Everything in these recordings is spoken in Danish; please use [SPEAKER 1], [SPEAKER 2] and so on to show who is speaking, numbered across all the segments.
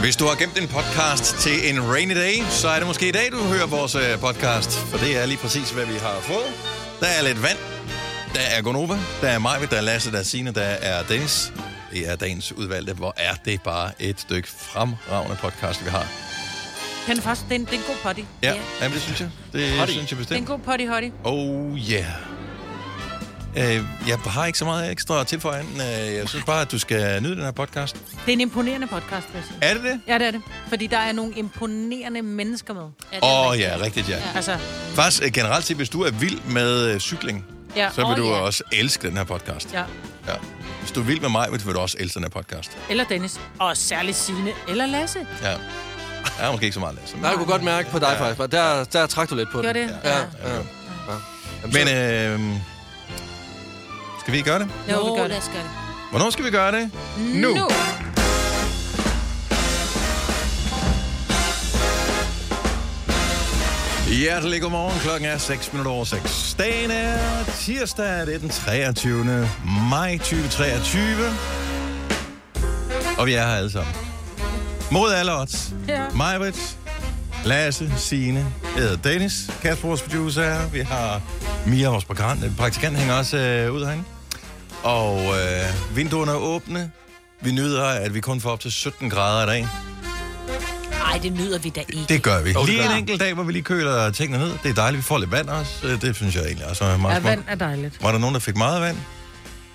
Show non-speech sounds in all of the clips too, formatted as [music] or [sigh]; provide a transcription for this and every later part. [SPEAKER 1] Hvis du har gemt en podcast til en rainy day, så er det måske i dag, du hører vores øh, podcast. For det er lige præcis, hvad vi har fået. Der er lidt vand. Der er Gonova. Der er mig, der er Lasse, der er Signe, der er Dennis. Det er dagens udvalgte. Hvor er det bare et stykke fremragende podcast, vi har.
[SPEAKER 2] Den er faktisk, det er en, det er en god potty.
[SPEAKER 1] Ja, ja. Jamen, det synes jeg. Det
[SPEAKER 2] Hotty.
[SPEAKER 1] synes jeg
[SPEAKER 2] Det er en
[SPEAKER 1] bestemt.
[SPEAKER 2] god potty hotty.
[SPEAKER 1] Oh yeah. Øh, jeg har ikke så meget ekstra til for anden. Øh, Jeg synes bare, at du skal nyde den her podcast.
[SPEAKER 2] Det er en imponerende podcast, vil jeg sige.
[SPEAKER 1] Er det det?
[SPEAKER 2] Ja, det er det. Fordi der er nogle imponerende mennesker med.
[SPEAKER 1] Åh oh, ja, rigtigt ja.
[SPEAKER 2] Altså,
[SPEAKER 1] Faktisk øh, generelt set, hvis du er vild med øh, cykling,
[SPEAKER 2] Ja.
[SPEAKER 1] så vil
[SPEAKER 2] Åh,
[SPEAKER 1] du
[SPEAKER 2] ja.
[SPEAKER 1] også elske den her podcast.
[SPEAKER 2] ja.
[SPEAKER 1] Ja. Hvis du er vild med mig, vil du også elske den her podcast.
[SPEAKER 2] Eller Dennis. Og særligt Signe. Eller Lasse.
[SPEAKER 1] Ja. Jeg er måske ikke så meget Lasse. men-
[SPEAKER 3] Nej, jeg kunne godt mærke på dig, faktisk. og Der, der trak du lidt på
[SPEAKER 2] Gjorde
[SPEAKER 3] den.
[SPEAKER 2] det?
[SPEAKER 3] Ja.
[SPEAKER 2] Ja.
[SPEAKER 3] ja. ja. Jamen,
[SPEAKER 1] Men
[SPEAKER 3] så-
[SPEAKER 1] øh, skal vi gøre det?
[SPEAKER 2] Jo,
[SPEAKER 4] Jo,
[SPEAKER 2] vi gør
[SPEAKER 4] lad
[SPEAKER 2] det.
[SPEAKER 4] os gøre det.
[SPEAKER 1] Hvornår skal vi gøre det? Nu.
[SPEAKER 2] nu.
[SPEAKER 1] Hjertelig godmorgen. Klokken er 6 minutter over 6. Dagen er tirsdag, det er den 23. maj 2023. Og vi er her alle sammen. Mod alle odds.
[SPEAKER 2] Ja.
[SPEAKER 1] Majbrit, Lasse, Signe, jeg hedder Dennis, Kasper, vores producer er her. Vi har Mia, vores praktikant, praktikant hænger også øh, ud herinde. Og øh, vinduerne er åbne. Vi nyder, at vi kun får op til 17 grader i dag.
[SPEAKER 4] Nej, det nyder vi da ikke.
[SPEAKER 1] Det gør vi.
[SPEAKER 3] det
[SPEAKER 1] lige
[SPEAKER 3] gør
[SPEAKER 1] en
[SPEAKER 3] vi.
[SPEAKER 1] enkelt dag, hvor vi lige køler tingene ned. Det er dejligt, vi får lidt vand også. Øh, Det synes jeg egentlig også er meget
[SPEAKER 2] Ja,
[SPEAKER 1] smukt.
[SPEAKER 2] vand er dejligt.
[SPEAKER 1] Var der nogen, der fik meget vand?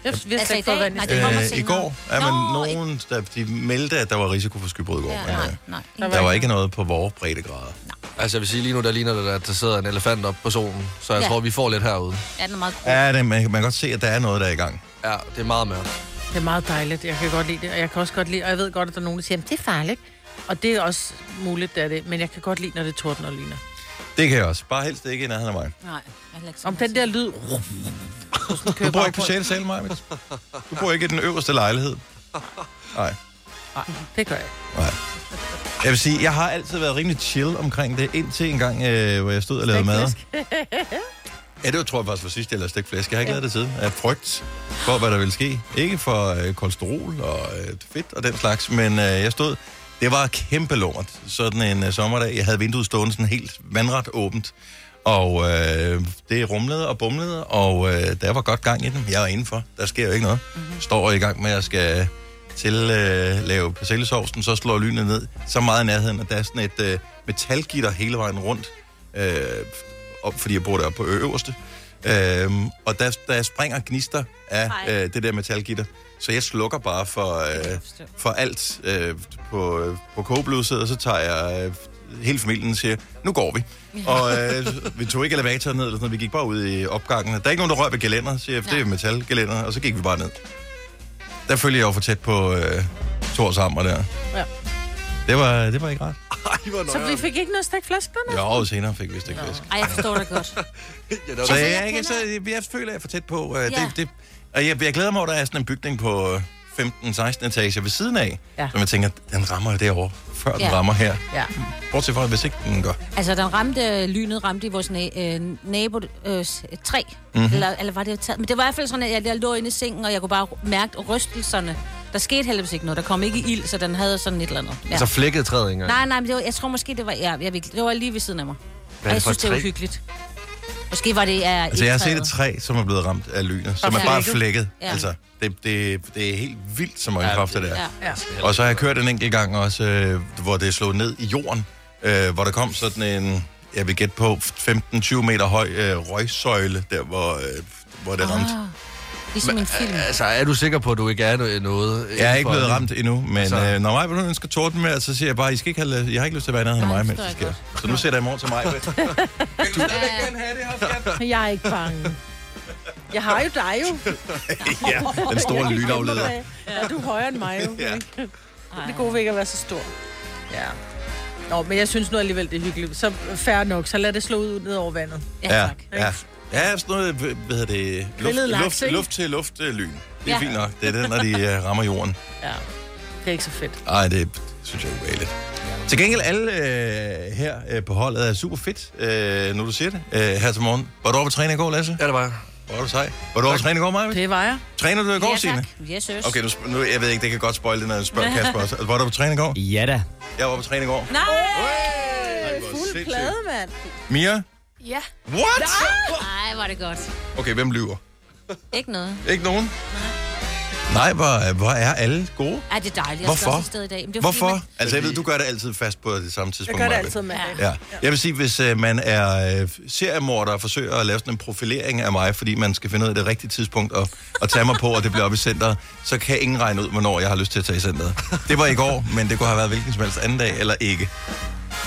[SPEAKER 2] Jeg vidste altså,
[SPEAKER 4] Altså, i
[SPEAKER 2] ikke, for
[SPEAKER 4] dag?
[SPEAKER 2] vand i
[SPEAKER 4] Nej, det
[SPEAKER 2] dag.
[SPEAKER 4] kommer
[SPEAKER 1] Øh, I
[SPEAKER 4] senere.
[SPEAKER 1] går er man
[SPEAKER 4] Nå,
[SPEAKER 1] nogen, der de meldte, at der var risiko for skybrud i går.
[SPEAKER 4] Ja,
[SPEAKER 1] men,
[SPEAKER 4] nej,
[SPEAKER 1] øh,
[SPEAKER 4] nej.
[SPEAKER 1] der var ikke noget på vores breddegrader.
[SPEAKER 3] Altså, jeg vil sige, lige nu der ligner det, at der sidder en elefant op på solen. Så jeg
[SPEAKER 4] Ja.
[SPEAKER 3] ja. tror, vi får lidt herude.
[SPEAKER 4] Ja, den er meget god.
[SPEAKER 1] Ja, det, man, man kan godt se, at der er noget, der er i gang.
[SPEAKER 3] Ja, det er meget mørkt.
[SPEAKER 2] Det er meget dejligt. Jeg kan godt lide det. Og jeg kan også godt lide, og jeg ved godt, at der er nogen, der siger, at det er farligt. Og det er også muligt, det er det. Men jeg kan godt lide, når det tordner og lyner.
[SPEAKER 1] Det kan jeg også. Bare helst ikke i nærheden af mig.
[SPEAKER 4] Nej, jeg er heller ikke så
[SPEAKER 2] Om den der lyd... ruff, sådan kører
[SPEAKER 1] Du bor
[SPEAKER 2] bare
[SPEAKER 1] ikke på
[SPEAKER 2] rundt.
[SPEAKER 1] 6. sal, Maja. Du bor ikke i den øverste lejlighed. Nej,
[SPEAKER 2] Det gør jeg.
[SPEAKER 1] nej. Jeg vil sige, jeg har altid været rimelig chill omkring det, indtil en gang, øh, hvor jeg stod og lavede mad. Ja, det var, tror jeg faktisk var sidst, jeg lavede stegt flæsk. Jeg har ikke lavet det siden. Af frygt for, hvad der ville ske. Ikke for øh, kolesterol og øh, fedt og den slags, men øh, jeg stod... Det var kæmpe lort. Sådan en øh, sommerdag. Jeg havde vinduet stående sådan helt vandret åbent. Og øh, det rumlede og bumlede, og øh, der var godt gang i den. Jeg var indenfor. Der sker jo ikke noget. Står i gang med, at jeg skal til øh, lave persillesovsen, så slår lynet ned så meget i nærheden, at der er sådan et øh, metalgitter hele vejen rundt. Øh, op, fordi jeg bor deroppe på ø- øverste. Øhm, og der, der springer gnister af
[SPEAKER 4] Ej.
[SPEAKER 1] øh, det der metalgitter. Så jeg slukker bare for, øh, for alt øh, på, øh, på kogebluset, og så tager jeg øh, hele familien og siger, nu går vi. Og øh, vi tog ikke elevatoren ned, eller sådan, noget. vi gik bare ud i opgangen. Der er ikke nogen, der rører ved gelænder, siger jeg, for det er metalgelænder, og så gik vi bare ned. Der følger jeg jo for tæt på øh, Thors Hammer der.
[SPEAKER 2] Ja.
[SPEAKER 1] Det var, det var ikke ret.
[SPEAKER 3] Ej, hvor
[SPEAKER 2] Så vi fik ikke noget stegt flæsk, der
[SPEAKER 1] Jo, og senere fik vi stik fisk.
[SPEAKER 4] Ej, jeg forstår dig godt.
[SPEAKER 3] [laughs] Ja, det
[SPEAKER 1] Så
[SPEAKER 3] var...
[SPEAKER 1] jeg,
[SPEAKER 4] jeg
[SPEAKER 1] er ikke, så
[SPEAKER 4] kender-
[SPEAKER 1] jeg, jeg føler, at jeg er for tæt på. Øh, ja.
[SPEAKER 4] Ja.
[SPEAKER 1] det, det, og jeg, jeg glæder mig over, at der er sådan en bygning på øh, 15-16 etager ved siden af. Ja.
[SPEAKER 2] Ja.
[SPEAKER 1] Som jeg tænker, den rammer jo derovre, før ja. den
[SPEAKER 4] Ja.
[SPEAKER 1] rammer her.
[SPEAKER 2] Ja.
[SPEAKER 1] Bortset fra, hvis ikke den gør.
[SPEAKER 4] Altså, den ramte, lynet ramte i vores na- øh, nabo øh, s- træ.
[SPEAKER 1] Mhm.
[SPEAKER 4] Mm-hmm. Eller, eller var det jo taget? Men det var i hvert fald sådan, at jeg, jeg lå inde i sengen, og jeg kunne bare mærke rystelserne. Der skete heldigvis ikke noget. Der kom ikke ild, så den havde sådan et eller andet. Ja.
[SPEAKER 1] Altså
[SPEAKER 3] Så flækkede Altså, træet ikke engang.
[SPEAKER 4] Nej, nej, men det var, jeg tror måske, det var, ja, jeg, ved ikke. det var lige ved siden af mig. Hvad
[SPEAKER 3] Hvad
[SPEAKER 4] og
[SPEAKER 3] er det
[SPEAKER 4] jeg
[SPEAKER 3] for
[SPEAKER 4] synes,
[SPEAKER 3] et
[SPEAKER 4] det var
[SPEAKER 3] træ?
[SPEAKER 4] hyggeligt. Måske var det er
[SPEAKER 1] Altså, jeg har set et træ, som er blevet ramt af lynet, som er bare flækket. Ja.
[SPEAKER 4] Ja.
[SPEAKER 1] Altså, det, det, det er helt vildt, så mange ja,
[SPEAKER 3] Ja,
[SPEAKER 1] kræfter der.
[SPEAKER 4] Ja.
[SPEAKER 2] Ja.
[SPEAKER 1] Og så har jeg kørt en enkelt gang også, øh, hvor det er slået ned i jorden, øh, hvor der kom sådan en, jeg vil gætte på, 15-20 meter høj øh, røgsøjle, der hvor, øh, hvor det ah. ramte.
[SPEAKER 4] Ah, ligesom en film.
[SPEAKER 3] Altså, er du sikker på, at du ikke er no- noget?
[SPEAKER 1] Jeg er ikke
[SPEAKER 3] indenfor?
[SPEAKER 1] blevet ramt endnu, men altså.
[SPEAKER 3] Altså-
[SPEAKER 1] øh, når mig hun ønsker torden med, så siger jeg bare, I skal ikke have, jeg har ikke lyst til at være i nærheden af
[SPEAKER 4] Nej,
[SPEAKER 1] mig,
[SPEAKER 4] det
[SPEAKER 1] mens det
[SPEAKER 4] forstår
[SPEAKER 1] sker.
[SPEAKER 4] jeg
[SPEAKER 1] Så nu sætter jeg i morgen til mig.
[SPEAKER 2] Jeg er ikke bange. Jeg har jo dig jo.
[SPEAKER 1] [laughs] ja, den store lynafleder.
[SPEAKER 2] Ja, du er højere end mig jo.
[SPEAKER 1] Ja.
[SPEAKER 2] ja. Det er det gode ved ikke at være så stor. Ja. Nå, men jeg synes nu alligevel, det er hyggeligt. Så færre nok, så lad det slå ud ned over vandet.
[SPEAKER 1] Ja,
[SPEAKER 4] tak.
[SPEAKER 1] ja. Ja, sådan noget, hvad hedder det, luft,
[SPEAKER 2] Grillet laks,
[SPEAKER 1] luft,
[SPEAKER 2] ikke?
[SPEAKER 1] luft til luft øh, lyn. Det er
[SPEAKER 4] Ja.
[SPEAKER 1] fint nok. Det er det, når de uh, rammer jorden.
[SPEAKER 2] Ja. Det er ikke så fedt.
[SPEAKER 1] Ej, det synes jeg er ubehageligt. Til gengæld, alle øh, her øh, på holdet er super fedt, øh, nu du siger det, øh, her til morgen. Var du oppe at træne i går, Lasse?
[SPEAKER 3] Ja, det var jeg.
[SPEAKER 1] Hvor er du sej. Var du også træne i går, Maja?
[SPEAKER 2] Det var jeg.
[SPEAKER 1] Træner du i går,
[SPEAKER 4] ja,
[SPEAKER 1] Signe?
[SPEAKER 4] tak. Yes, søs.
[SPEAKER 1] Okay, nu, sp- nu, jeg ved ikke, det kan godt spoil det, når jeg spørger Kasper også. Altså, Var du på træning i går?
[SPEAKER 5] Ja da.
[SPEAKER 1] Jeg var på træning i går.
[SPEAKER 4] Nej!
[SPEAKER 1] Ej, hvor
[SPEAKER 6] Fuld
[SPEAKER 1] sindssygt.
[SPEAKER 6] plade, mand.
[SPEAKER 1] Mia?
[SPEAKER 6] Ja.
[SPEAKER 1] What?
[SPEAKER 4] Nej, var det godt.
[SPEAKER 1] Okay, hvem lyver?
[SPEAKER 4] Ikke noget.
[SPEAKER 1] Ikke nogen? Nej, hvor, hvor er alle gode?
[SPEAKER 4] Ej, det er dejligt. Jeg
[SPEAKER 1] Hvorfor?
[SPEAKER 4] Skal også afsted i dag. Men det er
[SPEAKER 1] Hvorfor?
[SPEAKER 4] Fordi,
[SPEAKER 1] Altså, jeg ved, du gør det altid fast på det samme
[SPEAKER 6] Jeg
[SPEAKER 1] tidspunkt.
[SPEAKER 6] gør det
[SPEAKER 1] Maja.
[SPEAKER 6] altid med
[SPEAKER 4] Ja.
[SPEAKER 1] Ja. Jeg vil sige, hvis øh, man er øh, seriemorder og forsøger at lave sådan en profilering af mig, fordi man skal finde ud af det rigtige tidspunkt at, at tage mig på, og det bliver op i centret, så kan ingen regne ud, hvornår jeg har lyst til at tage i centret. Det var i går, men det kunne have været hvilken som helst anden dag, eller ikke.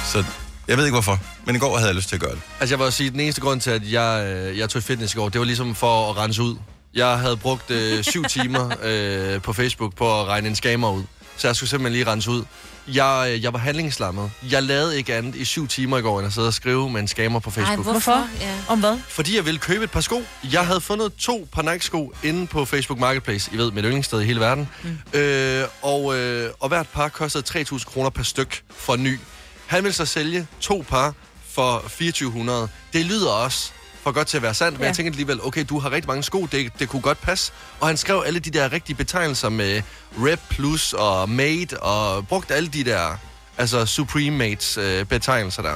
[SPEAKER 1] Så jeg ved ikke hvorfor, men i går havde jeg lyst til at gøre det.
[SPEAKER 3] Altså jeg vil også sige, at den eneste grund til, at jeg, øh, jeg tog i fitness i går, det var ligesom for at rense ud. Jeg havde brugt øh, syv timer øh, på Facebook på at regne en scammer ud. Så jeg skulle simpelthen lige rense ud. Jeg, øh, jeg var handlingslammet. Jeg lavede ikke andet i syv timer i går, end at sidde og skrive med en scammer på Facebook.
[SPEAKER 4] Ej, hvorfor? Ja.
[SPEAKER 2] Om hvad?
[SPEAKER 3] Fordi jeg ville købe et par sko. Jeg havde fundet to par Nike-sko inde på Facebook Marketplace. I ved, mit yndlingssted i hele verden. Mm. Øh, og, øh, og hvert par kostede 3.000 kroner per styk for ny. Han ville så sælge to par for 2400. Det lyder også for godt til at være sandt, men
[SPEAKER 2] Ja.
[SPEAKER 3] jeg tænkte alligevel, okay, du har rigtig mange sko, det, det kunne godt passe. Og han skrev alle de der rigtige betegnelser med Rep Plus og Made, og brugte alle de der, altså Supreme Mates øh, betegnelser der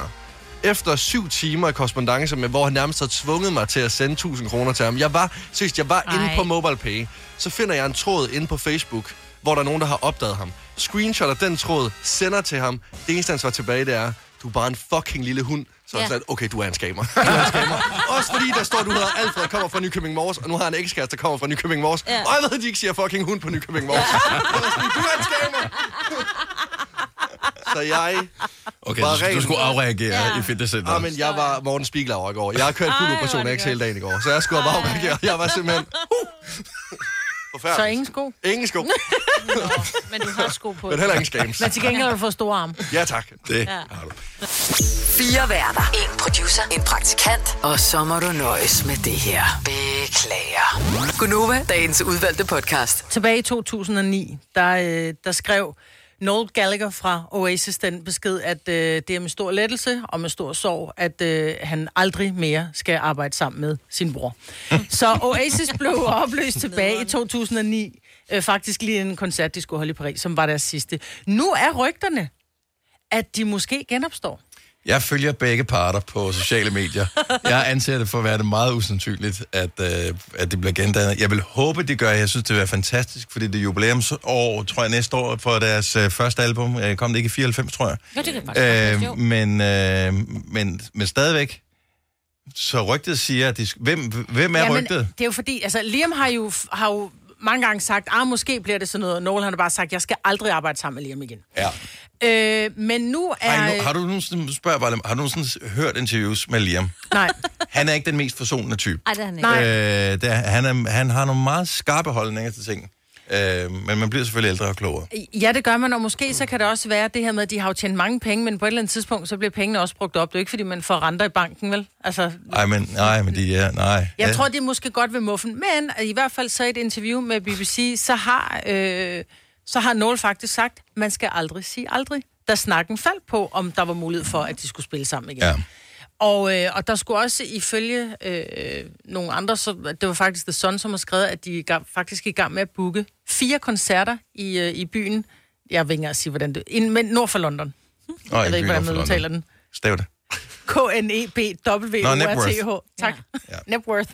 [SPEAKER 3] efter syv timer af korrespondence med, hvor han nærmest havde tvunget mig til at sende 1000 kroner til ham. Jeg var, seriøst, jeg var Ej. inde
[SPEAKER 4] Ej.
[SPEAKER 3] på MobilePay. Så finder jeg en tråd inde på Facebook, hvor der er nogen, der har opdaget ham. Screenshotter den tråd, sender til ham. Det eneste, han svarer tilbage, det er, du er bare en fucking lille hund. Så ja.
[SPEAKER 4] Ja.
[SPEAKER 3] sådan, okay, du er en skamer. [laughs] Du er en skamer. Også fordi der står, du hedder Alfred og kommer fra Nykøbing Mors, og nu har han en ekskæreste, der kommer fra Nykøbing Mors. Ja.
[SPEAKER 4] Ja.
[SPEAKER 3] Og jeg ved, at de ikke siger fucking hund på Nykøbing Mors. [laughs] Jeg var sådan, Du er en skamer. [laughs] Så jeg
[SPEAKER 1] Okay,
[SPEAKER 3] Bare
[SPEAKER 1] du, du
[SPEAKER 3] ren-
[SPEAKER 1] skulle afreagere ja. i fitnesscenteret.
[SPEAKER 3] Ah, men jeg var Morten Spieglauer i går. Jeg har kørt
[SPEAKER 4] Ej,
[SPEAKER 3] fuld
[SPEAKER 1] Ah,
[SPEAKER 4] hvor er
[SPEAKER 3] operation
[SPEAKER 4] det
[SPEAKER 3] X
[SPEAKER 4] godt.
[SPEAKER 3] hele dagen i går, så jeg skulle bare reagere. Jeg var
[SPEAKER 1] [laughs]
[SPEAKER 3] simpelthen... Uh! Forfærdeligt.
[SPEAKER 2] Så ingen sko.
[SPEAKER 3] Ingen sko,
[SPEAKER 4] [laughs] Men du har sko på.
[SPEAKER 3] men heller ingen scams.
[SPEAKER 2] Men til gengæld har du fået store arme.
[SPEAKER 3] Ja, tak.
[SPEAKER 1] Det har du.
[SPEAKER 7] Fire værter. En producer. En praktikant. Og så må du nøjes med det her. Beklager. Gunova, dagens udvalgte podcast.
[SPEAKER 2] Tilbage i 2009, der, øh, der skrev Noel Gallagher fra Oasis den besked, at øh, det er med stor lettelse og med stor sorg, at øh, han aldrig mere skal arbejde sammen med sin
[SPEAKER 1] [laughs]
[SPEAKER 2] bror. Så Oasis blev opløst tilbage i 2009, øh, faktisk lige inden en koncert, de skulle holde i Paris, som var deres sidste. Nu er rygterne, at de måske genopstår.
[SPEAKER 1] Jeg følger begge parter på sociale medier. Jeg anser det for at være det meget usandsynligt, at, øh, at det bliver gendannet. Jeg vil håbe, det gør. Jeg synes, det vil være fantastisk, fordi det er jubilæumsår, tror jeg, næste år for deres øh, første album. Øh, kom det ikke i 94, tror jeg.
[SPEAKER 4] Jo, det kan jeg faktisk godt
[SPEAKER 1] Øh,
[SPEAKER 4] forstå.
[SPEAKER 1] men, øh, men, men stadigvæk, så rygtet siger, at de, sk- hvem, hvem er ja,
[SPEAKER 2] Jamen,
[SPEAKER 1] rygtet?
[SPEAKER 2] det er jo fordi, altså Liam har jo, har jo mange gange sagt, ah, måske bliver det sådan noget, og Noel han har bare sagt, jeg skal aldrig arbejde sammen med Liam igen.
[SPEAKER 1] Ja.
[SPEAKER 2] Øh, men nu er...
[SPEAKER 1] Har, I, nu- har du nogensinde, spørg bare, har du nogensinde hørt interviews med Liam?
[SPEAKER 2] Nej,
[SPEAKER 1] Han er ikke den mest forsonende type.
[SPEAKER 4] Ej, det er han ikke.
[SPEAKER 2] Ah, nej.
[SPEAKER 1] Øh, det er, han, er, han har nogle meget skarpe holdninger til ting. Øh, men man bliver selvfølgelig ældre og klogere.
[SPEAKER 2] Ja, det gør man, og måske så kan det også være det her med, at de har jo tjent mange penge, men på et eller andet tidspunkt, så bliver pengene også brugt op. Det er jo ikke, fordi man får renter i banken, vel? Altså,
[SPEAKER 1] Ej, men, nej, men de er... Nej.
[SPEAKER 2] jeg
[SPEAKER 1] Ja.
[SPEAKER 2] tror, de måske godt vil muffen, men øh, i hvert fald så i et interview med BBC, så har, øh, så har Noel faktisk sagt, man skal aldrig sige aldrig. Da snakken faldt på, om der var mulighed for, at de skulle spille sammen igen.
[SPEAKER 1] Ja.
[SPEAKER 2] Og, øh, og der skulle også ifølge øh, nogle andre, så det var faktisk The Sun, som har skrevet, at de er i gang, faktisk i gang med at booke fire koncerter i, øh, i byen. Jeg vil ikke engang sige, hvordan det ind, men nord for London.
[SPEAKER 1] Nå,
[SPEAKER 2] Jeg ved ikke,
[SPEAKER 1] byen
[SPEAKER 2] hvordan man
[SPEAKER 1] for
[SPEAKER 2] udtaler
[SPEAKER 1] London.
[SPEAKER 2] den.
[SPEAKER 1] Stav det.
[SPEAKER 2] E K-N-E-B-W-U-R-T-H.
[SPEAKER 1] Nå, Networth.
[SPEAKER 2] Tak.
[SPEAKER 1] Ja.
[SPEAKER 2] Ja. Networth.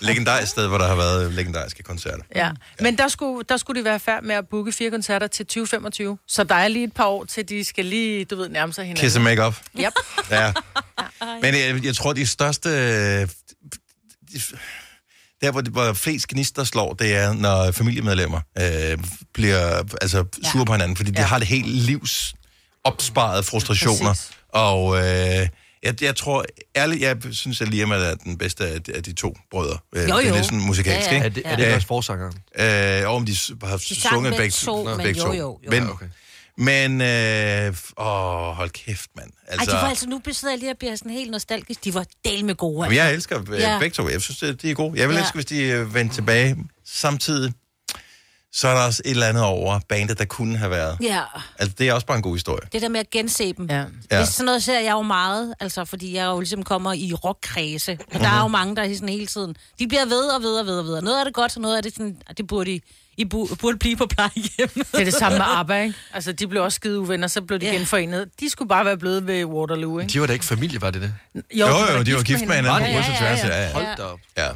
[SPEAKER 1] Legendarisk sted, hvor der har været øh, legendariske koncerter.
[SPEAKER 3] Mm.
[SPEAKER 2] Ja. Men der skulle, der skulle de være færd med at booke fire koncerter til 2025. Så der er lige et par år til, de skal lige, du ved, nærme sig hinanden.
[SPEAKER 1] Kiss and make up.
[SPEAKER 2] Yep.
[SPEAKER 1] Ja. Men jeg, jeg tror, de største... øh, De, der, hvor, hvor flest gnister slår, det er, når familiemedlemmer øh, bliver altså, sure på hinanden, fordi de
[SPEAKER 2] Ja.
[SPEAKER 1] har det helt livs opsparede frustrationer.
[SPEAKER 2] Præcis.
[SPEAKER 1] Og øh, jeg, jeg tror, ærligt, jeg synes, at Liam er den bedste af de, af de to brødre. Øh,
[SPEAKER 4] Jo,
[SPEAKER 1] Det er
[SPEAKER 4] jo.
[SPEAKER 1] lidt sådan musikalsk,
[SPEAKER 4] Ja, ja.
[SPEAKER 3] Er
[SPEAKER 1] ikke?
[SPEAKER 3] det,
[SPEAKER 4] det-
[SPEAKER 3] er
[SPEAKER 4] er
[SPEAKER 1] det
[SPEAKER 3] det
[SPEAKER 1] ikke
[SPEAKER 3] ja.
[SPEAKER 1] også
[SPEAKER 3] også forsangeren?
[SPEAKER 1] Øh, og om de s- har
[SPEAKER 4] sang
[SPEAKER 1] sunget
[SPEAKER 4] begge
[SPEAKER 1] begge
[SPEAKER 4] to,
[SPEAKER 1] Nå,
[SPEAKER 4] men
[SPEAKER 1] begge
[SPEAKER 4] jo,
[SPEAKER 1] to.
[SPEAKER 4] jo, jo.
[SPEAKER 1] Men,
[SPEAKER 3] Ja, okay.
[SPEAKER 1] men øh, f- åh, hold kæft, mand.
[SPEAKER 4] Ej, de var altså, nu sidder jeg lige og bliver sådan helt nostalgisk. De var del med gode. altså.
[SPEAKER 1] Jamen, jeg elsker øh, ja.
[SPEAKER 4] Ja.
[SPEAKER 1] begge to. Jeg synes, øh, de er gode. Jeg vil ja.
[SPEAKER 4] Ja.
[SPEAKER 1] elske, hvis de øh, vendte tilbage. Samtidig, så er der også et eller andet over bandet, der kunne have været.
[SPEAKER 4] Ja,
[SPEAKER 1] Altså, det er også bare en god historie.
[SPEAKER 4] det der med at gense dem.
[SPEAKER 2] Ja.
[SPEAKER 1] Ja.
[SPEAKER 4] Ja. Sådan noget ser jeg jo meget, altså, fordi jeg jo ligesom kommer i rockkredse. Og der
[SPEAKER 1] Mhm.
[SPEAKER 4] er jo mange, der er sådan hele tiden. De bliver ved og ved og ved og ved. Og noget er det godt, og noget er det sådan, at det burde I, I bu- burde blive på plejehjem.
[SPEAKER 2] Det er det
[SPEAKER 4] [laughs]
[SPEAKER 2] samme med ABBA, ikke? Altså, de blev også skide uvenner, så blev de
[SPEAKER 4] Ja.
[SPEAKER 2] genforenet. De skulle bare være blevet ved Waterloo, ikke?
[SPEAKER 3] De var da ikke familie, var det det?
[SPEAKER 1] Jo, jo, de var gift med hinanden på
[SPEAKER 2] Ja,
[SPEAKER 1] kryds og
[SPEAKER 2] ja,
[SPEAKER 1] tværs. Ja,
[SPEAKER 2] ja.
[SPEAKER 1] ja,
[SPEAKER 3] Hold da op.
[SPEAKER 1] ja.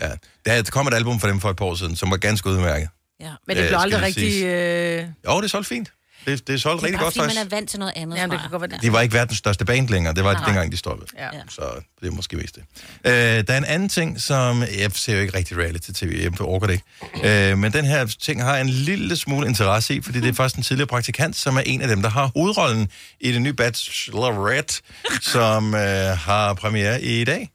[SPEAKER 2] Ja.
[SPEAKER 1] ja. Der kom et album fra dem for et par år siden, som var ganske udmærket.
[SPEAKER 4] Ja.
[SPEAKER 2] Men det
[SPEAKER 1] Ja,
[SPEAKER 2] blev
[SPEAKER 1] skal
[SPEAKER 2] aldrig
[SPEAKER 1] det
[SPEAKER 2] rigtig...
[SPEAKER 1] siges.
[SPEAKER 2] Øh...
[SPEAKER 1] Jo, det solgte fint. Det, det solgte
[SPEAKER 4] Det er
[SPEAKER 1] rigtig
[SPEAKER 4] bare,
[SPEAKER 1] godt,
[SPEAKER 4] fordi man
[SPEAKER 1] faktisk.
[SPEAKER 4] er vant til noget andet
[SPEAKER 2] Jamen, det
[SPEAKER 4] fra.
[SPEAKER 2] kan godt være det.
[SPEAKER 1] De var ikke verdens største band længere. Det var det,
[SPEAKER 4] Nej.
[SPEAKER 1] dengang, de stoppede.
[SPEAKER 2] Ja.
[SPEAKER 4] Ja.
[SPEAKER 1] Så det er måske mest det. Øh, der er en anden ting, som... Jeg ser jo ikke rigtig reality-tv, jeg overgår det ikke. Øh, men den her ting har jeg en lille smule interesse i, fordi det er faktisk en tidligere praktikant, som er en af dem, der har hovedrollen i det nye Bachelorette, som øh, har premiere i dag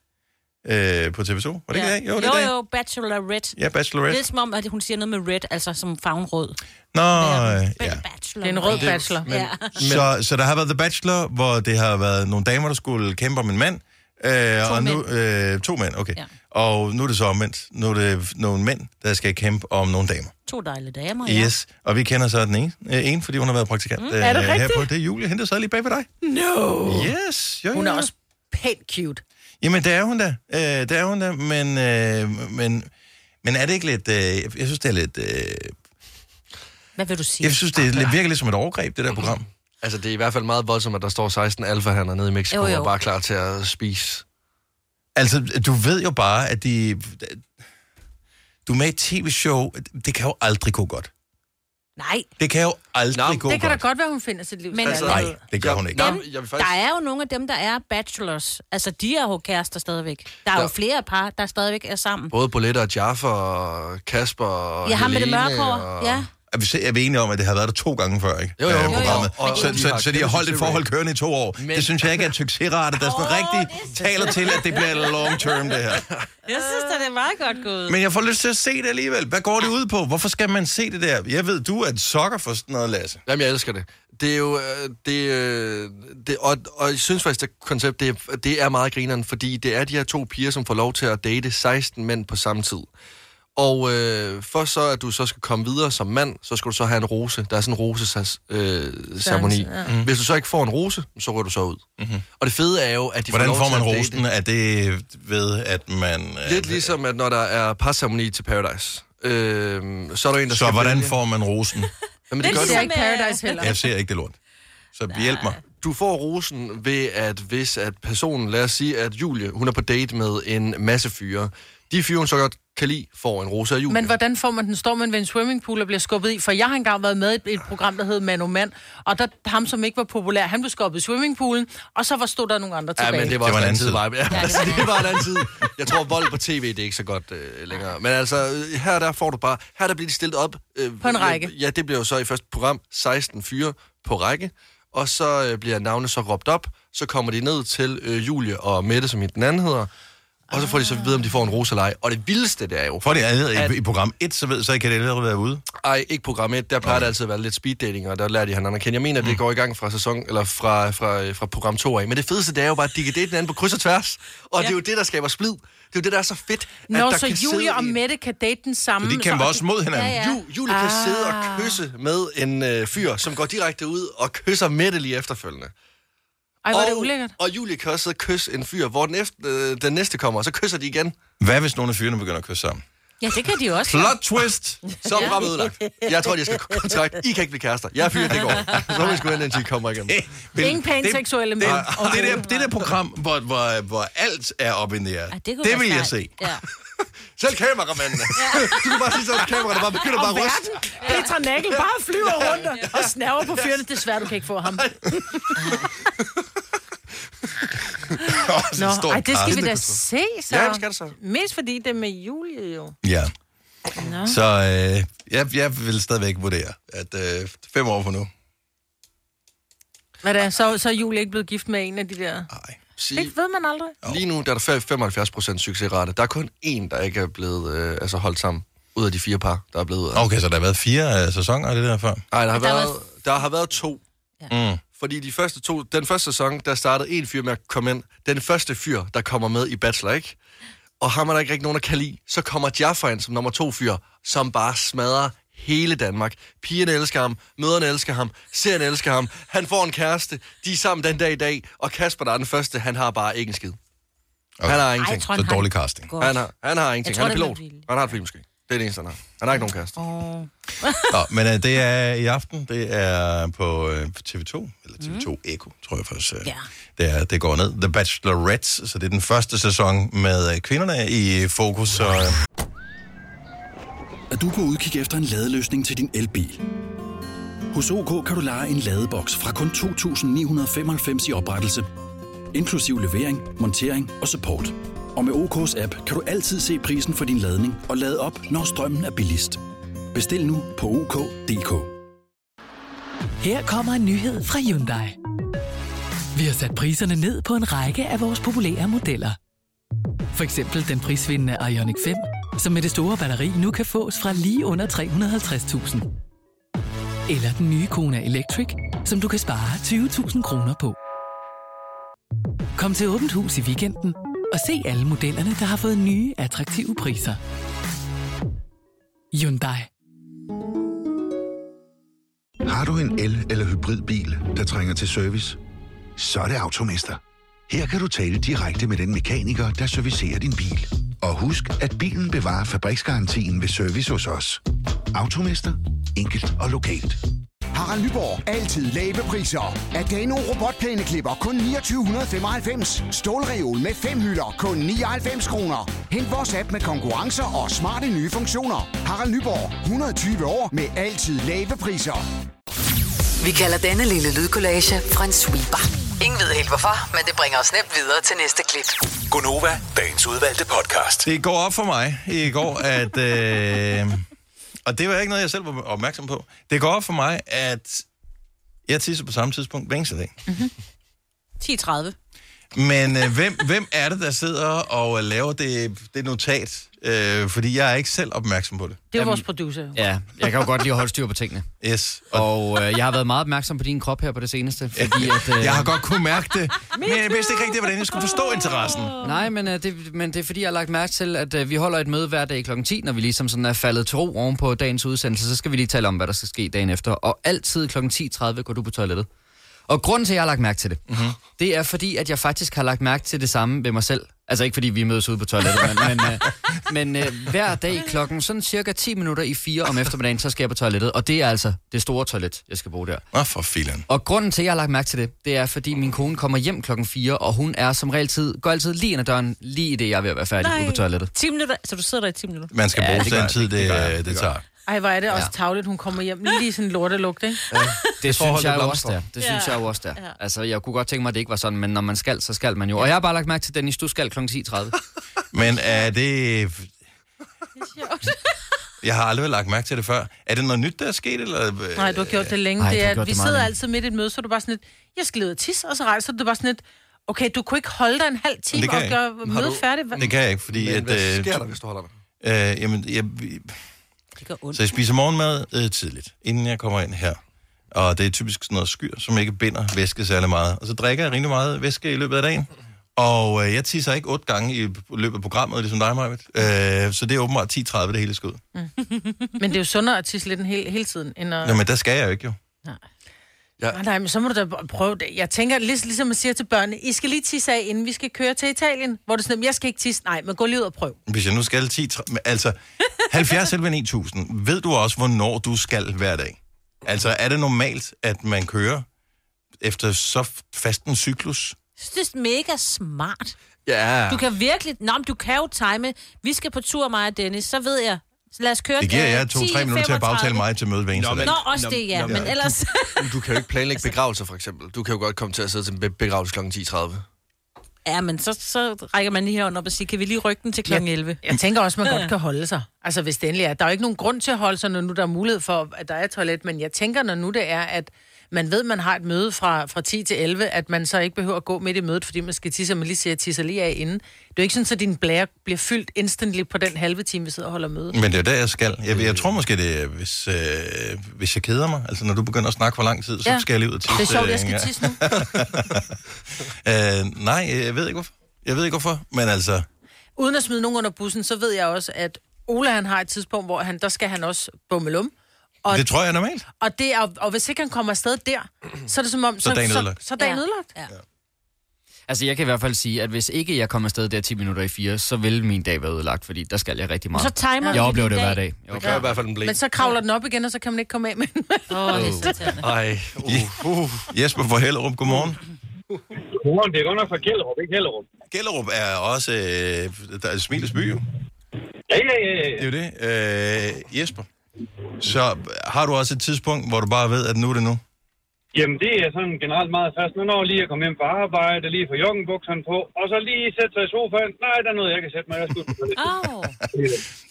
[SPEAKER 1] øh, på TV2. Var det ikke i dag? Jo, det er
[SPEAKER 4] jo,
[SPEAKER 1] i dag.
[SPEAKER 4] jo, Bachelorette.
[SPEAKER 1] Ja, Bachelorette.
[SPEAKER 4] Det er som om, at hun siger noget med red, altså som farven rød.
[SPEAKER 1] Nå, øh,
[SPEAKER 4] Verden.
[SPEAKER 1] ja.
[SPEAKER 2] Det
[SPEAKER 4] Bachelor.
[SPEAKER 2] er en rød bachelor.
[SPEAKER 4] Ja.
[SPEAKER 1] Så, så der har været The Bachelor, hvor det har været nogle damer, der skulle kæmpe om en mand. Øh,
[SPEAKER 4] To
[SPEAKER 1] og nu, Øh, to mænd, okay. Ja.
[SPEAKER 4] Ja.
[SPEAKER 1] Og nu er det så omvendt. Nu er det nogle mænd, der skal kæmpe om nogle damer.
[SPEAKER 4] To dejlige damer,
[SPEAKER 1] Ja. Yes. Og vi kender så den ene, øh, en fordi hun har været praktikant. Mm,
[SPEAKER 2] er det rigtigt?
[SPEAKER 1] Herpå. Det er Julie, hende der sad lige bag ved dig.
[SPEAKER 2] No!
[SPEAKER 1] Yes. Jo,
[SPEAKER 2] Hun er
[SPEAKER 1] jo, jo.
[SPEAKER 2] også pænt cute.
[SPEAKER 1] Jamen, det er hun da. Øh, det er hun da, men, øh, men, men er det ikke lidt... Øh, jeg synes, det er lidt... Øh,
[SPEAKER 4] Hvad vil du sige?
[SPEAKER 1] jeg synes, det er lidt, virker lidt som et overgreb, det der program.
[SPEAKER 3] Altså, det er i hvert fald meget voldsomt, at der står 16 alfahander nede i Mexico,
[SPEAKER 4] Jo, jo.
[SPEAKER 3] og bare klar til at spise.
[SPEAKER 1] Altså, du ved jo bare, at de... Du er med i et tv-show, det kan jo aldrig gå godt.
[SPEAKER 4] Nej,
[SPEAKER 1] Det kan jo aldrig
[SPEAKER 3] Nå,
[SPEAKER 1] gå godt.
[SPEAKER 2] Det kan da godt være, hun finder sit liv.
[SPEAKER 4] Men
[SPEAKER 2] Altså,
[SPEAKER 4] altså-
[SPEAKER 1] Nej, det gør hun ikke.
[SPEAKER 3] Jeg, jeg, jeg vil
[SPEAKER 4] der
[SPEAKER 3] faktisk...
[SPEAKER 4] er jo nogle af dem, der er bachelors. Altså, de er jo kærester stadigvæk. Der er
[SPEAKER 3] Der-
[SPEAKER 4] jo flere par, der stadigvæk er sammen.
[SPEAKER 3] Både Bolette og Jaffa og Kasper og
[SPEAKER 4] Ja, ham med det
[SPEAKER 3] Helene
[SPEAKER 4] mørke hår.
[SPEAKER 3] og-
[SPEAKER 4] Ja.
[SPEAKER 1] Er vi, se- er vi enige om, at det har været der to gange før, ikke?
[SPEAKER 3] Jo, jo.
[SPEAKER 1] Øh,
[SPEAKER 3] Jo, jo.
[SPEAKER 1] programmet.
[SPEAKER 3] Og-
[SPEAKER 1] så,
[SPEAKER 3] og de
[SPEAKER 1] så,
[SPEAKER 3] har
[SPEAKER 1] så, de har holdt et
[SPEAKER 3] kæmpe
[SPEAKER 1] forhold
[SPEAKER 3] succes.
[SPEAKER 1] kørende i to år. Men...
[SPEAKER 3] Men-
[SPEAKER 1] Det synes jeg ikke er en succesrate, der sådan
[SPEAKER 4] Åh,
[SPEAKER 1] rigtig taler til, at det bliver long term, det her.
[SPEAKER 4] Jeg synes da, det er meget godt gået.
[SPEAKER 1] Men jeg får lyst til at se det alligevel. Hvad går det ud på? Hvorfor skal man se det der? Jeg ved, du er et sokker for sådan noget, Lasse.
[SPEAKER 3] Jamen, jeg elsker det. Det er jo... øh, Det, øh, det, og, og jeg synes faktisk, det koncept, det, er- det er meget grineren, fordi det er de her to piger, som får lov til at date 16 mænd på samme tid. Og øh, for så, at du så skal komme videre som mand, så skal du så have en rose. Der er sådan en rose-ceremoni. Øh, ceremoni.
[SPEAKER 2] ja.
[SPEAKER 3] Hvis du så ikke får en rose, så går du så ud. Mm-hmm. Og det fede er jo, at de
[SPEAKER 1] Mhm. Hvordan
[SPEAKER 3] får lov
[SPEAKER 1] får
[SPEAKER 3] til
[SPEAKER 1] man
[SPEAKER 3] at date-
[SPEAKER 1] rosen? Er det ved, at man... øh,
[SPEAKER 3] Lidt ligesom, at når der er parceremoni til Paradise, øh, så er der en, der
[SPEAKER 1] Så
[SPEAKER 3] skal
[SPEAKER 1] hvordan
[SPEAKER 3] vælge-
[SPEAKER 1] får man
[SPEAKER 3] [laughs]
[SPEAKER 1] rosen?
[SPEAKER 3] Jamen, det
[SPEAKER 4] Lidt
[SPEAKER 3] gør
[SPEAKER 2] Det
[SPEAKER 3] du.
[SPEAKER 2] er ikke Paradise heller.
[SPEAKER 1] Jeg ser ikke det lort. Så hjælp mig.
[SPEAKER 3] du får rosen ved, at hvis at personen, lad os sige, at Julie, hun er på date med en masse fyre. De fyre, hun så godt kan lide, får en rose af Julie.
[SPEAKER 2] Men hvordan får man den? Står man ved en swimmingpool og bliver skubbet i? For jeg har engang været med i et, et program, der hed Mano Mand, og der, ham, som ikke var populær, han blev skubbet i swimmingpoolen, og så var, stod der nogle andre
[SPEAKER 3] Ja,
[SPEAKER 2] tilbage.
[SPEAKER 3] men det var,
[SPEAKER 1] Det
[SPEAKER 3] det
[SPEAKER 1] var
[SPEAKER 3] var
[SPEAKER 1] en
[SPEAKER 3] en
[SPEAKER 1] anden
[SPEAKER 3] anden tid.
[SPEAKER 1] tid.
[SPEAKER 3] Maja. Ja, altså, det var en anden tid. Jeg tror, vold på tv, det er ikke så godt øh, længere. Men altså, her der får du bare... Her der bliver de stillet op... Øh,
[SPEAKER 2] På en række.
[SPEAKER 3] Ja, det bliver jo så i første program 16 fyre på række. Og så øh, bliver navne så råbt op. Så kommer de ned til øh, Julie og Mette, som hende den anden hedder. Og så får de så at vide, om de får en rose eller ej. Og det vildeste, det er jo...
[SPEAKER 1] For det allerede i, i program 1, så, ved, så kan det allerede være ude.
[SPEAKER 3] Ej, ikke program 1. Der plejer det altid at være lidt speed dating, og der lærer de hinanden at kende. Jeg
[SPEAKER 1] Mm.
[SPEAKER 3] mener, det går i gang fra sæson, eller fra, fra, fra program 2 af. Men det fedeste, det er jo bare, at de kan date hinanden på kryds og tværs. Og ja. det er jo det, der skaber splid. Det er jo det, der er så fedt, at
[SPEAKER 2] Nå,
[SPEAKER 3] der
[SPEAKER 2] så
[SPEAKER 3] kan
[SPEAKER 2] Julie
[SPEAKER 3] sidde
[SPEAKER 2] og
[SPEAKER 3] en-
[SPEAKER 2] Mette kan date den samme.
[SPEAKER 1] Så de kæmper også mod hinanden.
[SPEAKER 4] Ja, ja.
[SPEAKER 3] Ju, Julie kan
[SPEAKER 2] Ah,
[SPEAKER 3] sidde og kysse med en øh, fyr, som går direkte ud og kysser Mette lige efterfølgende.
[SPEAKER 2] Ej, var det
[SPEAKER 3] og,
[SPEAKER 2] ulækkert?
[SPEAKER 3] og Julie kan også sidde og kysse en fyr, hvor den, efter, øh, den næste kommer, og så kysser de igen.
[SPEAKER 1] Hvad hvis nogle af fyrene begynder at kysse sammen?
[SPEAKER 4] Ja, det kan de også.
[SPEAKER 1] Plot twist!
[SPEAKER 3] Så er programmet ødelagt. Jeg tror, de skal kontrakt. I kan ikke blive kærester. Jeg er fyr, det går.
[SPEAKER 2] [laughs]
[SPEAKER 3] Så må vi sgu vente, indtil I kommer igen.
[SPEAKER 1] Eh, men
[SPEAKER 2] Ingen pæne
[SPEAKER 1] det-
[SPEAKER 2] seksuelle
[SPEAKER 1] det-
[SPEAKER 2] mænd.
[SPEAKER 1] og Det, der, det der program, hvor, hvor, hvor alt er op i det her,
[SPEAKER 4] Ej,
[SPEAKER 1] det,
[SPEAKER 4] kunne
[SPEAKER 1] det
[SPEAKER 4] være
[SPEAKER 1] vil jeg se.
[SPEAKER 4] sejt.
[SPEAKER 2] [laughs]
[SPEAKER 4] Ja.
[SPEAKER 3] Selv kameramændene. du kan bare sige sådan, at kameraerne bare begynder bare at ryste.
[SPEAKER 2] Petra Nækkel bare flyver rundt og- og snæver på fyrene. Desværre, du kan ikke få ham.
[SPEAKER 1] [laughs] Også en
[SPEAKER 2] Nå,
[SPEAKER 1] stor
[SPEAKER 2] ej, det skal
[SPEAKER 1] kast.
[SPEAKER 2] vi da se, så.
[SPEAKER 3] Ja, det skal det så.
[SPEAKER 2] Mest fordi det er med Julie, jo.
[SPEAKER 1] Ja.
[SPEAKER 4] Nå.
[SPEAKER 2] Ah.
[SPEAKER 1] Så øh, jeg, jeg vil stadigvæk vurdere, at øh, fem år fra nu,
[SPEAKER 2] Hvad da? Så, så er Julie ikke blevet gift med en af de der...
[SPEAKER 1] nej.
[SPEAKER 2] Det ved man aldrig.
[SPEAKER 3] Lige nu der er der 75 procent succesrate. Der er kun én, der ikke er blevet øh, altså holdt sammen ud af de fire par, der er blevet ud af.
[SPEAKER 1] Okay, så der har været fire øh, sæsoner af det der før?
[SPEAKER 3] Nej, der, har
[SPEAKER 4] Der var-
[SPEAKER 3] været, der har været to.
[SPEAKER 1] Mm.
[SPEAKER 3] Fordi de første to, den første sæson, der startede en fyr med at komme ind. Den første fyr, der kommer med i Bachelor, ikke? Og har man der ikke rigtig nogen, der kan lide, så kommer Jaffa ind som nummer to fyr, som bare smadrer hele Danmark. Pigerne elsker ham, møderne elsker ham, seerne elsker ham. Han får en kæreste, de er sammen den dag i dag, og Kasper, der er den første, han har bare ikke en skid. Okay. Han har ingenting.
[SPEAKER 4] jeg tror, han Så har dårlig det casting. godt.
[SPEAKER 3] Han har, han har ingenting.
[SPEAKER 4] Jeg tror,
[SPEAKER 3] han er
[SPEAKER 4] det
[SPEAKER 3] pilot.
[SPEAKER 4] bliver vildt.
[SPEAKER 3] Han har et fly, måske. Det er det eneste, han har. Han har ikke nogen kæreste.
[SPEAKER 4] Oh.
[SPEAKER 1] Nå, men øh, det er i aften, det er på øh, TV2, eller
[SPEAKER 2] Mhm.
[SPEAKER 1] TV2 Eko, tror jeg faktisk, øh,
[SPEAKER 4] Ja.
[SPEAKER 1] det, er, det går ned. The Bachelorette, så det er den første sæson med øh, kvinderne i øh, fokus. Så, øh.
[SPEAKER 5] Er du på udkig efter en ladeløsning til din elbil? Hos OK kan du lege en ladeboks fra kun 2.995 i oprettelse, inklusiv levering, montering og support. Og med OK's app kan du altid se prisen for din ladning og lade op, når strømmen er billigst. Bestil nu på OK.dk.
[SPEAKER 6] Her kommer en nyhed fra Hyundai. Vi har sat priserne ned på en række af vores populære modeller. For eksempel den prisvindende Ioniq 5, som med det store batteri nu kan fås fra lige under 350.000. Eller den nye Kona Electric, som du kan spare 20.000 kroner på. Kom til Åbent Hus i weekenden og se alle modellerne, der har fået nye, attraktive priser. Hyundai.
[SPEAKER 8] Har du en el- eller hybridbil, der trænger til service? Så er det Automester. Her kan du tale direkte med den mekaniker, der servicerer din bil. Og husk, at bilen bevarer fabriksgarantien ved service hos os. Automester. Enkelt og lokalt.
[SPEAKER 9] Harald Nyborg. Altid lave priser. Adano robotplæneklipper kun 2995. Stålreol med fem hylder kun 99 kroner. Hent vores app med konkurrencer og smarte nye funktioner. Harald Nyborg. 120 år med altid lave priser.
[SPEAKER 7] Vi kalder denne lille lydkollage en sweeper. Ingen ved helt hvorfor, men det bringer os nemt videre til næste klip.
[SPEAKER 10] Gunova, dagens udvalgte podcast.
[SPEAKER 1] Det går op for mig i går, at... Øh, og det var ikke noget, jeg selv var opmærksom på. Det går op for mig, at jeg tisser på samme tidspunkt hver eneste dag.
[SPEAKER 4] 10.30.
[SPEAKER 1] Men øh, hvem, hvem er det, der sidder og øh, laver det, det notat? Øh, fordi jeg er ikke selv opmærksom på det.
[SPEAKER 2] Det er vores producer. jo.
[SPEAKER 11] Ja, jeg kan jo godt lide at holde styr på tingene.
[SPEAKER 1] Yes.
[SPEAKER 11] Og øh, jeg har været meget opmærksom på din krop her på det seneste, fordi at... Øh,
[SPEAKER 1] Jeg har godt kunne mærke det, men jeg vidste ikke rigtig, hvordan jeg skulle forstå interessen.
[SPEAKER 11] Nej, men, øh, det, men det er fordi, jeg har lagt mærke til, at øh, vi holder et møde hver dag kl. 10, når vi ligesom sådan er faldet til ro oven på dagens udsendelse, så skal vi lige tale om, hvad der skal ske dagen efter. Og altid kl. 10.30 går du på toilettet. Og grunden til, at jeg har lagt mærke til det,
[SPEAKER 1] Mhm.
[SPEAKER 11] mm-hmm. det er fordi, at jeg faktisk har lagt mærke til det samme ved mig selv. Altså ikke fordi, vi mødes ude på toilettet, men, men, øh, men øh, hver dag klokken sådan cirka 10 minutter i 4 om eftermiddagen, så skal jeg på toilettet. Og det er altså det store toilet, jeg skal bruge der.
[SPEAKER 1] Nå, for filen.
[SPEAKER 11] Og grunden til, at jeg har lagt mærke til det, det er, fordi min kone kommer hjem klokken 4, og hun er som regel tid, går altid lige ind ad døren, lige i det, jeg er ved at være færdig ude på toilettet.
[SPEAKER 4] 10 minutter, så du sidder der i 10 minutter.
[SPEAKER 1] Man skal
[SPEAKER 11] Ja,
[SPEAKER 1] bruge
[SPEAKER 11] det gør
[SPEAKER 1] den
[SPEAKER 11] jeg.
[SPEAKER 1] tid, det, øh,
[SPEAKER 11] Det gør jeg.
[SPEAKER 1] det, det
[SPEAKER 11] Det gør
[SPEAKER 1] tager.
[SPEAKER 2] Ej, hvor er det også tavligt, hun kommer hjem lige i sådan en lortelugt, ikke?
[SPEAKER 11] Det synes
[SPEAKER 1] Forholdet
[SPEAKER 11] jeg jo også,
[SPEAKER 1] blomstrer.
[SPEAKER 11] der. Det synes
[SPEAKER 2] Ja.
[SPEAKER 11] jeg jo også, der. Altså, jeg kunne godt tænke mig, at det ikke var sådan, men når man skal, så skal man jo. Og jeg har bare lagt mærke til, Dennis, du skal kl. 10.30.
[SPEAKER 1] [laughs] Men er det... Jeg har aldrig lagt mærke til det før. Er det noget nyt, der er sket?
[SPEAKER 2] [laughs]
[SPEAKER 1] Eller... øh,
[SPEAKER 2] Nej, du har gjort det længe.
[SPEAKER 1] Nej,
[SPEAKER 2] Nej,
[SPEAKER 1] du
[SPEAKER 2] det
[SPEAKER 1] har
[SPEAKER 2] er, at
[SPEAKER 1] gjort
[SPEAKER 2] vi
[SPEAKER 1] det meget
[SPEAKER 2] sidder
[SPEAKER 1] længe.
[SPEAKER 2] altid midt i et møde, så er du bare sådan lidt, jeg skal ud og tisse, og så rejser du bare sådan lidt, okay, du kunne ikke holde dig en halv time
[SPEAKER 1] det
[SPEAKER 2] og
[SPEAKER 1] kan jeg
[SPEAKER 2] gøre
[SPEAKER 1] ikke. Har
[SPEAKER 2] mødet
[SPEAKER 1] du-
[SPEAKER 2] færdigt. Hva-
[SPEAKER 1] Det kan jeg ikke, fordi...
[SPEAKER 3] Men
[SPEAKER 1] at,
[SPEAKER 3] hvad
[SPEAKER 1] øh,
[SPEAKER 3] sker der, hvis du holder dig?
[SPEAKER 1] Øh, jamen, jeg, vi-
[SPEAKER 4] Det gør ondt.
[SPEAKER 1] så jeg spiser morgenmad øh, tidligt, inden jeg kommer ind her. Og det er typisk sådan noget skyr, som ikke binder væske særlig meget. Og så drikker jeg rimelig meget væske i løbet af dagen. Og øh, jeg tisser ikke otte gange i løbet af programmet, ligesom dig, Marvitt. Øh, så det er åbenbart 10.30, det hele skal ud.
[SPEAKER 2] Men det er jo sundere at tisse lidt en hel, hele tiden, end at...
[SPEAKER 1] Nå, men der skal jeg jo ikke, jo.
[SPEAKER 2] Ja. Nej, nej, men så må du da prøve det. Jeg tænker, lig- ligesom man siger til børnene, I skal lige tisse af, inden vi skal køre til Italien. Hvor du sådan, jeg skal ikke tisse. Nej, men gå lige ud og prøv.
[SPEAKER 1] Hvis jeg nu skal 10... tre- men Altså, 70 selv 9000. Ved du også, hvornår du skal hver dag? Altså, er det normalt, at man kører efter så f- fast en cyklus?
[SPEAKER 4] Jeg synes, det er mega smart.
[SPEAKER 1] Ja.
[SPEAKER 4] Du kan virkelig... Nå, men du kan jo time. Vi skal på tur, mig og Dennis, så ved jeg. Så lad os køre
[SPEAKER 1] Det giver
[SPEAKER 4] til
[SPEAKER 1] jer to-tre
[SPEAKER 4] 10,
[SPEAKER 1] minutter til at
[SPEAKER 4] 35.
[SPEAKER 1] bagtale mig til mødet hver eneste
[SPEAKER 4] Nå,
[SPEAKER 1] dag.
[SPEAKER 4] også det, ja. Men ellers... [laughs]
[SPEAKER 3] Du kan jo ikke planlægge begravelser, for eksempel. Du kan jo godt komme til at sidde til en be- begravelse kl. 10.30.
[SPEAKER 4] Ja, men så, så rækker man lige herunder op og siger, kan vi lige rykke den til kl. 11?
[SPEAKER 2] Jeg tænker også, man godt kan holde sig. Altså, hvis det endelig er. Der er jo ikke nogen grund til at holde sig, når nu der er mulighed for, at der er toilet. Men jeg tænker, når nu det er, at man ved, man har et møde fra, fra 10 til 11, at man så ikke behøver at gå midt i mødet, fordi man skal tisse, og man lige siger, jeg tisser lige af inden. Det er jo ikke sådan, at din blære bliver fyldt instantly på den halve time, vi sidder og holder møde.
[SPEAKER 1] Men det er der, jeg skal. Jeg, jeg tror måske, det er, hvis, øh, hvis jeg keder mig. Altså, når du begynder at snakke for lang tid, så
[SPEAKER 2] Ja.
[SPEAKER 1] skal jeg lige ud og tisse.
[SPEAKER 2] Det er sjovt,
[SPEAKER 1] øh,
[SPEAKER 2] jeg skal
[SPEAKER 1] en gang. [laughs]
[SPEAKER 2] tisse nu.
[SPEAKER 1] øh, nej, jeg ved ikke hvorfor. Jeg ved ikke hvorfor, men altså...
[SPEAKER 2] uden at smide nogen under bussen, så ved jeg også, at Ola han har et tidspunkt, hvor han, der skal han også bummelum. Og-
[SPEAKER 1] Det tror jeg er normalt.
[SPEAKER 2] Og, det er, og hvis ikke han kommer afsted der, så er det som om...
[SPEAKER 11] Så er dagen ødelagt.
[SPEAKER 2] Så, så er dagen
[SPEAKER 4] Ja.
[SPEAKER 2] ødelagt.
[SPEAKER 4] Ja.
[SPEAKER 11] Altså, jeg kan i hvert fald sige, at hvis ikke jeg kommer afsted der 10 minutter i 4, så vil min dag være ødelagt, fordi der skal jeg rigtig meget.
[SPEAKER 2] Så timer du
[SPEAKER 11] Jeg
[SPEAKER 2] din
[SPEAKER 11] oplever det
[SPEAKER 2] dag.
[SPEAKER 11] hver dag. Jeg
[SPEAKER 3] Det kan i hvert fald en blæ.
[SPEAKER 2] Men så kravler den op igen, og så kan man ikke komme af med den. Åh,
[SPEAKER 11] det
[SPEAKER 2] er så [laughs]
[SPEAKER 3] Ej, uh,
[SPEAKER 1] uh. Jesper fra Hellerup, godmorgen.
[SPEAKER 12] Godmorgen, det er godt nok fra Kjellerup, ikke Hellerup.
[SPEAKER 1] Gellerup er også... Øh, der er Smilets by, jo.
[SPEAKER 12] Ja, ja, ja.
[SPEAKER 1] Det er jo det. Øh, Jesper, så har du også et tidspunkt, hvor du bare ved, at nu er det nu?
[SPEAKER 12] Jamen, det er sådan generelt meget fast. Nu når lige at komme hjem fra arbejde, lige få joggenbukserne på, og så lige sætte sig i sofaen. Nej, der er noget, jeg kan sætte mig. Jeg skulle...
[SPEAKER 4] oh.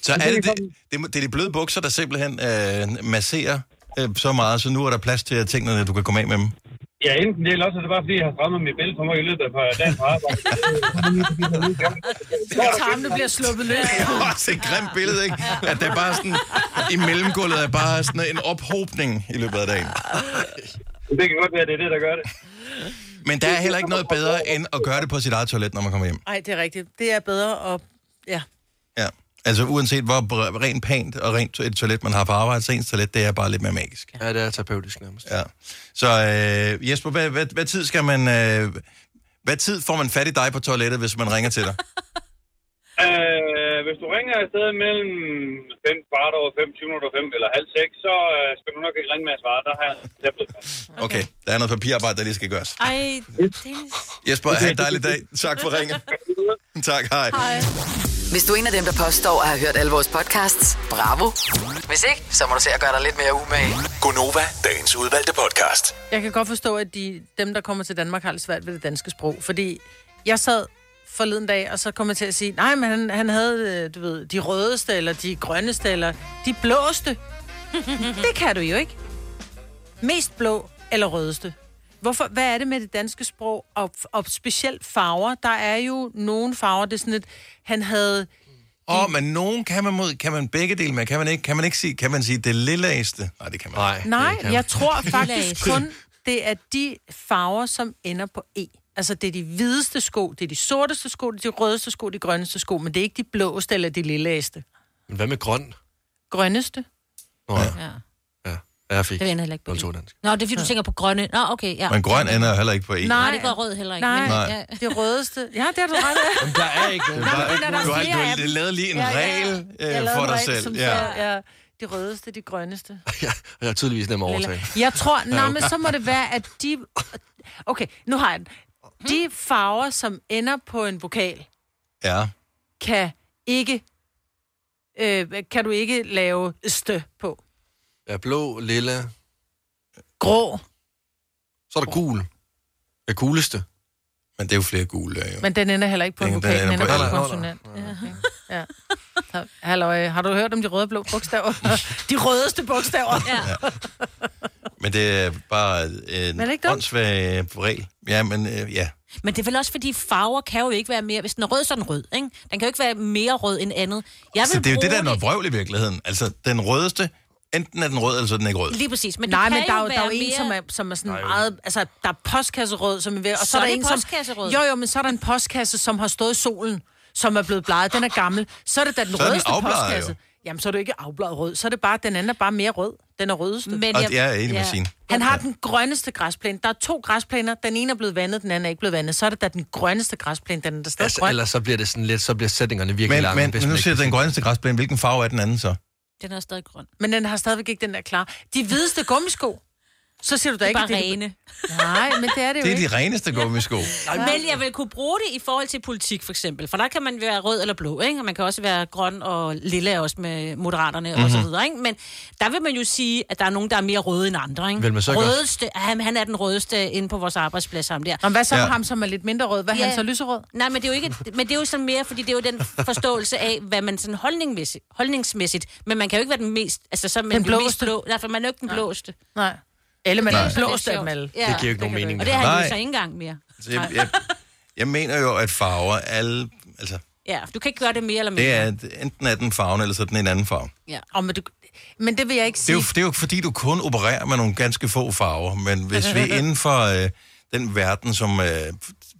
[SPEAKER 1] Så er det, det, det, det er de bløde bukser, der simpelthen øh, masserer øh, så meget, så nu er der plads til at tingene, at du kan komme af med dem.
[SPEAKER 12] Ja, enten det, eller også er det bare, fordi jeg har strammet mit bælte for mig i løbet af dagen på arbejde.
[SPEAKER 2] Tarmene bliver sluppet
[SPEAKER 1] [laughs]
[SPEAKER 2] løs.
[SPEAKER 1] Det er også et grimt billede, ikke? At der bare sådan, i mellemgulvet er bare sådan en ophobning i løbet af dagen.
[SPEAKER 12] Det kan godt være, det er det, der gør det.
[SPEAKER 1] Men der er heller ikke noget bedre, end at gøre det på sit eget toilet, når man kommer hjem.
[SPEAKER 2] Nej, det er rigtigt. Det er bedre at... Ja.
[SPEAKER 1] Ja. Altså uanset hvor br- rent pænt og rent et toilet, man har på arbejde, så ens toilet, det er bare lidt mere magisk.
[SPEAKER 3] ja, det er terapeutisk nærmest.
[SPEAKER 1] Ja. Så øh, Jesper, hvad, hvad, hvad tid skal man... Øh, hvad tid får man fat i dig på toilettet, hvis man ringer til dig?
[SPEAKER 12] Øh, hvis du ringer et sted mellem 5 kvart over 5, 20 minutter 5 eller halv 6, så øh, skal du nok ikke ringe med at svare. Der har jeg tablet.
[SPEAKER 1] Okay, der er noget papirarbejde, der lige skal gøres.
[SPEAKER 4] Ej, Dennis.
[SPEAKER 1] Jesper, have en dejlig dag. Tak for ringen. [laughs] tak, hej.
[SPEAKER 4] Hej.
[SPEAKER 7] Hvis du er en af dem, der påstår at have hørt alle vores podcasts, bravo. Hvis ikke, så må du se at gøre dig lidt mere umage.
[SPEAKER 10] Gonova, dagens udvalgte podcast.
[SPEAKER 2] Jeg kan godt forstå, at de, dem, der kommer til Danmark, har lidt svært ved det danske sprog. Fordi jeg sad forleden dag, og så kom jeg til at sige, nej, men han, han havde, øh, du ved, de rødeste, eller de grønneste, eller de blåeste. det kan du jo ikke. Mest blå eller rødeste. Hvorfor, hvad er det med det danske sprog, og, og specielt farver? Der er jo nogle farver, det er sådan et, han havde...
[SPEAKER 1] Åh, oh, men nogen kan man mod, kan man begge dele med, kan man ikke, kan man ikke sige, kan man sige det lilleæste? Nej, det kan man ikke.
[SPEAKER 2] Nej, jeg
[SPEAKER 1] [laughs]
[SPEAKER 2] tror faktisk kun, det er de farver, som ender på E. Altså, det er de hvideste sko, det er de sorteste sko, det er de rødeste sko, de grønneste sko, men det er ikke de blåeste eller de lilleæste.
[SPEAKER 3] Men hvad med grøn? [laughs]
[SPEAKER 2] Grønneste.
[SPEAKER 3] Nå, ja.
[SPEAKER 4] Ja.
[SPEAKER 3] ja. Jeg fik.
[SPEAKER 4] Det vender heller ikke på
[SPEAKER 3] Nul to
[SPEAKER 4] E. Nå, det er fordi, du tænker på grønne. Nå, okay, ja.
[SPEAKER 1] Men grøn ender heller ikke på E.
[SPEAKER 4] Nej, det går rød heller ikke.
[SPEAKER 2] Nej,
[SPEAKER 1] Nej.
[SPEAKER 2] Nej. det rødeste. Ja, det har du
[SPEAKER 1] [laughs]
[SPEAKER 2] ret af.
[SPEAKER 1] Der er ikke nogen.
[SPEAKER 2] Nå, men der er der
[SPEAKER 1] Du har,
[SPEAKER 2] flere af
[SPEAKER 1] du har
[SPEAKER 2] dem.
[SPEAKER 1] lavet lige en
[SPEAKER 2] Ja, ja, ja.
[SPEAKER 1] regel
[SPEAKER 2] Jeg
[SPEAKER 1] øh,
[SPEAKER 2] lavede
[SPEAKER 1] for
[SPEAKER 2] en
[SPEAKER 1] dig
[SPEAKER 2] regel,
[SPEAKER 1] selv.
[SPEAKER 2] som
[SPEAKER 1] Ja.
[SPEAKER 2] sagde, ja, de rødeste, de grønneste.
[SPEAKER 3] Jeg er tydeligvis nem at overtage.
[SPEAKER 2] Lilla. Jeg tror,
[SPEAKER 3] Ja,
[SPEAKER 2] nej,
[SPEAKER 3] okay.
[SPEAKER 2] men så må det være, at de... Okay, nu har jeg den. De farver, som ender på en vokal,
[SPEAKER 1] ja.
[SPEAKER 2] kan ikke... Øh, kan du ikke lave stø på.
[SPEAKER 3] Ja, blå, lilla.
[SPEAKER 2] Grå.
[SPEAKER 3] Så er der gul. Ja, guleste.
[SPEAKER 1] Men det er jo flere gule, jo.
[SPEAKER 2] Men den ender heller ikke på en
[SPEAKER 1] Den- den
[SPEAKER 2] vokal, den
[SPEAKER 1] ender
[SPEAKER 2] ender
[SPEAKER 1] på-
[SPEAKER 2] på en
[SPEAKER 1] Nej, nej,
[SPEAKER 2] konsonant. Ja. ja. Så, Halløj, har du hørt om de røde og blå [laughs] bogstaver? de rødeste bogstaver. Ja.
[SPEAKER 1] Men det er bare en
[SPEAKER 4] Men er det ikke dumt?
[SPEAKER 1] åndssvag regel. Ja, men øh, ja.
[SPEAKER 4] Men det er vel også, fordi farver kan jo ikke være mere... Hvis den er rød, så er den rød, ikke? Den kan jo ikke være mere rød end andet. Jeg vil
[SPEAKER 1] Så Altså, det er jo det, der er
[SPEAKER 4] bruge
[SPEAKER 1] noget vrøvl i virkeligheden. Altså, den rødeste, enten er den rød, eller så er den ikke rød.
[SPEAKER 4] Lige præcis, men
[SPEAKER 2] Nej,
[SPEAKER 4] det
[SPEAKER 2] men
[SPEAKER 4] kan
[SPEAKER 2] der er
[SPEAKER 4] jo
[SPEAKER 2] jo, der er jo
[SPEAKER 4] være
[SPEAKER 2] en,
[SPEAKER 4] mere...
[SPEAKER 2] som er, som er sådan meget... Altså, der er postkasserød, som er ved... Og så,
[SPEAKER 4] Så
[SPEAKER 2] er
[SPEAKER 4] er
[SPEAKER 2] der
[SPEAKER 4] det
[SPEAKER 2] en, som,
[SPEAKER 4] postkasserød.
[SPEAKER 2] Jo, jo, men så er der en postkasse, som har stået i solen, som er blevet bleget. Den er gammel. Så er det da den
[SPEAKER 1] Så er den
[SPEAKER 2] rødeste
[SPEAKER 1] afbleget,
[SPEAKER 2] postkasse.
[SPEAKER 1] jo.
[SPEAKER 2] Jamen, så er det jo ikke afbladet rød. Så er det bare, den anden er bare mere rød. Den er rødeste. Men
[SPEAKER 1] Og jeg- jeg er enig med Signe.
[SPEAKER 2] Han har den grønneste græsplæne. Der er to græsplæner. Den ene er blevet vandet, den anden er ikke blevet vandet. Så er det da den grønneste græsplæne. Den er der stadig
[SPEAKER 3] Altså,
[SPEAKER 2] grøn.
[SPEAKER 3] ellers så bliver det sådan lidt, så bliver sætningerne virkelig
[SPEAKER 1] Men,
[SPEAKER 3] lange.
[SPEAKER 1] men,
[SPEAKER 3] hvis
[SPEAKER 1] men nu
[SPEAKER 3] man
[SPEAKER 1] siger
[SPEAKER 3] ikke-
[SPEAKER 1] den grønneste græsplæne. Hvilken farve er den anden så?
[SPEAKER 4] Den er stadig grøn.
[SPEAKER 2] Men den har stadigvæk ikke den der klar. De hvideste gummisko. Så siger du da
[SPEAKER 4] Det er
[SPEAKER 2] ikke,
[SPEAKER 4] bare
[SPEAKER 2] at
[SPEAKER 4] rene.
[SPEAKER 2] Nej, men det er det jo
[SPEAKER 1] Det er
[SPEAKER 2] ikke.
[SPEAKER 1] de reneste gummisko.
[SPEAKER 4] Men jeg vil kunne bruge det i forhold til politik, for eksempel. For der kan man være rød eller blå, ikke? Og man kan også være grøn og lilla også med moderaterne mm-hmm. og så
[SPEAKER 1] Mhm.
[SPEAKER 4] videre, ikke? Men der vil man jo sige, at der er nogen, der er mere røde end andre, ikke?
[SPEAKER 1] Vil man så ikke også-
[SPEAKER 4] rødeste, ah, han, han er den rødeste inde på vores arbejdsplads, ham der.
[SPEAKER 2] Nå, hvad så med Ja. ham, som er lidt mindre rød? Hvad er han så, lyserød?
[SPEAKER 4] Nej, men det er jo ikke, men det er jo sådan mere, fordi det er jo den forståelse af, hvad man sådan holdningsmæssigt, holdningsmæssigt men man kan jo ikke være den mest, altså så er man
[SPEAKER 2] Den
[SPEAKER 4] den mest
[SPEAKER 2] blåeste.
[SPEAKER 4] blå, nej, for man er jo ikke den blåeste.
[SPEAKER 2] Nej. Eller man
[SPEAKER 1] Nej.
[SPEAKER 2] er den blåste af dem alle.
[SPEAKER 4] Ja.
[SPEAKER 1] Det giver jo ikke nogen mening.
[SPEAKER 4] Og det har han
[SPEAKER 1] Nej.
[SPEAKER 4] jo så ikke engang mere.
[SPEAKER 1] Så jeg, jeg, jeg mener jo, at farver alle... Altså,
[SPEAKER 4] Ja, du kan ikke gøre det mere eller mindre.
[SPEAKER 1] det er, at enten er den farven, eller så er den en anden farve.
[SPEAKER 4] Ja.
[SPEAKER 2] Og men, du, men det vil jeg ikke
[SPEAKER 1] Det er,
[SPEAKER 2] sige.
[SPEAKER 1] jo, det er jo fordi, du kun opererer
[SPEAKER 2] [laughs]
[SPEAKER 1] med nogle ganske få farver, men hvis vi inden for øh, den verden, som øh,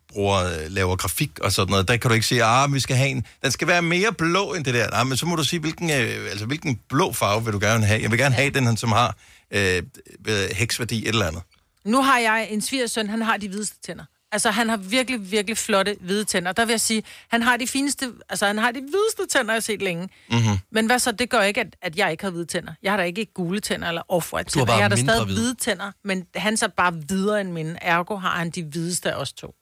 [SPEAKER 1] bruger, øh, laver grafik og sådan noget, der kan du ikke sige, ah, vi skal have en, den skal være mere blå end det der. Nej, men så må du sige, hvilken, øh, altså, hvilken blå farve vil du gerne have? Jeg vil gerne have den, som har øh, øh, heksværdi et eller andet.
[SPEAKER 2] Nu har jeg en svigersøn, han har de hvideste tænder. Altså, han har virkelig, virkelig flotte hvide tænder. Der vil jeg sige, han har de fineste, altså han har de hvideste tænder, jeg har set længe.
[SPEAKER 1] Mm-hmm.
[SPEAKER 2] Men hvad så, det gør ikke, at, at jeg ikke har hvide tænder. Jeg har da ikke gule tænder eller off-white
[SPEAKER 1] Du har
[SPEAKER 2] tænder.
[SPEAKER 1] bare
[SPEAKER 2] Jeg har da
[SPEAKER 1] mindre
[SPEAKER 2] stadig
[SPEAKER 1] hvide.
[SPEAKER 2] hvide tænder, men han er bare videre end mine. Ergo har han de hvideste af os to.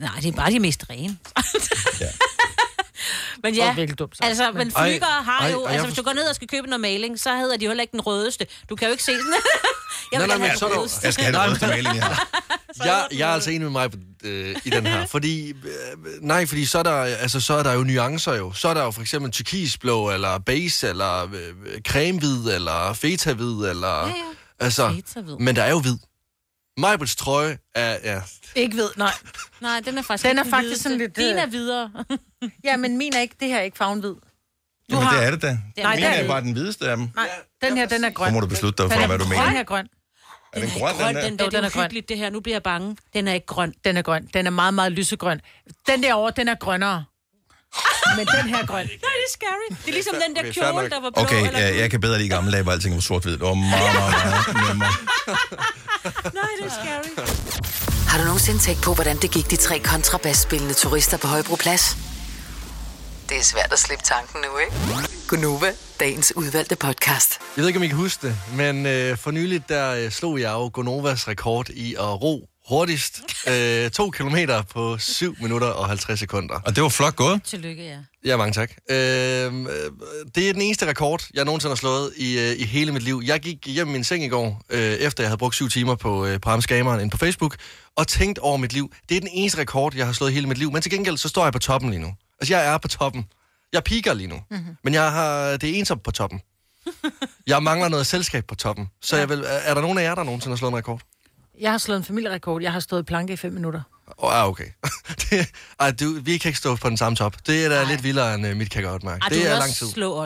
[SPEAKER 4] Nej, det er bare de mest rene. [laughs] men
[SPEAKER 2] Det
[SPEAKER 4] ja,
[SPEAKER 2] var virkelig dumt sagt,
[SPEAKER 4] altså,
[SPEAKER 2] men-
[SPEAKER 4] men flygere
[SPEAKER 2] Ej,
[SPEAKER 4] har
[SPEAKER 2] ej,
[SPEAKER 4] jo...
[SPEAKER 2] og jeg
[SPEAKER 4] altså, hvis
[SPEAKER 2] forstår-
[SPEAKER 4] du går ned og skal købe noget maling, så hedder de jo heller ikke den rødeste. Du kan jo ikke se den. [laughs] jeg
[SPEAKER 3] Nej,
[SPEAKER 4] vil
[SPEAKER 3] nej,
[SPEAKER 4] gerne
[SPEAKER 3] men
[SPEAKER 4] have
[SPEAKER 3] så er
[SPEAKER 4] den
[SPEAKER 3] der-
[SPEAKER 4] rødeste.
[SPEAKER 3] jeg skal have den
[SPEAKER 4] Nej,
[SPEAKER 3] rødeste
[SPEAKER 4] men- [laughs]
[SPEAKER 3] maling, jeg Jeg, jeg er altså enig med mig øh, i den her, fordi... Øh, nej, fordi så er, der, altså, så er der jo nuancer jo. Så er der jo for eksempel turkisblå, eller beige, eller øh, cremehvid, eller feta-hvid, eller... Ja, ja. Altså,
[SPEAKER 4] Feta-hvid.
[SPEAKER 3] men der er jo hvid. Majbrits trøje er... Ja,
[SPEAKER 2] Ikke ved, nej.
[SPEAKER 4] [laughs] Nej, den er faktisk
[SPEAKER 2] Den
[SPEAKER 4] ikke
[SPEAKER 2] er
[SPEAKER 4] den
[SPEAKER 2] faktisk
[SPEAKER 4] hvideste.
[SPEAKER 2] sådan lidt...
[SPEAKER 4] Din er
[SPEAKER 2] videre. [laughs] ja, men min er ikke, det her er ikke farven
[SPEAKER 4] [laughs]
[SPEAKER 2] hvid.
[SPEAKER 1] Du Jamen, det er det da.
[SPEAKER 2] Nej,
[SPEAKER 1] Nej, Min
[SPEAKER 2] det er
[SPEAKER 1] er
[SPEAKER 2] det
[SPEAKER 1] bare den hvideste af dem.
[SPEAKER 2] Nej, den her, den er grøn.
[SPEAKER 1] Så må du beslutte dig
[SPEAKER 2] Den
[SPEAKER 1] for,
[SPEAKER 2] er
[SPEAKER 1] hvad du
[SPEAKER 2] grøn.
[SPEAKER 1] mener.
[SPEAKER 2] Den her er grøn.
[SPEAKER 1] Er den grøn,
[SPEAKER 4] Grøn, den der,
[SPEAKER 2] Jo,
[SPEAKER 4] det
[SPEAKER 2] den
[SPEAKER 4] er
[SPEAKER 2] er grøn.
[SPEAKER 4] uhyggeligt, det her. Nu bliver jeg bange.
[SPEAKER 2] Den er ikke grøn. Den er grøn. Den er meget, meget lysegrøn. Den derovre, den er
[SPEAKER 4] [laughs]
[SPEAKER 2] grønnere. Men den her er grøn.
[SPEAKER 4] Nej, det er scary. Det er ligesom den der
[SPEAKER 1] Okay, fair
[SPEAKER 4] kjole,
[SPEAKER 1] nok.
[SPEAKER 4] der var blå.
[SPEAKER 1] Okay,
[SPEAKER 4] eller
[SPEAKER 1] jeg, jeg kan bedre lide gamle dage, hvor alting var sort-hvid. Det var meget, meget, meget nemmere.
[SPEAKER 4] Nej, det er scary.
[SPEAKER 7] Har du nogensinde tænkt på, hvordan det gik de tre kontrabasspillende turister på Højbroplads? Det er svært at slippe tanken nu, ikke? Gunova, dagens udvalgte podcast.
[SPEAKER 3] Jeg ved ikke, om I kan huske det, men øh, for nyligt der øh, slog jeg jo Gonovas rekord i at ro
[SPEAKER 4] [laughs]
[SPEAKER 3] hurtigst. Øh, to kilometer på 7 minutter og 50 sekunder.
[SPEAKER 1] Og det var flot gået.
[SPEAKER 4] Tillykke, ja.
[SPEAKER 3] Ja, mange tak. Øh, det er den eneste rekord, jeg nogensinde har slået i, øh, i hele mit liv. Jeg gik hjem i min seng i går, øh, efter jeg havde brugt syv timer på, øh, på ham skameren inde på Facebook, og tænkte over mit liv. Det er den eneste rekord, jeg har slået i hele mit liv. Men til gengæld, så står jeg på toppen lige nu. Altså, jeg er på toppen. Jeg piker lige nu.
[SPEAKER 2] Mhm.
[SPEAKER 3] Mm-hmm. Men jeg har, det er ensomt på
[SPEAKER 4] [laughs]
[SPEAKER 3] toppen. Jeg mangler noget selskab på toppen. Så jeg vil, er- er der nogen af jer, der nogensinde har slået en rekord?
[SPEAKER 2] Jeg har slået en familierekord. Jeg har stået i planke i fem minutter.
[SPEAKER 3] Åh, oh, ah, okay. [laughs] det, ej, du, vi kan ikke stå på den samme top. Det er da lidt vildere end øh, mit, kan jeg godt mærke.
[SPEAKER 4] Ej, du
[SPEAKER 3] det
[SPEAKER 4] vil
[SPEAKER 3] er
[SPEAKER 4] også
[SPEAKER 3] lang tid.
[SPEAKER 4] slå os.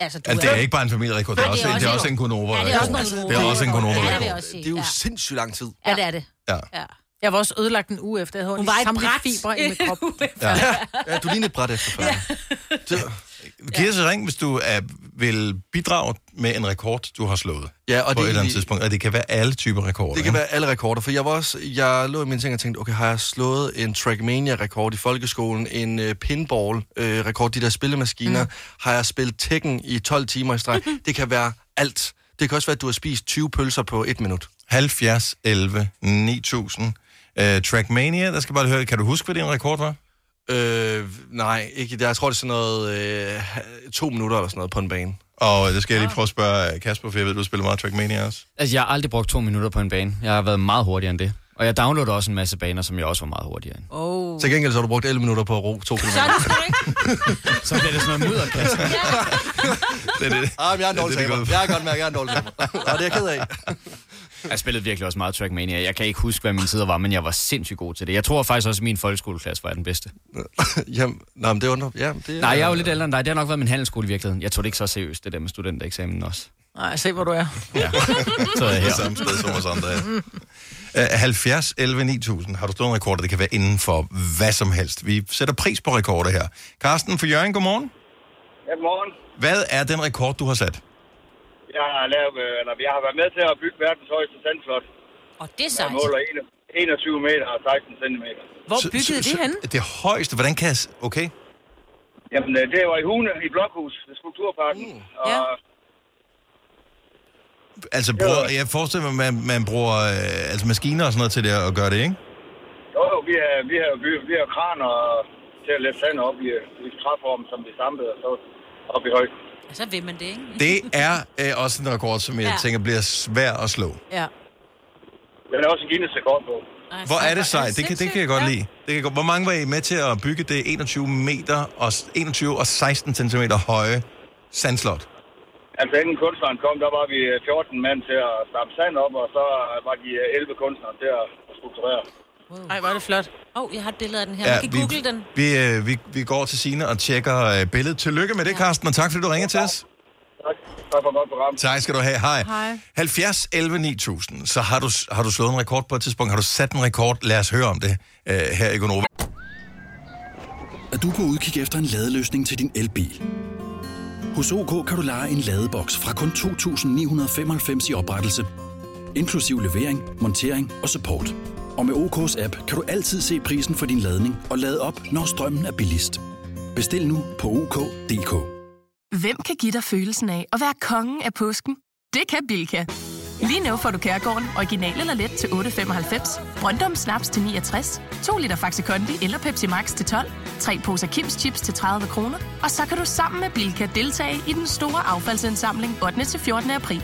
[SPEAKER 4] Altså, du
[SPEAKER 1] Altså, det er ikke bare en familierekord, det er
[SPEAKER 4] Nej,
[SPEAKER 1] også, det er også en konover.
[SPEAKER 4] Ja, det er også en
[SPEAKER 1] Det er også en
[SPEAKER 4] Gonova.
[SPEAKER 1] konover.
[SPEAKER 4] Ja, det vil jeg også sige.
[SPEAKER 3] Det er jo
[SPEAKER 4] Ja.
[SPEAKER 3] sindssygt lang tid.
[SPEAKER 4] Ja, det er det.
[SPEAKER 1] Ja.
[SPEAKER 2] Jeg var også ødelagt en uge efter. Jeg havde
[SPEAKER 4] Hun
[SPEAKER 2] hun
[SPEAKER 4] var et
[SPEAKER 2] samlet
[SPEAKER 4] bræt.
[SPEAKER 2] fibre i min krop.
[SPEAKER 1] Ja.
[SPEAKER 3] ja, du ligner et bræt efter ja.
[SPEAKER 1] Giv os et ring, hvis du er, vil bidrage med en rekord, du har slået.
[SPEAKER 3] Ja, og det er
[SPEAKER 1] på et eller andet
[SPEAKER 3] egentlig-
[SPEAKER 1] tidspunkt. Og det kan være alle typer rekorder.
[SPEAKER 3] Det kan være alle rekorder, for jeg var også, jeg lå i min ting og tænkte, okay, har jeg slået en Trackmania-rekord i folkeskolen, en uh, pinball-rekord, de der spillemaskiner, mm. har jeg spillet Tekken i 12 timer i streg, det kan være alt. Det kan også være, at du har spist 20 pølser på et minut.
[SPEAKER 1] 70, 11, 9000. Uh, Trackmania, der skal bare lige høre, kan du huske, hvad din rekord var?
[SPEAKER 3] Øh, nej, ikke, jeg tror, det er sådan noget, øh, to minutter eller sådan noget på en bane.
[SPEAKER 1] Og det
[SPEAKER 3] Ah.
[SPEAKER 1] skal jeg lige prøve at spørge øh, Kasper, for jeg ved, du spiller meget Trackmania også.
[SPEAKER 11] Altså, jeg har aldrig brugt to minutter på en bane. Jeg har været meget hurtigere end det. Og jeg downloader også en masse baner, som jeg også var meget hurtigere end.
[SPEAKER 4] Oh.
[SPEAKER 3] Til gengæld så har du brugt 11 minutter på at ro to km.
[SPEAKER 4] Sådan skal du ikke.
[SPEAKER 11] Så bliver det sådan noget mudderkast.
[SPEAKER 1] det er det.
[SPEAKER 3] Ah, men jeg er en
[SPEAKER 11] [laughs] Det er det,
[SPEAKER 3] dårlig
[SPEAKER 11] det går
[SPEAKER 3] taber.
[SPEAKER 11] ud fra.
[SPEAKER 3] Jeg kan godt mærke, at jeg er en [laughs] dårlig taber. Og det er jeg ked af.
[SPEAKER 11] [laughs] Jeg spillede virkelig også meget Trackmania. Jeg kan ikke huske, hvad mine tider var, men jeg var sindssygt god til det. Jeg tror faktisk også, at min folkeskoleklasse var den bedste.
[SPEAKER 3] Jamen, nej, men det undrer. Ja, det
[SPEAKER 11] Nej, jeg er jo lidt ældre end dig. Det har nok været min handelsskole i virkeligheden. Jeg tog det ikke så seriøst, det der med studentereksamen også.
[SPEAKER 2] Nej, se hvor du er. Mm,
[SPEAKER 11] Ja. Så er jeg her.
[SPEAKER 1] Samme sted som os andre.
[SPEAKER 4] Mhm.
[SPEAKER 1] Uh, 70, 11, 9000. Har du stået en rekord, og det kan være inden for hvad som helst. Vi sætter pris på rekorder her. Carsten fra Jørgen, godmorgen.
[SPEAKER 12] Godmorgen.
[SPEAKER 1] Hvad er den rekord, du har sat?
[SPEAKER 12] Jeg har, lavet, øh, eller, jeg har været med til at bygge verdens højeste sandslot.
[SPEAKER 4] Og det er
[SPEAKER 12] Jeg
[SPEAKER 4] sejt.
[SPEAKER 12] måler en- 21 meter og 16 cm.
[SPEAKER 2] Hvor
[SPEAKER 1] Så-
[SPEAKER 2] byggede
[SPEAKER 1] så-
[SPEAKER 2] det
[SPEAKER 1] så-
[SPEAKER 2] henne?
[SPEAKER 1] Det højeste, hvordan kan jeg... s- Okay.
[SPEAKER 12] Jamen, øh, det var i Hune i Blokhus, ved Skulpturparken. Mm. Og
[SPEAKER 2] ja.
[SPEAKER 1] Altså, bruger, jeg forestiller mig, at man, man bruger øh, altså maskiner og sådan noget til det at gøre det, ikke?
[SPEAKER 12] jo, jo, vi har, vi har, vi, vi har kraner til at lægge sand op i, øh, i træformen, som vi samlede, og så op i højden.
[SPEAKER 4] Og så vil man det, ikke?
[SPEAKER 1] Det er øh, også en rekord, som jeg
[SPEAKER 4] Ja.
[SPEAKER 1] ja. tænker bliver svær at slå.
[SPEAKER 2] Ja.
[SPEAKER 12] Den er også en Guinness rekord på.
[SPEAKER 1] Hvor er det sejt? Det kan, det kan jeg godt lide. Det kan, jeg godt- hvor mange var I med til at bygge det 21 meter og s- 21 og 16 cm høje sandslot?
[SPEAKER 12] Altså, inden kunstneren kom, der var vi øh, 14 mand til at stamme sand op, og så øh, var de øh, 11 kunstnere til at strukturere.
[SPEAKER 2] Ej, hvor er det flot.
[SPEAKER 4] [laughs] Åh, oh, jeg har et billede af den her. Ja, man kan google den.
[SPEAKER 1] Vi, øh, vi, vi går til Signe og tjekker øh, billedet. Tillykke med det, Karsten, og tak fordi du ringer til os.
[SPEAKER 12] Tak for et godt program.
[SPEAKER 1] Tak skal du have. Hej.
[SPEAKER 12] Hej.
[SPEAKER 1] 70 11 9000. Så har du, har du slået en rekord på et tidspunkt. Har du sat en rekord? Lad os høre om det øh, her i Gonova.
[SPEAKER 5] Er du på udkig efter en ladeløsning til din elbil? Hos OK kan du lege en ladeboks fra kun 2.995 i oprettelse, inklusiv levering, montering og support. Og med OK's app kan du altid se prisen for din ladning og lade op, når strømmen er billigst. Bestil nu på OK.dk.
[SPEAKER 13] [laughs] Hvem kan give dig følelsen af at være kongen af påsken? Det kan Bilka! Lige nu får du Kærgården original eller let til 8.95, Brøndum Snaps til 69, 2 liter Faxi Kondi eller Pepsi Max til 12, 3 poser Kims Chips til 30 kroner, og så kan du sammen med Bilka deltage i den store affaldsindsamling 8. til 14. april.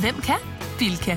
[SPEAKER 13] Hvem kan? Bilka.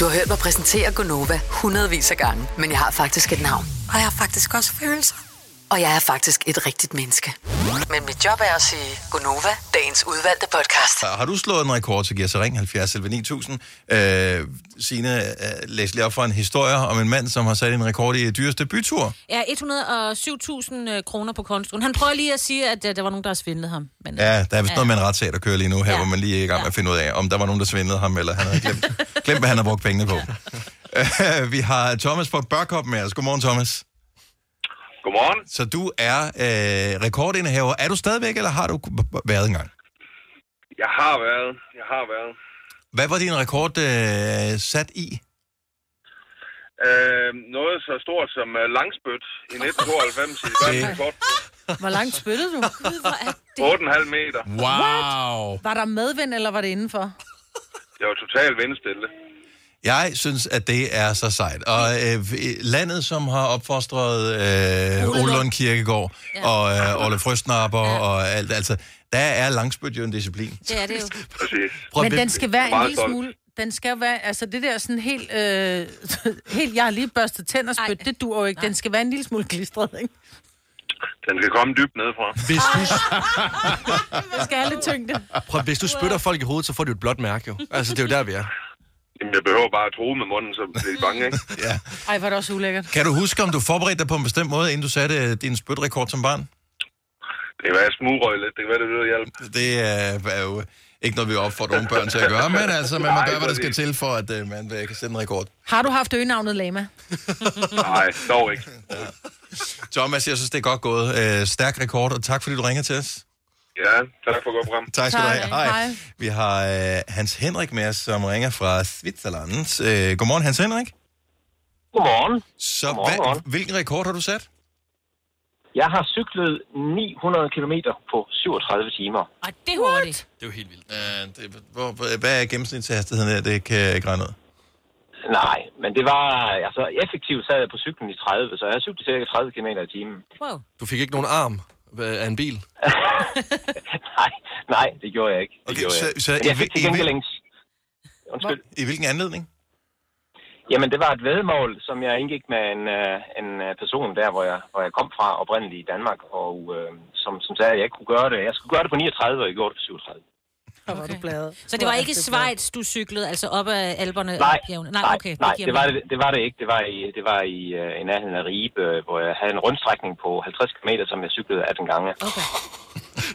[SPEAKER 7] Du har hørt mig præsentere Gonova hundredvis af gange, men jeg har faktisk et navn.
[SPEAKER 6] Og jeg har faktisk også følelser.
[SPEAKER 7] Og jeg er faktisk et rigtigt menneske. Men mit job er at sige Gonova, dagens udvalgte podcast.
[SPEAKER 1] Så Har du slået en rekord, så giver sig ring 70 11 9000. Øh, Signe, øh, læs lige op for en historie om en mand, som har sat en rekord i dyreste bytur.
[SPEAKER 4] Ja, 107.000 øh, kroner på kontoen. Han prøver lige at sige, at øh, der var nogen, der har svindlet ham. Men, øh,
[SPEAKER 1] Ja, der er vist
[SPEAKER 4] ja.
[SPEAKER 1] noget med en retssag, der kører lige nu her,
[SPEAKER 4] Ja.
[SPEAKER 1] ja. hvor man lige er i gang med at finde ud af, om der var nogen, der svindlede ham, eller han havde [laughs] glemt, glemt hvad han har brugt pengene på. [laughs] Øh, Vi har Thomas fra Børkop med os. Godmorgen, Thomas.
[SPEAKER 14] Godmorgen.
[SPEAKER 1] Så du er øh, rekordindehaver. Er du stadigvæk, eller har du været engang?
[SPEAKER 14] Jeg har været. Jeg har været.
[SPEAKER 1] Hvad var din rekord øh, sat i?
[SPEAKER 14] Øh, noget så stort som uh, langspyt i 1992 i Børnekort.
[SPEAKER 2] Hvor langt spyttede du?
[SPEAKER 14] 8,5 meter.
[SPEAKER 1] Wow!
[SPEAKER 2] Var der medvind, eller var det indenfor?
[SPEAKER 14] Det var totalt vindstille.
[SPEAKER 1] Jeg synes, at det er så sejt. Og øh, landet, som har opfostret øh, Ole Lund Kirkegaard og øh, Ole Frøstnapper og alt, altså, der er langspyt jo en disciplin.
[SPEAKER 4] Det er det jo.
[SPEAKER 14] Præcis.
[SPEAKER 2] Men den skal være en lille smule... Den skal jo være, altså det der sådan helt, øh, [laughs] helt jeg har lige børstet tænder spyt, det duer jo ikke. Den skal være en lille smule klistret, ikke?
[SPEAKER 14] Den skal komme dybt ned fra.
[SPEAKER 3] Hvis du,
[SPEAKER 2] Den skal
[SPEAKER 4] [laughs]
[SPEAKER 2] have lidt tyngde.
[SPEAKER 3] prøv, hvis du spytter folk i hovedet, så får du et blåt mærke, jo. Altså, det er jo der, vi er.
[SPEAKER 14] Jamen, jeg behøver bare at true med munden, så bliver de bange, ikke?
[SPEAKER 1] ja.
[SPEAKER 2] Ej, var det også ulækkert.
[SPEAKER 1] Kan du huske, om du forberedte dig på en bestemt måde, inden du satte øh, din spytrekord som barn?
[SPEAKER 14] Det kan være, jeg smugrøg lidt. Det kan være, det lyder hjælp.
[SPEAKER 1] Det er, er jo ikke noget, vi opfordrer unge børn til at gøre, men altså, man må
[SPEAKER 14] Nej,
[SPEAKER 1] gøre, hvad der skal
[SPEAKER 14] præcis.
[SPEAKER 1] til for, at øh, man øh, kan sætte en rekord.
[SPEAKER 2] Har du haft øgenavnet Lama?
[SPEAKER 14] Nej, dog ikke.
[SPEAKER 1] [laughs] Thomas, jeg synes, det er godt gået. Øh, stærk rekord, og tak fordi du ringer til os.
[SPEAKER 14] Ja, tak for at gå frem.
[SPEAKER 1] Tak skal du have.
[SPEAKER 14] Hej. Hej.
[SPEAKER 1] Vi har øh, Hans Henrik med os, som ringer fra Switzerland. Øh, godmorgen, Hans Henrik.
[SPEAKER 15] Godmorgen.
[SPEAKER 1] Så
[SPEAKER 15] Godmorgen,
[SPEAKER 1] hvad,
[SPEAKER 15] godmorgen.
[SPEAKER 1] hvilken rekord har du sat?
[SPEAKER 15] Jeg har cyklet 900 km på 37 timer.
[SPEAKER 4] Ej, det er hurtigt.
[SPEAKER 1] Det er jo helt vildt. Øh, det, hvor, hvor- hvad er gennemsnitshastigheden her? Det kan jeg ikke regne ud.
[SPEAKER 15] Nej, men det var... Altså, effektivt sad jeg på cyklen i 30, så jeg cyklede cirka 30 km i timen.
[SPEAKER 4] Wow.
[SPEAKER 3] Du fik ikke nogen arm øh, af en bil.
[SPEAKER 15] Nej, det gjorde jeg ikke. Det
[SPEAKER 1] Okay,
[SPEAKER 15] gjorde
[SPEAKER 1] så-
[SPEAKER 15] jeg. ikke.
[SPEAKER 1] så
[SPEAKER 15] Men
[SPEAKER 1] i
[SPEAKER 15] jeg fik
[SPEAKER 1] hvil-
[SPEAKER 15] til
[SPEAKER 1] i
[SPEAKER 15] gengæld
[SPEAKER 1] hvil-
[SPEAKER 15] en... Undskyld.
[SPEAKER 1] I hvilken anledning?
[SPEAKER 15] Jamen, det var et vedmål, som jeg indgik med en, øh, en øh, person der, hvor jeg, hvor jeg kom fra oprindeligt i Danmark, og øh, som, som sagde, at jeg ikke kunne gøre det. Jeg skulle gøre det på 39, og jeg gjorde det på 37.
[SPEAKER 2] Okay.
[SPEAKER 4] Så det var ikke Schweiz, du cyklede, altså op ad alberne? og
[SPEAKER 15] Nej,
[SPEAKER 4] bjergene?
[SPEAKER 15] nej,
[SPEAKER 4] okay,
[SPEAKER 15] nej
[SPEAKER 4] giver
[SPEAKER 15] det, var det,
[SPEAKER 4] mening.
[SPEAKER 15] det var det ikke. Det var i, det var i, øh, i nærheden af Ribe, øh, hvor jeg havde en rundstrækning på 50 km, som jeg cyklede 18 gange.
[SPEAKER 4] Okay.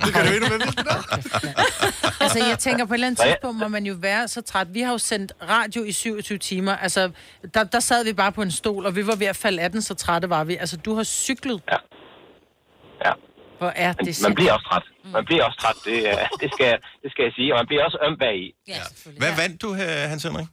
[SPEAKER 1] Det kan du ikke med
[SPEAKER 2] [laughs] Altså, jeg tænker på et eller andet
[SPEAKER 15] Nej.
[SPEAKER 2] tidspunkt, må man jo være så træt. Vi har jo sendt radio i 27 timer. Altså, der, der sad vi bare på en stol, og vi var ved at falde af den, så trætte var vi. Altså, du har cyklet. Ja.
[SPEAKER 15] Ja.
[SPEAKER 2] Hvor er
[SPEAKER 15] Man,
[SPEAKER 2] det
[SPEAKER 15] man
[SPEAKER 2] sindssygt.
[SPEAKER 15] bliver også træt. Man bliver også træt, det, øh, det, skal, jeg- det skal jeg sige. Og man bliver også øm bagi.
[SPEAKER 4] Ja,
[SPEAKER 1] Hvad vandt du, øh, Hans Henrik?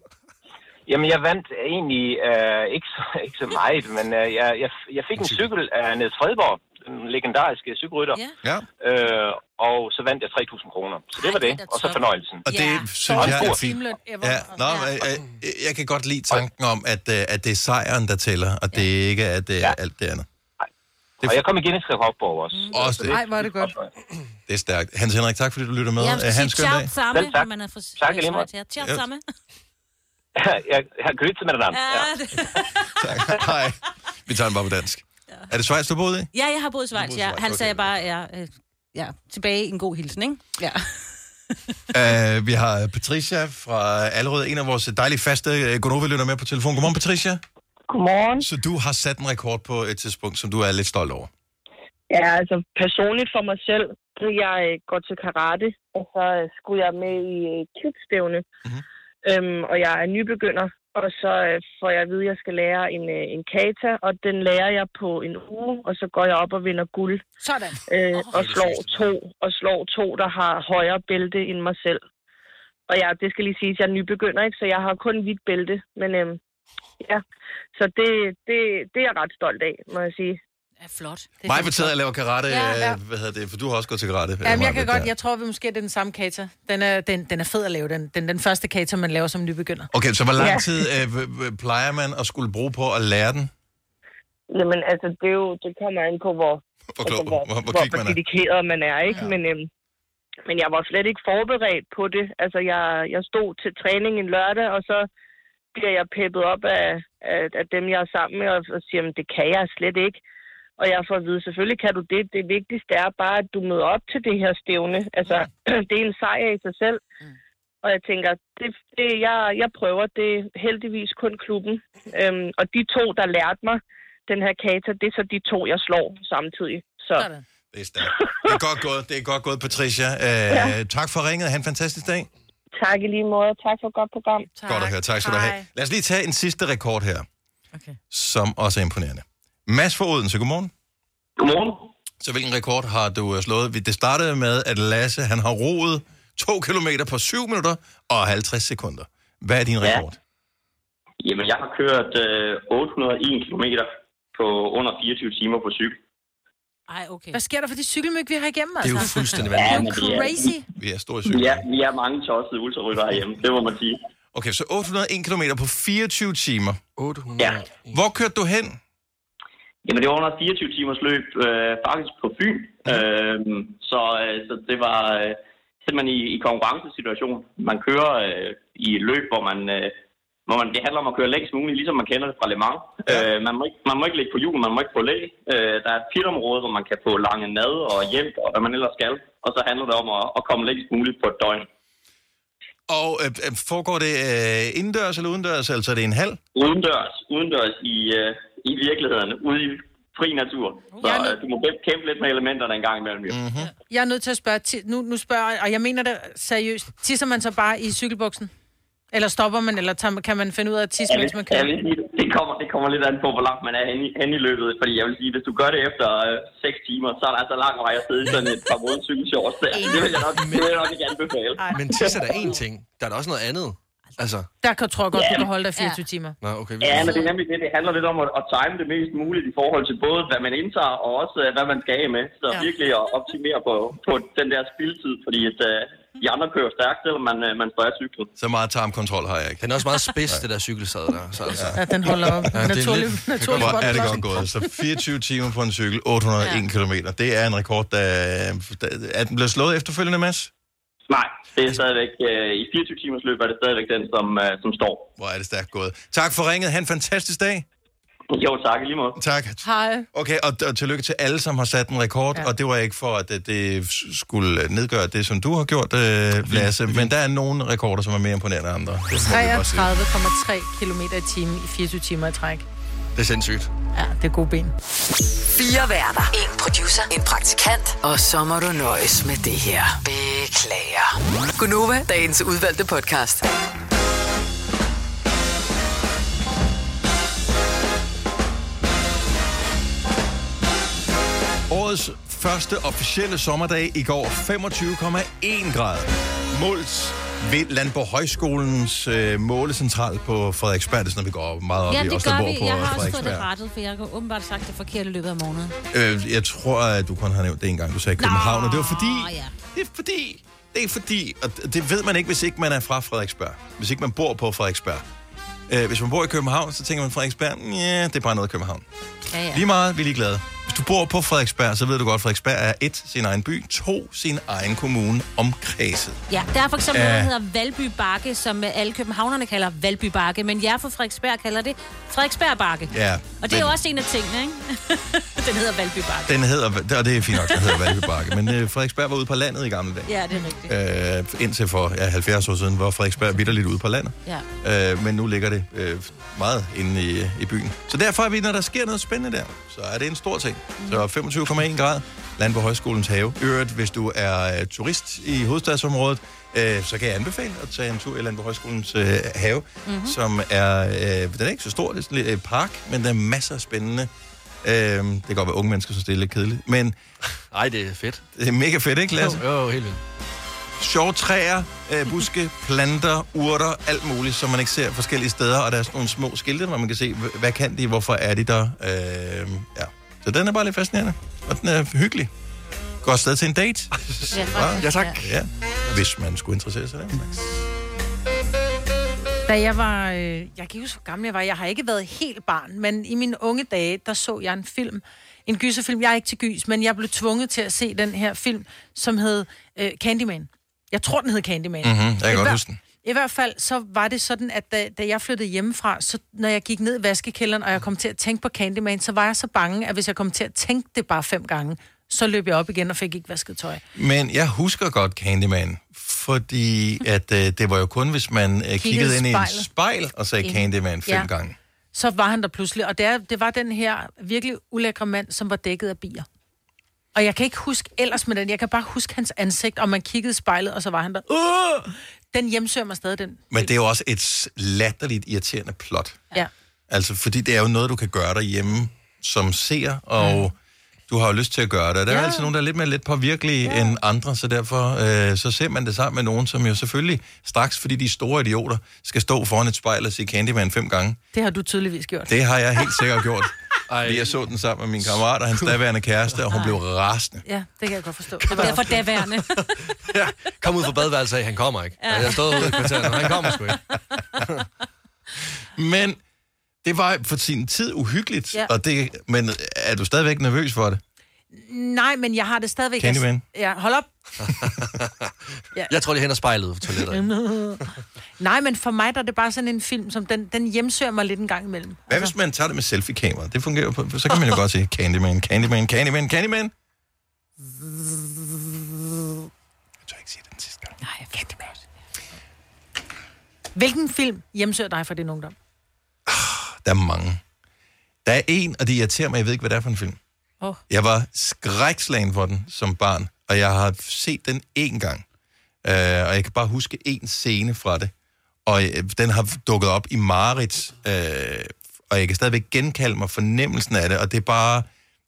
[SPEAKER 15] Jamen, jeg vandt egentlig øh, ikke, så, [laughs] ikke så meget, men øh, jeg, jeg, jeg fik en cykel af Niels Fredborg, den legendariske cykelrytter.
[SPEAKER 1] Ja.
[SPEAKER 15] Øh, og så vandt jeg 3.000 kroner. Så det var det. Og så fornøjelsen.
[SPEAKER 1] Og det ja. synes jeg er fint. Ja, nå, ja. Jeg, jeg kan øh, godt lide tanken om, at, øh, at det er sejren, der tæller, og det ikke er det, ja. alt det øh, andet.
[SPEAKER 16] Og jeg kom igen i Skrevhopborg også.
[SPEAKER 4] Mm.
[SPEAKER 1] Også det.
[SPEAKER 2] Nej, hvor er det godt.
[SPEAKER 1] Det er stærkt. Hans Henrik, tak fordi du lytter med.
[SPEAKER 4] Jeg skal
[SPEAKER 1] Øh,
[SPEAKER 4] sige
[SPEAKER 1] Hans, skøn
[SPEAKER 4] tjau
[SPEAKER 1] dag.
[SPEAKER 4] samme,
[SPEAKER 16] Selv tak.
[SPEAKER 4] når man er fra
[SPEAKER 16] Tak, i lige måde.
[SPEAKER 4] Ja, Tjau
[SPEAKER 1] Ja.
[SPEAKER 4] samme.
[SPEAKER 16] [laughs] jeg, jeg grüße med den
[SPEAKER 4] Ja, det-
[SPEAKER 1] Hej. Vi tager den bare på dansk. Er det Schweiz, du boede i?
[SPEAKER 4] ja, jeg har boet i Schweiz. Ja. Han sagde bare, ja, øh, ja, tilbage i en god hilsen, ikke? Ja.
[SPEAKER 1] Uh, vi har Patricia fra Allerød, en af vores dejlige faste uh, Gonova lytter med på telefon. Godmorgen, Patricia.
[SPEAKER 17] Godmorgen.
[SPEAKER 1] Så du har sat en rekord på et tidspunkt, som du er lidt stolt over.
[SPEAKER 17] Ja, altså personligt for mig selv, jeg øh, går til karate, og så øh, skulle jeg med i øh, kidsstævne, mm-hmm. øhm, og jeg er nybegynder, og så øh, får jeg at vide, at jeg skal lære en, øh, en kata, og den lærer jeg på en uge, og så går jeg op og vinder guld.
[SPEAKER 4] Sådan.
[SPEAKER 17] Øh, oh, og slår to, og slår to, der har højere bælte end mig selv. Og ja, det skal lige siges, at jeg er nybegynder, ikke? så jeg har kun hvidt bælte, men øhm, ja, så det, det, det er jeg ret stolt af, må jeg sige.
[SPEAKER 4] Ja, flot.
[SPEAKER 1] Mig fortæller at lave karate,
[SPEAKER 2] Ja,
[SPEAKER 1] ja,
[SPEAKER 2] ja.
[SPEAKER 1] ja. hvad hedder det, for du har også gået til karate.
[SPEAKER 2] Jamen, jeg
[SPEAKER 1] Maja,
[SPEAKER 2] kan godt,
[SPEAKER 1] ja.
[SPEAKER 2] jeg tror vi måske, det er den samme kater. Den er, den, den er fed at lave, den, den, den første kater, man laver som nybegynder.
[SPEAKER 1] Okay, så hvor lang
[SPEAKER 2] Ja.
[SPEAKER 1] tid øh, plejer man at skulle bruge på at lære den?
[SPEAKER 17] Jamen, altså, det, er jo, det kommer an på, hvor,
[SPEAKER 1] Hvor klog,
[SPEAKER 17] hvor,
[SPEAKER 1] hvor, hvor
[SPEAKER 17] hvor,
[SPEAKER 1] kvik man er.
[SPEAKER 17] dedikeret man er, ikke? Ja. Men, øhm, men jeg var slet ikke forberedt på det. Altså, jeg, jeg stod til træning en lørdag, og så bliver jeg peppet op af, af, af dem, jeg er sammen med, og, og siger, "Men det kan jeg slet ikke. Og jeg får at vide, selvfølgelig kan du det. Det vigtigste er bare, at du møder op til det her stævne. Altså, [clears throat] det er en sejr i sig selv. Og jeg tænker, det, det jeg, jeg prøver, det er heldigvis kun klubben. Øhm, og de to, der lærte mig den her kata, det er så de to, jeg slår samtidig. Så.
[SPEAKER 1] Det er stærkt. Det er godt gået, det er godt gået, Patricia. Øh, ja. Tak for ringet. Han en fantastisk dag.
[SPEAKER 17] Tak i lige måde. Tak for et godt program.
[SPEAKER 1] Tak. Godt at høre. Tak skal du have. Lad os lige tage en sidste rekord her, okay. som også er imponerende. Mads fra Odense, godmorgen.
[SPEAKER 16] Godmorgen.
[SPEAKER 1] Så hvilken rekord har du øh, slået? Vi- Det startede med, at Lasse han har roet 2 kilometer på 7 minutter og 50 sekunder. Hvad er din rekord?
[SPEAKER 16] Jamen, jeg har kørt øh, 801 km på under 24 timer på cykel.
[SPEAKER 4] Ej, okay.
[SPEAKER 2] Hvad sker der for de cykelmyg, vi har igennem, altså?
[SPEAKER 1] Det er jo fuldstændig
[SPEAKER 2] Det er jo
[SPEAKER 1] vanvittigt.
[SPEAKER 2] crazy.
[SPEAKER 1] Vi er store cykel.
[SPEAKER 16] Ja, vi er mange tossede ultrarytter herhjemme, det må man sige.
[SPEAKER 1] Okay, så 801 km på 24 timer.
[SPEAKER 16] 800. Ja.
[SPEAKER 1] Hvor kørte du hen?
[SPEAKER 16] Jamen, det var under 24 timers løb, øh, faktisk på Fyn. Øh, så, øh, så det var øh, simpelthen i, i konkurrencesituation. Man kører øh, i et løb, hvor man, øh, hvor man... Det handler om at køre længst muligt, ligesom man kender det fra Le Mans. Øh, man, må ikke, man må ikke ligge på hjul, man må ikke få læ. Øh, der er et pitområde, hvor man kan få lange mad og hjælp, og hvad man ellers skal. Og så handler det om at, at komme længst muligt på et døgn.
[SPEAKER 1] Og øh, øh, foregår det øh, indendørs eller udendørs? Altså er det en halv?
[SPEAKER 16] Udendørs, udendørs i, øh, i virkeligheden, ude i fri natur. Så øh, du må kæmpe- kæmpe lidt med elementerne en gang imellem. Mm-hmm.
[SPEAKER 2] Jeg er nødt til at spørge, ti- nu, nu spørger jeg, og jeg mener det seriøst, tisser man så bare i cykelbuksen? Eller stopper man, eller tager, man- kan man finde ud af at tisse,
[SPEAKER 16] Jeg vil,
[SPEAKER 2] mens man
[SPEAKER 16] jeg vil
[SPEAKER 2] kører?
[SPEAKER 16] sige, det kommer, det kommer lidt an på, hvor langt man er henne, i- henne i løbet. Fordi jeg vil sige, hvis du gør det efter øh, 6 timer, så er der altså lang vej at sidde i sådan et par røde cykelshorts der. Det vil jeg nok, det vil jeg nok ikke anbefale.
[SPEAKER 3] Men tisse er der én ting. Der er da også noget andet. Altså,
[SPEAKER 2] Der kan, tror jeg godt,
[SPEAKER 16] Ja,
[SPEAKER 2] du kan
[SPEAKER 16] men-
[SPEAKER 2] holde dig 24 timer.
[SPEAKER 3] nå, okay. Vi...
[SPEAKER 16] Ja, men det er nemlig det. Det handler lidt om at, at time det mest muligt i forhold til både, hvad man indtager, og også øh, hvad man skal af med. Så
[SPEAKER 2] Ja.
[SPEAKER 16] virkelig at optimere på, på den der spildtid, fordi at, øh, de andre kører stærkt, selvom man, øh, man står cyklet.
[SPEAKER 1] Så meget tarmkontrol har jeg ikke.
[SPEAKER 3] Den er også meget spids, det der cykelsæde der. Så, altså.
[SPEAKER 2] Ja, den holder op.
[SPEAKER 3] det er
[SPEAKER 2] Naturlig-
[SPEAKER 3] lidt-
[SPEAKER 2] naturlig
[SPEAKER 1] Hvor er det
[SPEAKER 2] bobleplads.
[SPEAKER 1] godt gået. Så 24 timer på en cykel, 801 ja. km. Det er en rekord, der, der er den blevet slået efterfølgende, Mads?
[SPEAKER 16] Nej, det er stadigvæk, øh, i 24 timers løb er det stadigvæk den, som, øh, som står.
[SPEAKER 1] Hvor er det stærkt gået. Tak for ringet. Han en fantastisk dag.
[SPEAKER 16] Jo, tak i lige måde.
[SPEAKER 1] Tak.
[SPEAKER 2] Hej.
[SPEAKER 1] Okay, og, og tillykke til alle, som har sat en rekord. Ja. Og det var ikke for, at det, det skulle nedgøre det, som du har gjort, øh, Lasse. Men der er nogle rekorder, som er mere imponerende end andre. Det må vi
[SPEAKER 2] [laughs]
[SPEAKER 1] bare sige.
[SPEAKER 2] 33,3 km i timen i 24 timer i træk.
[SPEAKER 3] Det er sindssygt.
[SPEAKER 2] Ja, det er gode ben.
[SPEAKER 7] Fire værter. En producer. En praktikant. Og så må du nøjes med det her. Beklager. Gunova, dagens udvalgte podcast.
[SPEAKER 1] Årets første officielle sommerdag i går, 25,1 grader. Målt ved Landborg Højskolens øh, målecentral på Frederiksberg. Det er sådan, at vi går op- meget op
[SPEAKER 4] Ja,
[SPEAKER 1] i
[SPEAKER 4] det
[SPEAKER 1] os, der
[SPEAKER 4] gør
[SPEAKER 1] bor
[SPEAKER 4] vi.
[SPEAKER 1] på
[SPEAKER 4] Jeg har også fået det
[SPEAKER 1] Frederiksberg.
[SPEAKER 4] rettet, for jeg har åbenbart sagt det forkert i løbet af måneden.
[SPEAKER 1] Øh, jeg tror, at du kun har nævnt det en gang, du sagde København, og det var fordi...
[SPEAKER 4] ja.
[SPEAKER 1] Det er fordi... Det er fordi, og det ved man ikke, hvis ikke man er fra Frederiksberg. Hvis ikke man bor på Frederiksberg. Øh, hvis man bor i København, så tænker man Frederiksberg, ja, det er bare noget i København.
[SPEAKER 4] [laughs] Ja, ja.
[SPEAKER 1] Lige meget, vi er ligeglade. Hvis du bor på Frederiksberg, så ved du godt, at Frederiksberg er et, sin egen by, to, sin egen kommune omkredset.
[SPEAKER 4] Ja, der er for eksempel noget, der
[SPEAKER 1] Ja.
[SPEAKER 4] hedder Valby Bakke, som øh, alle københavnerne kalder Valby Bakke, men jeg fra Frederiksberg kalder det Frederiksberg Bakke.
[SPEAKER 1] Ja,
[SPEAKER 4] Og det er jo
[SPEAKER 1] men-
[SPEAKER 4] også en af tingene, ikke? [laughs] den hedder Valby Bakke.
[SPEAKER 1] Den hedder, og det er fint nok, den hedder Valbybakke, men øh, Frederiksberg var ude på landet i gamle dage.
[SPEAKER 4] Ja, det er rigtigt.
[SPEAKER 1] Øh, indtil for ja, 70 år siden var Frederiksberg vidderligt ude på landet.
[SPEAKER 4] Ja.
[SPEAKER 1] Øh, men nu ligger det øh, meget inde i, i byen. Så derfor er vi, når der sker noget spændende der, så er det en stor ting. Så 25,1 grad, land på Højskolens have. I Øvrigt, hvis du er øh, turist i hovedstadsområdet, øh, så kan jeg anbefale at tage en tur i land på Højskolens øh, have, mm-hmm. som er, øh, den er ikke så stor, det er sådan en lille, øh, park, men der er masser af spændende. Øh, det kan godt være, unge mennesker synes, det er lidt kedeligt, men...
[SPEAKER 3] Ej, det er fedt.
[SPEAKER 1] Det er mega fedt, ikke Lasse?
[SPEAKER 3] Jo, jo helt vildt.
[SPEAKER 1] sjove træer, øh, buske, planter, urter, alt muligt, som man ikke ser forskellige steder. Og der er sådan nogle små skilte, hvor man kan se, hv- hvad kan de, hvorfor er de der. Øh, ja. Så den er bare lidt fascinerende, og den er hyggelig. Godt sted til en date.
[SPEAKER 4] Ja, faktisk,
[SPEAKER 1] ja tak. Ja. Hvis man skulle interessere sig der.
[SPEAKER 2] Da jeg var, øh, jeg kan ikke huske, hvor gammel jeg var, jeg har ikke været helt barn, men i mine unge dage, der så jeg en film, en gyserfilm, jeg er ikke til gys, men jeg blev tvunget til at se den her film, som hed øh, Candyman. Jeg tror, den hed Candyman.
[SPEAKER 1] Mhm, jeg kan
[SPEAKER 2] I
[SPEAKER 1] godt
[SPEAKER 2] hver-
[SPEAKER 1] huske den.
[SPEAKER 2] I hvert fald, så var det sådan, at da, da jeg flyttede hjemmefra, så når jeg gik ned i vaskekælderen, og jeg kom til at tænke på Candyman, så var jeg så bange, at hvis jeg kom til at tænke det bare fem gange, så løb jeg op igen og fik ikke vasket tøj.
[SPEAKER 1] Men jeg husker godt Candyman, fordi at, øh, det var jo kun, hvis man øh, kiggede,
[SPEAKER 2] Kiggede i
[SPEAKER 1] kiggede ind i
[SPEAKER 2] spejlet.
[SPEAKER 1] en spejl og sagde
[SPEAKER 2] Ind.
[SPEAKER 1] Candyman fem
[SPEAKER 2] Ja.
[SPEAKER 1] ja. gange.
[SPEAKER 2] så var han der pludselig. Og det, er, det var den her virkelig ulækre mand, som var dækket af bier. Og jeg kan ikke huske ellers med den. Jeg kan bare huske hans ansigt, og man kiggede i spejlet, og så var han der. Uh! Den hjemsøger mig stadig, den.
[SPEAKER 1] Men det er jo også et s- latterligt irriterende plot.
[SPEAKER 2] Ja.
[SPEAKER 1] Altså, fordi det er jo noget, du kan gøre derhjemme som ser, og mm. du har jo lyst til at gøre det. Der er
[SPEAKER 14] Ja.
[SPEAKER 1] ja. altid nogen, der er lidt mere lidt påvirkelige ja. end andre, så derfor øh, så ser man det sammen med nogen, som jo selvfølgelig straks, fordi de er store idioter, skal stå foran et spejl og sige Candyman fem gange.
[SPEAKER 2] Det har du tydeligvis gjort.
[SPEAKER 1] Det har jeg helt sikkert gjort. Ej. Jeg så den sammen med min kammerat og hans daværende kæreste, og hun blev rasende.
[SPEAKER 2] Ja, det kan jeg godt forstå.
[SPEAKER 4] Det var derfor daværende.
[SPEAKER 3] Kom ud fra badeværelset af, han kommer ikke. Ja. Jeg har stået ude i kvarteret, [laughs] og øh, han kommer sgu ikke.
[SPEAKER 1] Men det var for sin tid uhyggeligt,
[SPEAKER 2] Ja.
[SPEAKER 1] ja. og det, men er du stadigvæk nervøs for det?
[SPEAKER 2] Nej, men jeg har det stadigvæk.
[SPEAKER 1] Candyman.
[SPEAKER 2] Ja, hold op. Ja.
[SPEAKER 3] Jeg tror, de henter spejlet for toilettet.
[SPEAKER 2] [laughs] Nej, men for mig der er det bare sådan en film, som den, den hjemsøger mig lidt en gang imellem.
[SPEAKER 1] Hvad hvis man tager det med selfie-kamera? Det fungerer jo på, så kan man jo godt sige, Candyman, Candyman, Candyman, Candyman.
[SPEAKER 2] Nej, jeg Candyman. Hvilken film hjemsøger dig fra din ungdom?
[SPEAKER 1] Der er mange. Der er en, og det irriterer mig, jeg ved ikke, hvad det er for en film.
[SPEAKER 2] Åh.
[SPEAKER 1] Jeg var skrækslagen for den som barn, og jeg har set den én gang. Uh, og jeg kan bare huske én scene fra det. Og øh, den har dukket op i Marit, uh, og jeg kan stadigvæk genkalde mig fornemmelsen af det, og det er bare,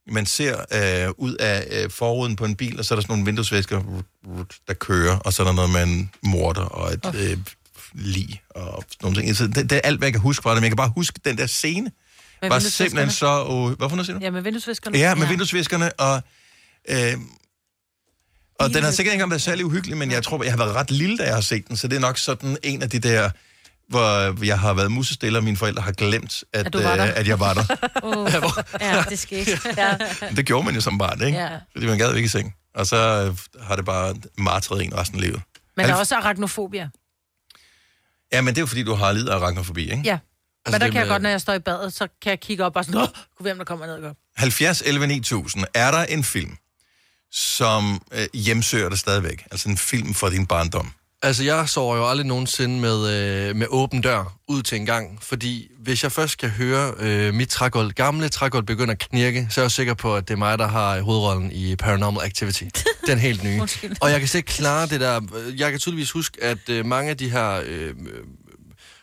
[SPEAKER 1] man ser øh, ud af øh, forruden på en bil, og så er der sådan nogle vinduesvæsker, rut, rut, der kører, og så er der noget med en morter og et øh, lig og sådan nogle ting. Så det, det er alt, hvad jeg kan huske fra det, men jeg kan bare huske den der scene.
[SPEAKER 2] Med
[SPEAKER 1] var
[SPEAKER 2] vinduesviskerne?
[SPEAKER 1] simpelthen så... Uh, hvad for noget siger du?
[SPEAKER 2] Ja, med vinduesviskerne.
[SPEAKER 1] Ja, med ja. vinduesviskerne, og... Øh, og den har
[SPEAKER 2] Lille.
[SPEAKER 1] sikkert ikke engang været særlig uhyggelig, men jeg tror, jeg har været ret lille, da jeg har set den, så det er nok sådan en af de der, hvor jeg har været musestille, og mine forældre har glemt, at,
[SPEAKER 4] At du var der.
[SPEAKER 1] øh, at jeg var der.
[SPEAKER 4] Uh, ja, det skete. Ja.
[SPEAKER 1] Men Det gjorde man jo som barn, ikke?
[SPEAKER 2] Ja.
[SPEAKER 1] Ja. Fordi man gad jo ikke i seng. Og så øh, har det bare martret en resten af livet.
[SPEAKER 2] Men der er
[SPEAKER 1] Alf-
[SPEAKER 2] også
[SPEAKER 1] Mm.
[SPEAKER 2] arachnofobia.
[SPEAKER 1] Ja, men det er jo fordi, du har lidt arachnofobi, ikke?
[SPEAKER 2] Ja. Altså, men der
[SPEAKER 1] det
[SPEAKER 2] kan jeg
[SPEAKER 1] med-
[SPEAKER 2] godt, når jeg står i badet, så kan jeg kigge op og sådan, Nå, kunne hvem der kommer ned og gør.
[SPEAKER 1] 70 11 9000. Er der en film, som øh, hjemsøger dig stadigvæk? Altså en film fra din barndom?
[SPEAKER 3] Altså, jeg sover jo aldrig nogensinde med, øh, med åben dør ud til en gang, fordi hvis jeg først kan høre øh, mit trægulv, gamle trægulv begynde at knirke, så er jeg sikker på, at det er mig, der har hovedrollen i Paranormal Activity. Den helt nye.
[SPEAKER 14] Undskyld.
[SPEAKER 3] Og jeg kan slet ikke klare det der. Jeg kan tydeligvis huske, at øh, mange af de her øh,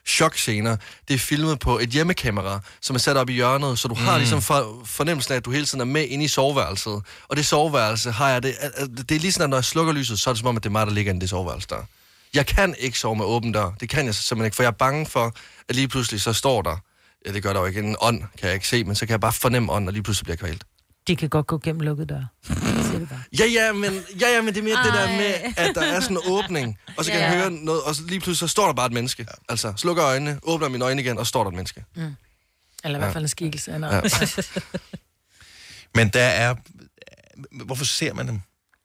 [SPEAKER 3] chokscener, det er filmet på et hjemmekamera, som er sat op i hjørnet, så du har
[SPEAKER 14] Mm.
[SPEAKER 3] ligesom for, fornemmelsen af, at du hele tiden er med inde i soveværelset. Og det soveværelse har jeg det, at- at det er lige sådan, at når jeg slukker lyset, så er det som om, at det er mig, der ligger inde i det soveværelse der. Jeg kan ikke sove med åben dør. Det kan jeg simpelthen ikke, for jeg er bange for, at lige pludselig så står der, ja, det gør der jo ikke, en ånd kan jeg ikke se, men så kan jeg bare fornemme ånden, og lige pludselig bliver jeg kvalt.
[SPEAKER 2] De kan godt gå gennem lukkede døre.
[SPEAKER 3] Ja, ja, men, ja, ja, men det er mere Ej. det der
[SPEAKER 2] Ej.
[SPEAKER 3] med, at der er sådan en åbning, og så kan
[SPEAKER 2] Ja.
[SPEAKER 3] jeg høre noget, og så lige pludselig så står der bare et menneske. Altså, slukker øjnene, åbner
[SPEAKER 2] Mm.
[SPEAKER 3] mine øjne igen, og står der et menneske.
[SPEAKER 2] Eller i
[SPEAKER 3] Ja.
[SPEAKER 2] [laughs]
[SPEAKER 1] [laughs]
[SPEAKER 2] hvert fald en skikkelse. Eller
[SPEAKER 3] Ja.
[SPEAKER 2] ja.
[SPEAKER 1] Men der er... Hvorfor ser man dem?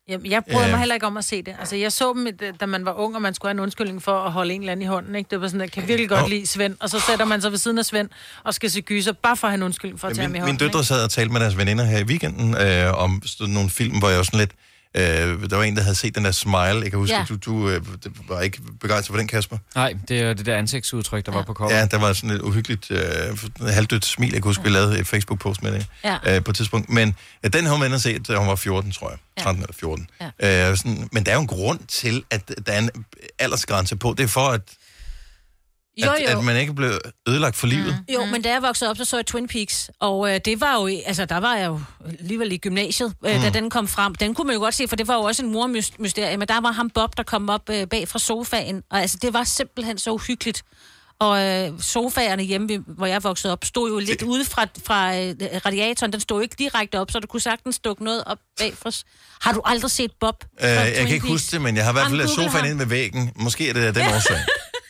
[SPEAKER 2] Jeg, jeg bryder
[SPEAKER 1] Ja.
[SPEAKER 2] øh. mig heller ikke om at se det. Altså, jeg så dem, øh, da man var ung, og man skulle have en undskyldning for at holde en eller anden i hånden. Ikke? Det var sådan, at jeg kan virkelig godt
[SPEAKER 1] Nå.
[SPEAKER 2] lide Svend. Og så sætter man sig ved siden af Svend og skal se gyser, bare for at have en undskyldning for at tage ham i
[SPEAKER 1] Min,
[SPEAKER 2] hånden.
[SPEAKER 1] min døtre
[SPEAKER 2] ikke?
[SPEAKER 1] sad og talte med deres veninder her i weekenden øh, om sådan nogle film, hvor jeg var sådan lidt... Øh, der var en, der havde set den der smile. Jeg kan huske,
[SPEAKER 11] Ja.
[SPEAKER 1] ja. du, du øh, var ikke begejstret for den, Kasper.
[SPEAKER 11] Nej, det er det der ansigtsudtryk, der var på coveret.
[SPEAKER 1] Ja, der var sådan et uhyggeligt øh, halvdødt smil, jeg kan huske, vi lavede et Facebook-post med det
[SPEAKER 11] Ja.
[SPEAKER 1] øh, på et tidspunkt. Men øh, den har man inde set, da hun var 14, tror jeg. 13 eller 14. Ja. Øh, sådan, men der er jo en grund til, at der er en aldersgrænse på. Det er for, at,
[SPEAKER 4] Jo,
[SPEAKER 1] at,
[SPEAKER 4] jo.
[SPEAKER 1] at man ikke blev ødelagt for livet. Mm.
[SPEAKER 4] Jo, men da jeg voksede op, så så jeg Twin Peaks, og øh, det var jo, i- altså der var jeg jo alligevel i gymnasiet, øh, mm. da
[SPEAKER 1] Mm.
[SPEAKER 4] den kom frem. Den kunne man jo godt se, for det var jo også en mormysterie, men der var ham Bob, der kom op øh, bag fra sofaen, og altså det var simpelthen så uhyggeligt. Og øh, sofaerne hjemme, vi- hvor jeg voksede op, stod jo lidt ude fra, fra øh, radiatoren. Den stod jo ikke direkte op, så du kunne sagtens dukke noget op bagfra. s- Har du aldrig set Bob?
[SPEAKER 1] Øh, jeg kan ikke huske det, men jeg har i hvert fald
[SPEAKER 4] Jamen,
[SPEAKER 1] lavet
[SPEAKER 4] google
[SPEAKER 1] sofaen
[SPEAKER 4] ham.
[SPEAKER 1] ind ved væggen. Måske er det af den
[SPEAKER 4] Ja.
[SPEAKER 3] [laughs]
[SPEAKER 1] årsag.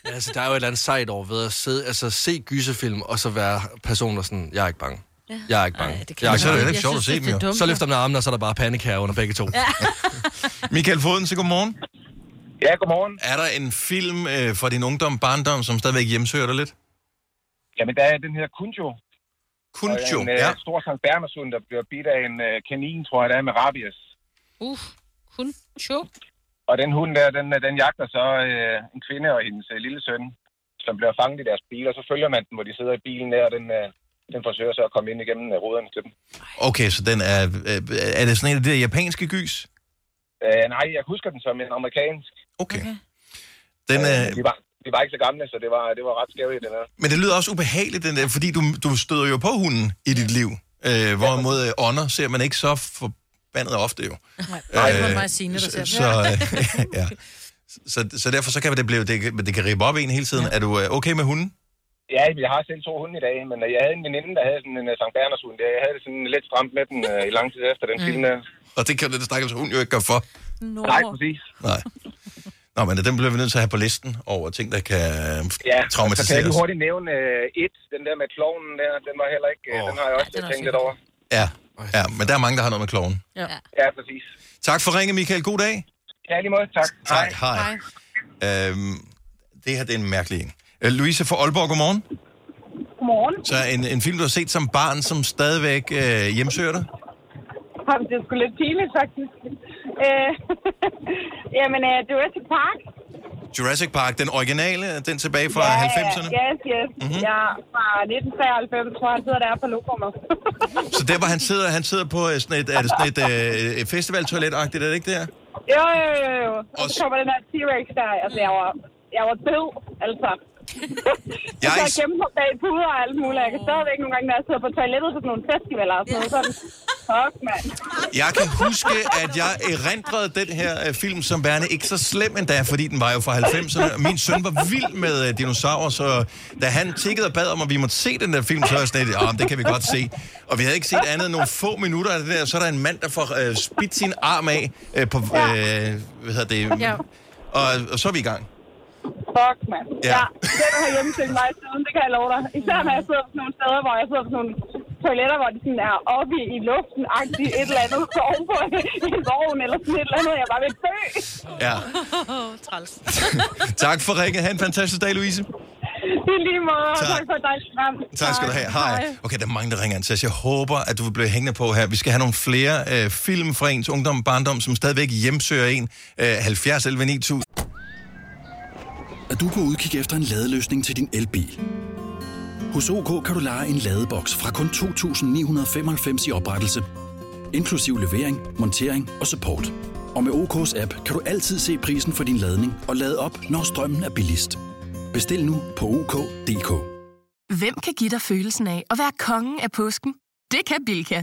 [SPEAKER 3] Ja, altså, der er jo et eller andet sejt over ved at sidde, altså, se gyserfilm, og så være personer sådan, jeg er ikke bange. Jeg er ikke bange.
[SPEAKER 1] det kan
[SPEAKER 3] jeg
[SPEAKER 1] jeg Så er
[SPEAKER 3] bange."
[SPEAKER 1] det heller ikke Jeg sjovt at synes, se det er dem, jo. dumt,
[SPEAKER 3] Så
[SPEAKER 1] ja.
[SPEAKER 3] løfter man armene, og så er der bare panik her under begge to.
[SPEAKER 1] Michael Foden, så godmorgen.
[SPEAKER 14] Ja, godmorgen.
[SPEAKER 1] Er der en film øh, fra din ungdom, barndom, som stadigvæk hjemsøger dig lidt?
[SPEAKER 14] Jamen, der er den her Kunjo.
[SPEAKER 1] Kunjo,
[SPEAKER 14] en, øh,
[SPEAKER 1] ja.
[SPEAKER 14] En stor Sankt Bernhardshund, der bliver bidt af en øh, kanin, tror jeg, der er med rabies.
[SPEAKER 4] Uh, kun sjov.
[SPEAKER 14] Og den hund der, den, øh, den jagter så øh, en kvinde og hendes øh, lille søn, som bliver fanget i deres bil, og så følger man den, hvor de sidder i bilen der, og den, øh, den forsøger så at komme ind igennem øh, ruderne til dem.
[SPEAKER 1] Okay, så den er... Øh, er det sådan en af de der japanske gys?
[SPEAKER 14] Øh, nej, jeg husker den som en amerikansk.
[SPEAKER 1] Okay. Den, øh,
[SPEAKER 14] De, var, de var ikke så gamle, så det var, det var ret skævt, den her.
[SPEAKER 1] Men det lyder også ubehageligt, den der, fordi du, du støder jo på hunden i dit liv. Øh, hvorimod øh, ånder ser man ikke så forbandet ofte jo.
[SPEAKER 2] Nej, det var mig og Signe, der
[SPEAKER 1] så,
[SPEAKER 2] ser den.
[SPEAKER 1] så,
[SPEAKER 2] [laughs]
[SPEAKER 1] øh, ja. så, så derfor så kan det blive, det, kan- det kan ribe op en hele tiden. Ja. Er du øh, okay med hunden?
[SPEAKER 14] Ja, jeg har selv to hunde i dag, men øh, jeg havde en veninde, der havde sådan en øh, Sankt Bernhardshund. Jeg havde det sådan lidt stramt med den øh, i lang tid efter den
[SPEAKER 1] Mm.
[SPEAKER 14] film der.
[SPEAKER 1] Og det kan den stakkels hund jo ikke gøre for.
[SPEAKER 4] No.
[SPEAKER 14] Nej, præcis.
[SPEAKER 1] Nej. Nå, men den bliver vi nødt til at have på listen over ting, der kan ja,
[SPEAKER 14] Så Altså, kan jeg
[SPEAKER 1] traumatiseres.
[SPEAKER 14] lige hurtigt nævne øh, et, den der med klovnen der, den var heller ikke, øh, den har jeg også ja, tænkt lidt over.
[SPEAKER 1] Ja, ja, men der er mange, der har noget med kloven.
[SPEAKER 14] Ja. ja, præcis.
[SPEAKER 1] Tak for ringe, Michael. God dag.
[SPEAKER 14] Ja, i lige måde, tak.
[SPEAKER 1] Tak, hej. hej. Øhm, det her, det er en mærkelig en. Øh, Louise fra Aalborg, godmorgen.
[SPEAKER 18] Godmorgen.
[SPEAKER 1] Så en, en film, du har set som barn, som stadigvæk øh, hjemsøger dig?
[SPEAKER 18] Jamen, det er sgu lidt pinligt, faktisk. Øh, [laughs] jamen, øh, Jurassic Park.
[SPEAKER 1] Jurassic Park, den originale, den tilbage fra
[SPEAKER 18] ja,
[SPEAKER 1] 90'erne.
[SPEAKER 18] Ja, yes, yes. Mm-hmm. Ja, fra 1993, tror jeg, han sidder der på lokummet.
[SPEAKER 1] Så der, hvor han sidder, han sidder på øh, sådan et, er det sådan et øh, et festivaltoilet-agtigt, er det ikke der?
[SPEAKER 18] jo, jo, jo, jo. Og så kommer den her T-Rex der. Altså, jeg var, jeg var død, [laughs] altså. jeg
[SPEAKER 1] Jeg-
[SPEAKER 18] har kæmpe på bag puder og alt muligt. Jeg kan stadigvæk nogle gange, når jeg sidder på toilettet til sådan nogle festivaler og sådan noget. Sådan, fuck, mand.
[SPEAKER 1] Jeg kan huske, at jeg erindrede den her øh, film som værende ikke så slem endda, fordi den var jo fra 90'erne. og Min søn var vild med øh, dinosaurer, så da han tikkede og bad om, at vi måtte se den der film, så var jeg sådan lidt, "Ah, det kan vi godt se. Og vi havde ikke set andet end nogle få minutter af det der, så er der en mand, der får øh, spidt sin arm af øh, på, øh, hvad hedder det,
[SPEAKER 18] Ja.
[SPEAKER 1] og, og så er vi i gang.
[SPEAKER 18] Fuck, mand.
[SPEAKER 1] Ja.
[SPEAKER 18] Ja. ja. Den har hjemmetænkt mig siden, det kan jeg love dig. Især når jeg sidder på sådan nogle steder, hvor jeg sidder på sådan nogle toiletter, hvor de sådan er oppe i, i luften, agtigt et eller andet, så ovenpå en vogn eller sådan et eller andet, jeg er bare ved at dø.
[SPEAKER 4] [laughs]
[SPEAKER 1] Ja.
[SPEAKER 2] Træls.
[SPEAKER 1] Tak for ringet. Ha' en fantastisk dag, Louise.
[SPEAKER 18] I lige måde, og
[SPEAKER 1] Tak.
[SPEAKER 18] tak for et dejligt program.
[SPEAKER 1] Tak skal du have. Hej. Okay, der er mange, der ringer ind til os. Jeg håber, at du vil blive hængende på her. Vi skal have nogle flere øh, film fra ens ungdom og barndom, som stadigvæk hjemsøger en. Øh, 70 11 9000.
[SPEAKER 5] Er du på udkig efter en ladeløsning til din elbil? Hos OK kan du lege en ladeboks fra kun 2.995 i oprettelse, inklusiv levering, montering og support. Og med OK's app kan du altid se prisen for din ladning og lade op, når strømmen er billigst. Bestil nu på OK.dk.
[SPEAKER 13] Hvem kan give dig følelsen af at være kongen af påsken? Det kan Bilka!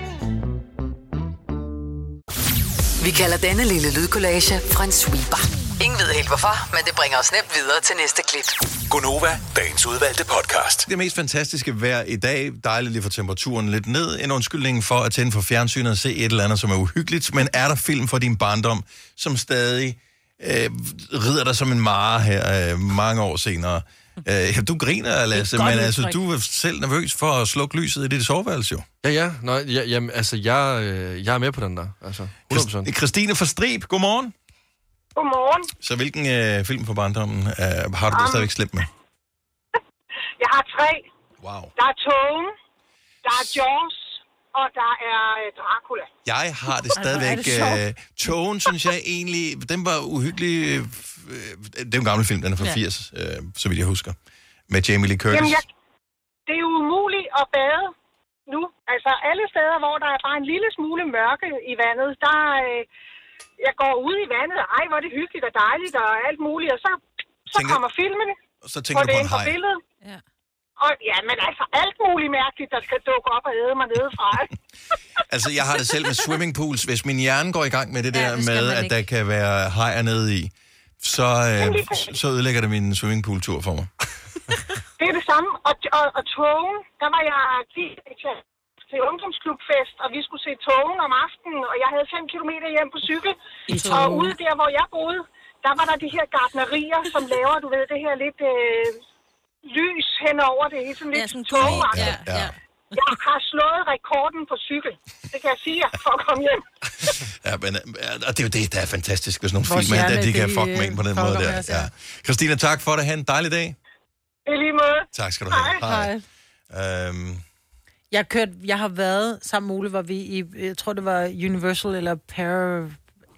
[SPEAKER 7] Vi kalder denne lille lydkollage en sweeper. Ingen ved helt hvorfor, men det bringer os nemt videre til næste klip.
[SPEAKER 10] Gunova, dagens udvalgte podcast.
[SPEAKER 1] Det mest fantastiske vejr i dag, dejligt lige for temperaturen lidt ned, en undskyldning for at tænde for fjernsynet og se et eller andet, som er uhyggeligt, men er der film fra din barndom, som stadig øh, rider dig som en mare her øh, mange år senere? Øh, ja, du griner, Lasse,
[SPEAKER 3] godt
[SPEAKER 1] men altså,
[SPEAKER 3] udtryk.
[SPEAKER 1] du er selv nervøs for at slukke lyset i dit soveværelse jo.
[SPEAKER 3] Ja, ja. Nå, ja jamen, altså, jeg, øh, jeg er med på den der. Altså, 100%.
[SPEAKER 1] Christine fra Strib, godmorgen.
[SPEAKER 18] Godmorgen.
[SPEAKER 1] Så hvilken øh, film fra barndommen øh, har du det
[SPEAKER 18] Um,
[SPEAKER 1] stadigvæk slemt med?
[SPEAKER 18] Jeg har tre.
[SPEAKER 1] Wow.
[SPEAKER 18] Der er Tone, der er Jaws, og der er øh, Dracula.
[SPEAKER 1] Jeg har det
[SPEAKER 18] Ej, hvor er
[SPEAKER 1] stadigvæk...
[SPEAKER 18] det sjovt.
[SPEAKER 1] Øh, togen, synes jeg egentlig... Den var uhyggelig... Øh, f- øh, det er jo en gammel film, den er fra
[SPEAKER 18] Ja.
[SPEAKER 1] 80, øh, så vidt jeg husker. Med Jamie Lee Curtis.
[SPEAKER 18] Jamen, jeg, det er jo umuligt at bade nu. Altså, alle steder, hvor der er bare en lille smule mørke i vandet, der... Øh, jeg går ud i vandet, og ej, hvor er det hyggeligt og dejligt og alt muligt, og så, så
[SPEAKER 1] Tænker-
[SPEAKER 18] kommer filmene.
[SPEAKER 1] Og så tænker
[SPEAKER 18] hvor
[SPEAKER 1] du
[SPEAKER 18] det
[SPEAKER 1] på
[SPEAKER 18] er
[SPEAKER 1] en
[SPEAKER 18] inde på
[SPEAKER 1] haj.
[SPEAKER 18] billedet. Ja. Og ja, men altså alt muligt mærkeligt, der skal dukke op og æde mig nedefra.
[SPEAKER 1] Altså, jeg har det selv med swimmingpools. Hvis min hjerne går i gang med det der
[SPEAKER 18] Ja,
[SPEAKER 1] ja,
[SPEAKER 18] det
[SPEAKER 1] det
[SPEAKER 18] skal
[SPEAKER 1] med,
[SPEAKER 18] man
[SPEAKER 1] at
[SPEAKER 18] ikke.
[SPEAKER 1] der kan være hajer nede i, så, øh, så ødelægger det min swimmingpool-tur for mig.
[SPEAKER 18] det er det samme. Og, og, og togen, der var jeg lige i klasse til ungdomsklubfest, og vi skulle se togen om aftenen, og jeg havde 5 km hjem på cykel.
[SPEAKER 19] I
[SPEAKER 18] Og
[SPEAKER 19] Tågen.
[SPEAKER 18] ude der, hvor jeg boede, der var der de her gartnerier, som laver, du ved, det her lidt øh, lys henover det, hele, sådan lidt ja, togagtigt.
[SPEAKER 1] Ja, ja.
[SPEAKER 18] Jeg har slået rekorden på cykel. Det kan jeg sige jer, for at komme hjem.
[SPEAKER 1] Ja, men, øh, og det er jo det, der er fantastisk, hvis nogle
[SPEAKER 18] Vores
[SPEAKER 1] film er,
[SPEAKER 18] hjerne,
[SPEAKER 1] at de kan
[SPEAKER 18] det,
[SPEAKER 1] fuck med en på den
[SPEAKER 18] øh,
[SPEAKER 1] måde
[SPEAKER 18] fucker med
[SPEAKER 1] der.
[SPEAKER 18] os, ja.
[SPEAKER 1] Ja. Christina, tak for det. Ha' en dejlig dag.
[SPEAKER 18] I lige måde.
[SPEAKER 1] Tak skal du have.
[SPEAKER 2] Hej.
[SPEAKER 1] Hej. Øhm,
[SPEAKER 2] Jeg, kørte, jeg har været sammen med Ole, hvor vi i, jeg tror det var Universal eller Para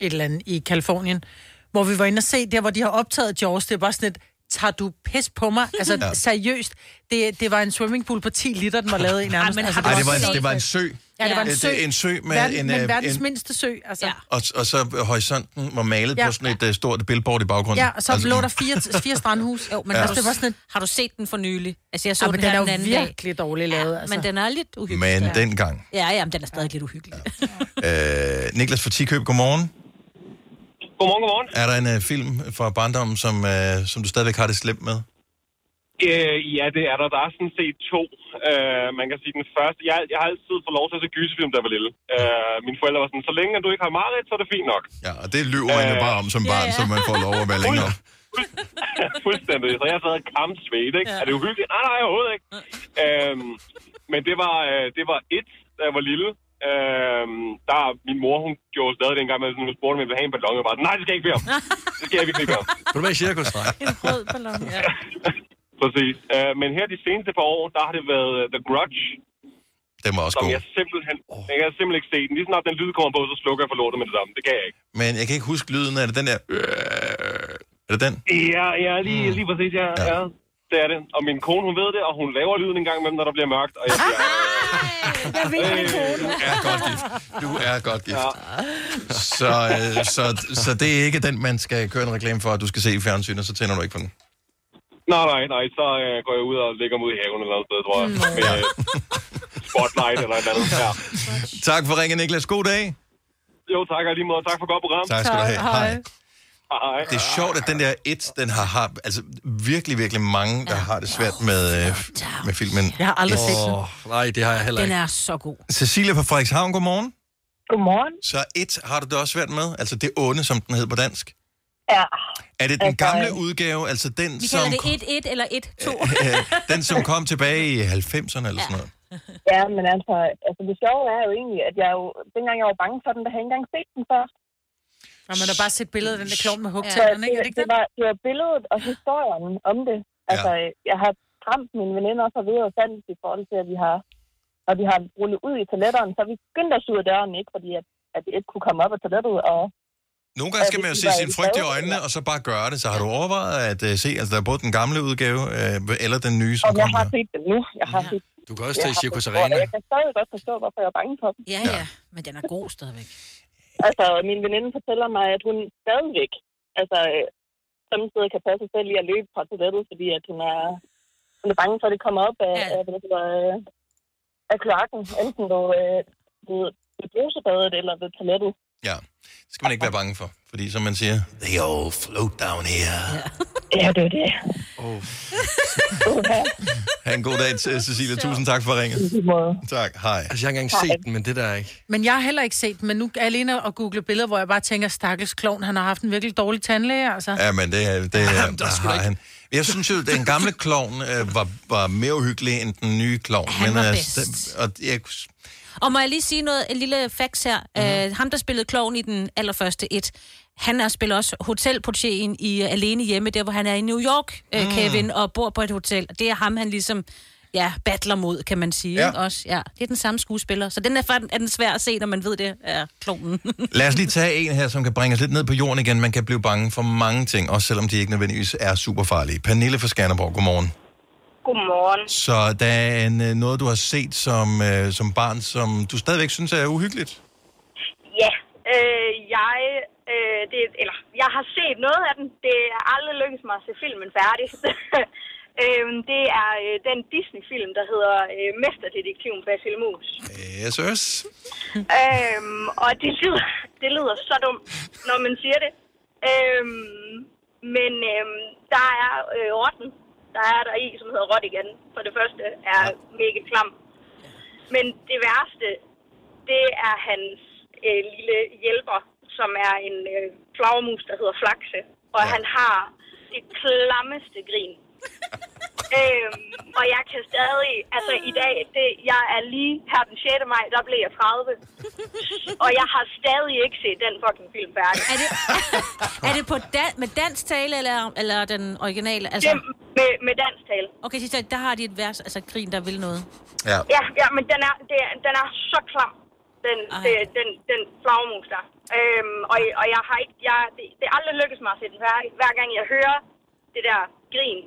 [SPEAKER 2] et eller andet i Kalifornien, hvor vi var inde og se der, hvor de har optaget Jaws. Det er bare sådan et, tager du pis på mig? Altså
[SPEAKER 1] Ja.
[SPEAKER 2] ja. seriøst, det, det var en swimmingpool på 10 liter, den var lavet i nærmest.
[SPEAKER 1] men
[SPEAKER 2] altså,
[SPEAKER 1] [laughs] Ej, det var, en, det var en sø.
[SPEAKER 2] Ja, det var en
[SPEAKER 1] Et-
[SPEAKER 2] sø.
[SPEAKER 1] En sø med
[SPEAKER 2] Verden,
[SPEAKER 1] en...
[SPEAKER 2] men
[SPEAKER 1] øh,
[SPEAKER 2] verdens
[SPEAKER 1] en
[SPEAKER 2] mindste sø, altså. Ja.
[SPEAKER 1] og, og så øh, horisonten var malet ja.
[SPEAKER 2] Ja.
[SPEAKER 1] på sådan et uh, stort billboard i baggrunden. Altså, mm,
[SPEAKER 2] Ja, og så lå der fire,
[SPEAKER 1] [laughs]
[SPEAKER 2] fire strandhus. Jo,
[SPEAKER 1] Ja.
[SPEAKER 2] altså, det var sådan et...
[SPEAKER 4] Har du set den for nylig? Altså, jeg så
[SPEAKER 2] Ah,
[SPEAKER 4] den,
[SPEAKER 2] men
[SPEAKER 4] her
[SPEAKER 2] den er
[SPEAKER 4] den
[SPEAKER 2] jo
[SPEAKER 4] anden
[SPEAKER 2] virkelig dårlig lavet, altså.
[SPEAKER 4] Men den er lidt uhyggelig.
[SPEAKER 1] Men
[SPEAKER 4] ja.
[SPEAKER 1] dengang.
[SPEAKER 4] Ja, ja, men den er stadig lidt uhyggelig.
[SPEAKER 1] Øh, Niklas fra Tikøb, godmorgen.
[SPEAKER 12] Godmorgen, godmorgen.
[SPEAKER 1] Er der en uh, film fra barndommen, som, uh, som du stadigvæk har det slemt med?
[SPEAKER 12] Øh, ja, det er der. Der er sådan set to. Øh, man kan sige, den første... Jeg, jeg har altid fået lov til at se gyserfilm, da jeg var lille. Øh, mine forældre var sådan, så længe at du ikke har mareridt, så er det fint nok.
[SPEAKER 1] Ja, og det lyver
[SPEAKER 12] Øh,
[SPEAKER 1] man jo bare om som barn, så man får lov
[SPEAKER 12] [laughs]
[SPEAKER 1] at være længere.
[SPEAKER 12] Fuldstændig. Så jeg sad og kampsvedt, ikke? Ja. Er det uhyggeligt? Nej, nej, overhovedet ikke. Øhm, men det var, øh, det var et, da jeg var lille. Øhm, der, min mor, hun gjorde stadig dengang, at hun spurgte, om jeg ville have en ballon. Jeg bare, nej, det skal jeg ikke bede om. Det skal jeg virkelig ikke bede om.
[SPEAKER 3] Vil du med i cirkus?
[SPEAKER 12] en rød ballon, ja. Præcis. Øh, men her de seneste par år, der har det været øh, The Grudge.
[SPEAKER 1] Den var også
[SPEAKER 12] som
[SPEAKER 1] god.
[SPEAKER 12] jeg simpelthen, oh. jeg kan simpelthen ikke se den. Lige snart den lyd kommer på, så slukker jeg for lortet med det samme. Det kan jeg ikke.
[SPEAKER 1] Men jeg kan ikke huske lyden. Er det den der... øh, Er det den?
[SPEAKER 12] Ja, ja, lige,
[SPEAKER 1] Hmm.
[SPEAKER 12] lige præcis, ja, ja. ja. Det er det. Og min kone, hun ved det, og hun laver lyden en gang imellem, når der bliver mørkt. Og jeg siger,
[SPEAKER 2] Jeg ved, det
[SPEAKER 12] kone.
[SPEAKER 1] er godt gift. Du er godt gift. Ja. Så, øh, så, så det er ikke den, man skal køre en reklame for, at du skal se i fjernsynet, så tænder du ikke på den.
[SPEAKER 12] nej, nej, nej, så øh, går jeg ud og ligger mig ud i haven eller noget sted, tror jeg.
[SPEAKER 1] Mm.
[SPEAKER 12] Med øh, spotlight eller et eller andet. Ja.
[SPEAKER 1] Tak for ringen, Niklas. God dag.
[SPEAKER 12] Jo, tak og lige måde. Tak for godt program.
[SPEAKER 1] Tak skal du have. Tak. Hej.
[SPEAKER 12] Hej.
[SPEAKER 1] Det er sjovt, at den der et, den har, har altså virkelig, virkelig mange, der har det svært med, øh, med filmen.
[SPEAKER 2] Jeg har aldrig set den.
[SPEAKER 1] den. Nej, det har jeg heller
[SPEAKER 4] Den
[SPEAKER 1] ikke.
[SPEAKER 4] er så god.
[SPEAKER 1] Cecilia fra Frederikshavn, godmorgen.
[SPEAKER 18] Godmorgen.
[SPEAKER 1] Så et har du det også svært med, altså det onde, som den hed på dansk.
[SPEAKER 18] Ja.
[SPEAKER 1] Er det den gamle udgave, altså den,
[SPEAKER 4] Vi
[SPEAKER 1] som, [laughs]
[SPEAKER 4] kalder det 1-1 eller 1-2.
[SPEAKER 1] øh, den, som kom tilbage i 90'erne eller sådan noget?
[SPEAKER 18] Ja, men altså, altså det sjove er jo egentlig, at jeg jo, dengang jeg var bange for den, der havde jeg ikke engang set den før.
[SPEAKER 2] Nå, man har bare set billedet af den der klovn med
[SPEAKER 18] Så
[SPEAKER 2] hugtænderne,
[SPEAKER 18] det,
[SPEAKER 2] ikke? Er det ikke
[SPEAKER 18] det,
[SPEAKER 2] den?
[SPEAKER 18] var, det var billedet og historien om det. Altså, ja. jeg har skræmt mine veninder for videre og sandt i forhold til, at vi har, når vi har rullet ud i toiletterne, så er vi skyndt os ud af døren, ikke? Fordi at at jeg ikke kunne komme op af toilettet. Og,
[SPEAKER 1] Nogle gange skal man jo se sin frygt i øjnene, og så bare gøre det. Så har du overvejet at uh, se, altså der er både den gamle udgave, uh, eller den nye, som
[SPEAKER 18] og jeg
[SPEAKER 1] kommer.
[SPEAKER 18] har set den nu. Jeg har set den.
[SPEAKER 1] Du kan også
[SPEAKER 18] Jeg
[SPEAKER 1] tage
[SPEAKER 18] har
[SPEAKER 1] Cirkus
[SPEAKER 18] forstået,
[SPEAKER 1] Arena.
[SPEAKER 18] og Jeg kan stadig godt forstå, hvorfor jeg er bange for dem.
[SPEAKER 4] Ja, ja. Men den er god stadigvæk.
[SPEAKER 18] Altså, min veninde fortæller mig, at hun stadigvæk, altså, øh, samtidig kan passe sig selv i at løbe fra toilettet, fordi at hun er, hun er bange for, at det kommer op af, ja. af, af, af, af kloakken, enten du, øh, ved, ved brusebadet eller ved toilettet.
[SPEAKER 1] Ja, det skal man ikke være bange for. Fordi som man siger, they all float down here.
[SPEAKER 18] Ja, det er det. [laughs]
[SPEAKER 1] Oh. ha' en god dag, til Cecilia. Tusind tak for ringet. Tak, hej.
[SPEAKER 3] jeg
[SPEAKER 1] Altså,
[SPEAKER 3] har engang
[SPEAKER 2] Hej.
[SPEAKER 3] set den, men det der er ikke.
[SPEAKER 2] [laughs] Men jeg har heller ikke set den, men nu er jeg alene og google billeder, hvor jeg bare tænker, stakkels klovn, han har haft en virkelig dårlig tandlæge, altså.
[SPEAKER 1] Ja, men det, er- det Jamen, der har han. Jeg synes jo, den gamle klovn øh, var, var mere uhyggelig end den nye klovn.
[SPEAKER 4] Han var
[SPEAKER 1] altså, den- og jeg,
[SPEAKER 4] Og må jeg lige sige noget, en lille fax her.
[SPEAKER 19] Mhm.
[SPEAKER 4] Mm-hmm. Uh, ham, der spillede kloven i den allerførste et, han er spiller også hotelportieren i uh, Alene Hjemme, der hvor han er i New York, uh,
[SPEAKER 1] Mm.
[SPEAKER 19] Mhm.
[SPEAKER 4] mm. Kevin, og bor på et hotel. Og Det er ham, han ligesom ja, battler mod, kan man sige.
[SPEAKER 1] Ja.
[SPEAKER 4] Ja. Også, ja. Det er den samme skuespiller. Så den er, fra- er den svær at se, når man ved, det er
[SPEAKER 19] [laughs]
[SPEAKER 4] klonen.
[SPEAKER 1] lad os lige tage en her, som kan bringe os lidt ned på jorden igen. Man kan blive bange for mange ting, også selvom de ikke nødvendigvis er super farlige. Pernille fra Skanderborg, godmorgen.
[SPEAKER 19] Godmorgen.
[SPEAKER 1] Så der er en, øh, noget, du har set som, øh, som barn, som du stadigvæk synes er uhyggeligt?
[SPEAKER 19] Ja, øh, jeg, øh, det, eller, jeg har set noget af den. Det har aldrig lykkedes mig at se filmen færdig. [laughs] øh, det er øh, den Disney-film, der hedder øh, Mesterdetektiven Basil Mus.
[SPEAKER 1] Yes, yes.
[SPEAKER 19] Øhm, og det lyder, det lyder så dumt, når man siger det. Øhm, men øhm, der er øh, rotten, der er der i, som hedder rot igen. For det første er mega klam. Men det værste, det er hans øh, lille hjælper, som er en øh, flagermus, der hedder Flakse. Og ja. han har det klammeste grin. øhm, og jeg kan stadig, altså i dag, det, jeg er lige her den 6. maj, der blev jeg 30. og jeg har stadig ikke set den fucking film færdig.
[SPEAKER 4] Er det, er det på dan- med dansk tale, eller, eller den originale? Altså...
[SPEAKER 19] med, med dansk tale.
[SPEAKER 4] Okay, så der, der har de et vers, altså grin, der vil noget.
[SPEAKER 1] Ja.
[SPEAKER 19] Ja, ja men den er, det er, den er så klam, den, det, den, den flagmus der. Øhm, og, og jeg har ikke, jeg, det, det er aldrig lykkedes mig at se den færdig. Hver gang jeg hører det der grin,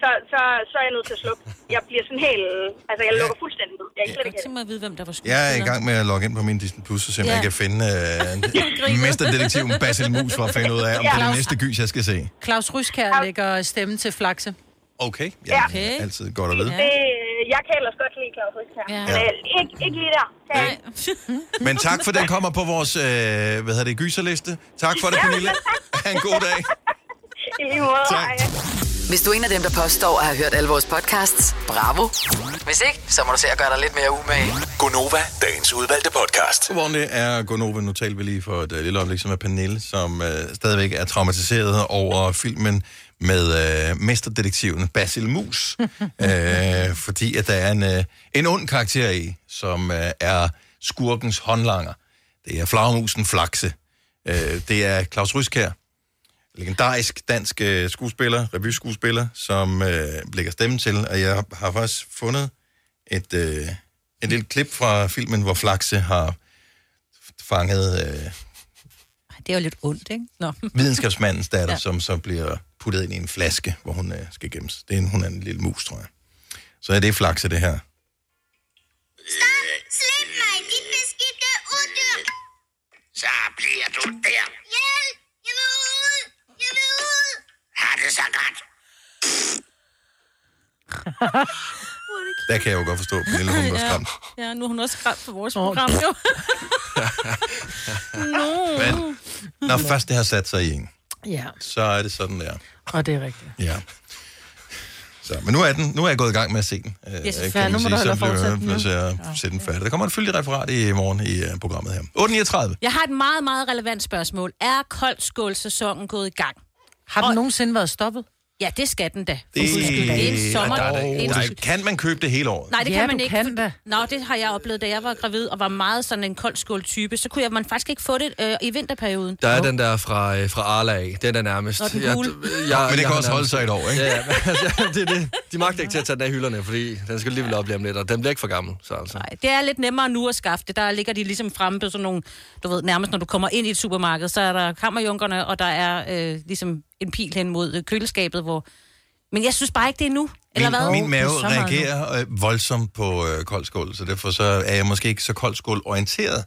[SPEAKER 19] så, så, så er jeg nødt til at slukke. Jeg bliver sådan helt, altså jeg lukker fuldstændig ned. Jeg kan slet ikke
[SPEAKER 4] Så må jeg vide, hvem der var skuespiller.
[SPEAKER 1] Jeg er i gang med at logge ind på min Disney Plus, og se om
[SPEAKER 4] Ja.
[SPEAKER 1] jeg kan finde øh,
[SPEAKER 4] griner.
[SPEAKER 1] mesterdetektiven Basil Mus for at finde ud af, om det er
[SPEAKER 2] Ja.
[SPEAKER 1] den næste gys, jeg skal se.
[SPEAKER 2] Claus Ryskær lægger stemme til Flakse.
[SPEAKER 1] Okay,
[SPEAKER 19] Ja.
[SPEAKER 1] ja, okay. altid godt at vide.
[SPEAKER 19] Det, jeg kan ellers godt lide Claus Richter. Ja. Men øh, ikke, ikke lige der. Så,
[SPEAKER 1] [laughs]
[SPEAKER 2] [laughs]
[SPEAKER 1] Men tak
[SPEAKER 4] [laughs]
[SPEAKER 1] for, at den kommer på vores øh, hvad hedder det, gyserliste. Tak for det, Pernille. Ha' en god dag.
[SPEAKER 19] I lige måde.
[SPEAKER 7] Hvis du er en af dem, der påstår at have hørt alle vores podcasts, bravo. Hvis ikke, så må du se at gøre dig lidt mere umage.
[SPEAKER 10] Gonova, dagens udvalgte podcast.
[SPEAKER 1] Godmorgen, det er Gonova. Nu talte vi lige for et øh, lille øjeblik, som er Pernille, som øh, stadigvæk er traumatiseret over filmen med øh, mesterdetektiven Basil Mus. øh, fordi at der er en, øh, en ond karakter i, som øh, er skurkens håndlanger. Det er flagmusen Flakse. Øh, det er Claus Ryskær, legendarisk dansk øh, skuespiller, revyskuespiller, som øh, lægger stemme til. Og jeg har faktisk fundet et, øh, et lille klip fra filmen, hvor Flakse har fanget øh,
[SPEAKER 4] Det er jo lidt ondt, ikke? Nå.
[SPEAKER 1] videnskabsmandens datter, ja.
[SPEAKER 4] Ja.
[SPEAKER 1] som så bliver puttet ind i en flaske, hvor hun øh, skal gemmes. Det er en, hun er en lille mus, tror jeg. Så er det Flakse, det her.
[SPEAKER 20] Slip mig, dit beskidte udyr! Så bliver du der. Hjælp! Jeg vil ud! Jeg vil ud! Har det så godt.
[SPEAKER 1] Der kan jeg jo godt forstå, at Pernille, hun var skræmt.
[SPEAKER 4] Ja. ja, nu er hun også skræmt for vores program,
[SPEAKER 2] [laughs]
[SPEAKER 4] jo. no.
[SPEAKER 1] Men når først det har sat sig i en,
[SPEAKER 2] Ja,
[SPEAKER 1] så er det sådan der.
[SPEAKER 2] og det er rigtigt.
[SPEAKER 1] Ja. Så, men nu er, den, nu er jeg gået i gang med at se den. øh,
[SPEAKER 2] Ja, så
[SPEAKER 1] kan
[SPEAKER 2] fair.
[SPEAKER 1] man
[SPEAKER 2] Nu må
[SPEAKER 1] sige.
[SPEAKER 2] du
[SPEAKER 1] Så
[SPEAKER 2] hellere
[SPEAKER 1] bliver jeg
[SPEAKER 2] fortsætte
[SPEAKER 1] nødt til
[SPEAKER 2] nu.
[SPEAKER 1] at sætte den færdig. Der kommer et fyldigt referat i morgen i øh, programmet her. 8.39.
[SPEAKER 4] Jeg har et meget, meget relevant spørgsmål. Er koldskålsæsonen gået i gang?
[SPEAKER 2] Har den nogensinde været stoppet?
[SPEAKER 4] Ja, det skal den da.
[SPEAKER 1] Det,
[SPEAKER 4] det er en sommer.
[SPEAKER 1] der,
[SPEAKER 4] det er
[SPEAKER 1] der,
[SPEAKER 4] en-
[SPEAKER 1] der, kan man købe det hele året?
[SPEAKER 4] Nej, det
[SPEAKER 2] Ja,
[SPEAKER 4] kan man
[SPEAKER 2] du
[SPEAKER 4] ikke.
[SPEAKER 2] kan
[SPEAKER 4] for- Nå, det har jeg oplevet, da jeg var gravid og var meget sådan en koldskål type. Så kunne jeg, man faktisk ikke få det øh, i vinterperioden.
[SPEAKER 3] Der er den der fra, øh, fra Arla af. Den er nærmest.
[SPEAKER 4] Nå, den gule.
[SPEAKER 3] Jeg, jeg,
[SPEAKER 1] Men det kan
[SPEAKER 3] har
[SPEAKER 1] også holde
[SPEAKER 3] nærmest-
[SPEAKER 1] sig et år, ikke?
[SPEAKER 3] Ja, [laughs] ja, men altså, det, er det. De magter ikke til at tage den af hylderne, fordi den skal alligevel op lige om lidt, og den bliver ikke for gammel. Så altså. Nej.
[SPEAKER 4] Det er lidt nemmere nu at skaffe det. Der ligger de ligesom fremme på sådan nogle, du ved, nærmest når du kommer ind i et supermarked, så er der kammerjunkerne, og der er øh, ligesom en pil hen mod øh, køleskabet, hvor... Men jeg synes bare ikke, det er nu. Eller
[SPEAKER 1] Min,
[SPEAKER 4] hvad?
[SPEAKER 2] Oh,
[SPEAKER 1] min mave reagerer øh, voldsomt på øh, koldskål, så derfor så er jeg måske ikke så koldskål orienteret.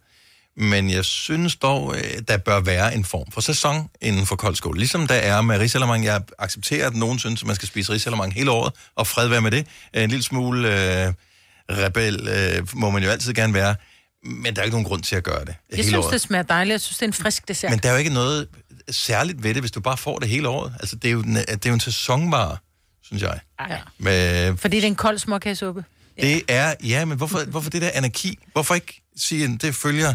[SPEAKER 1] Men jeg synes dog, øh, der bør være en form for sæson inden for koldskål. Ligesom der er med risalamang. Jeg accepterer, at nogen synes, at man skal spise risalamang hele året, og fred være med det. En lille smule øh, rebel øh, må man jo altid gerne være. Men der er ikke nogen grund til at gøre det
[SPEAKER 2] Jeg synes, det smager dejligt. Jeg synes, det er en frisk dessert.
[SPEAKER 1] Men der er jo ikke noget særligt ved det, hvis du bare får det hele året. Altså, det er jo en, det er jo en sæsonvare, synes jeg.
[SPEAKER 2] Ja.
[SPEAKER 1] Med
[SPEAKER 2] Fordi det er en kold småkagesuppe.
[SPEAKER 1] Det er, ja, men hvorfor, hvorfor det der anarki? Hvorfor ikke sige, at det følger,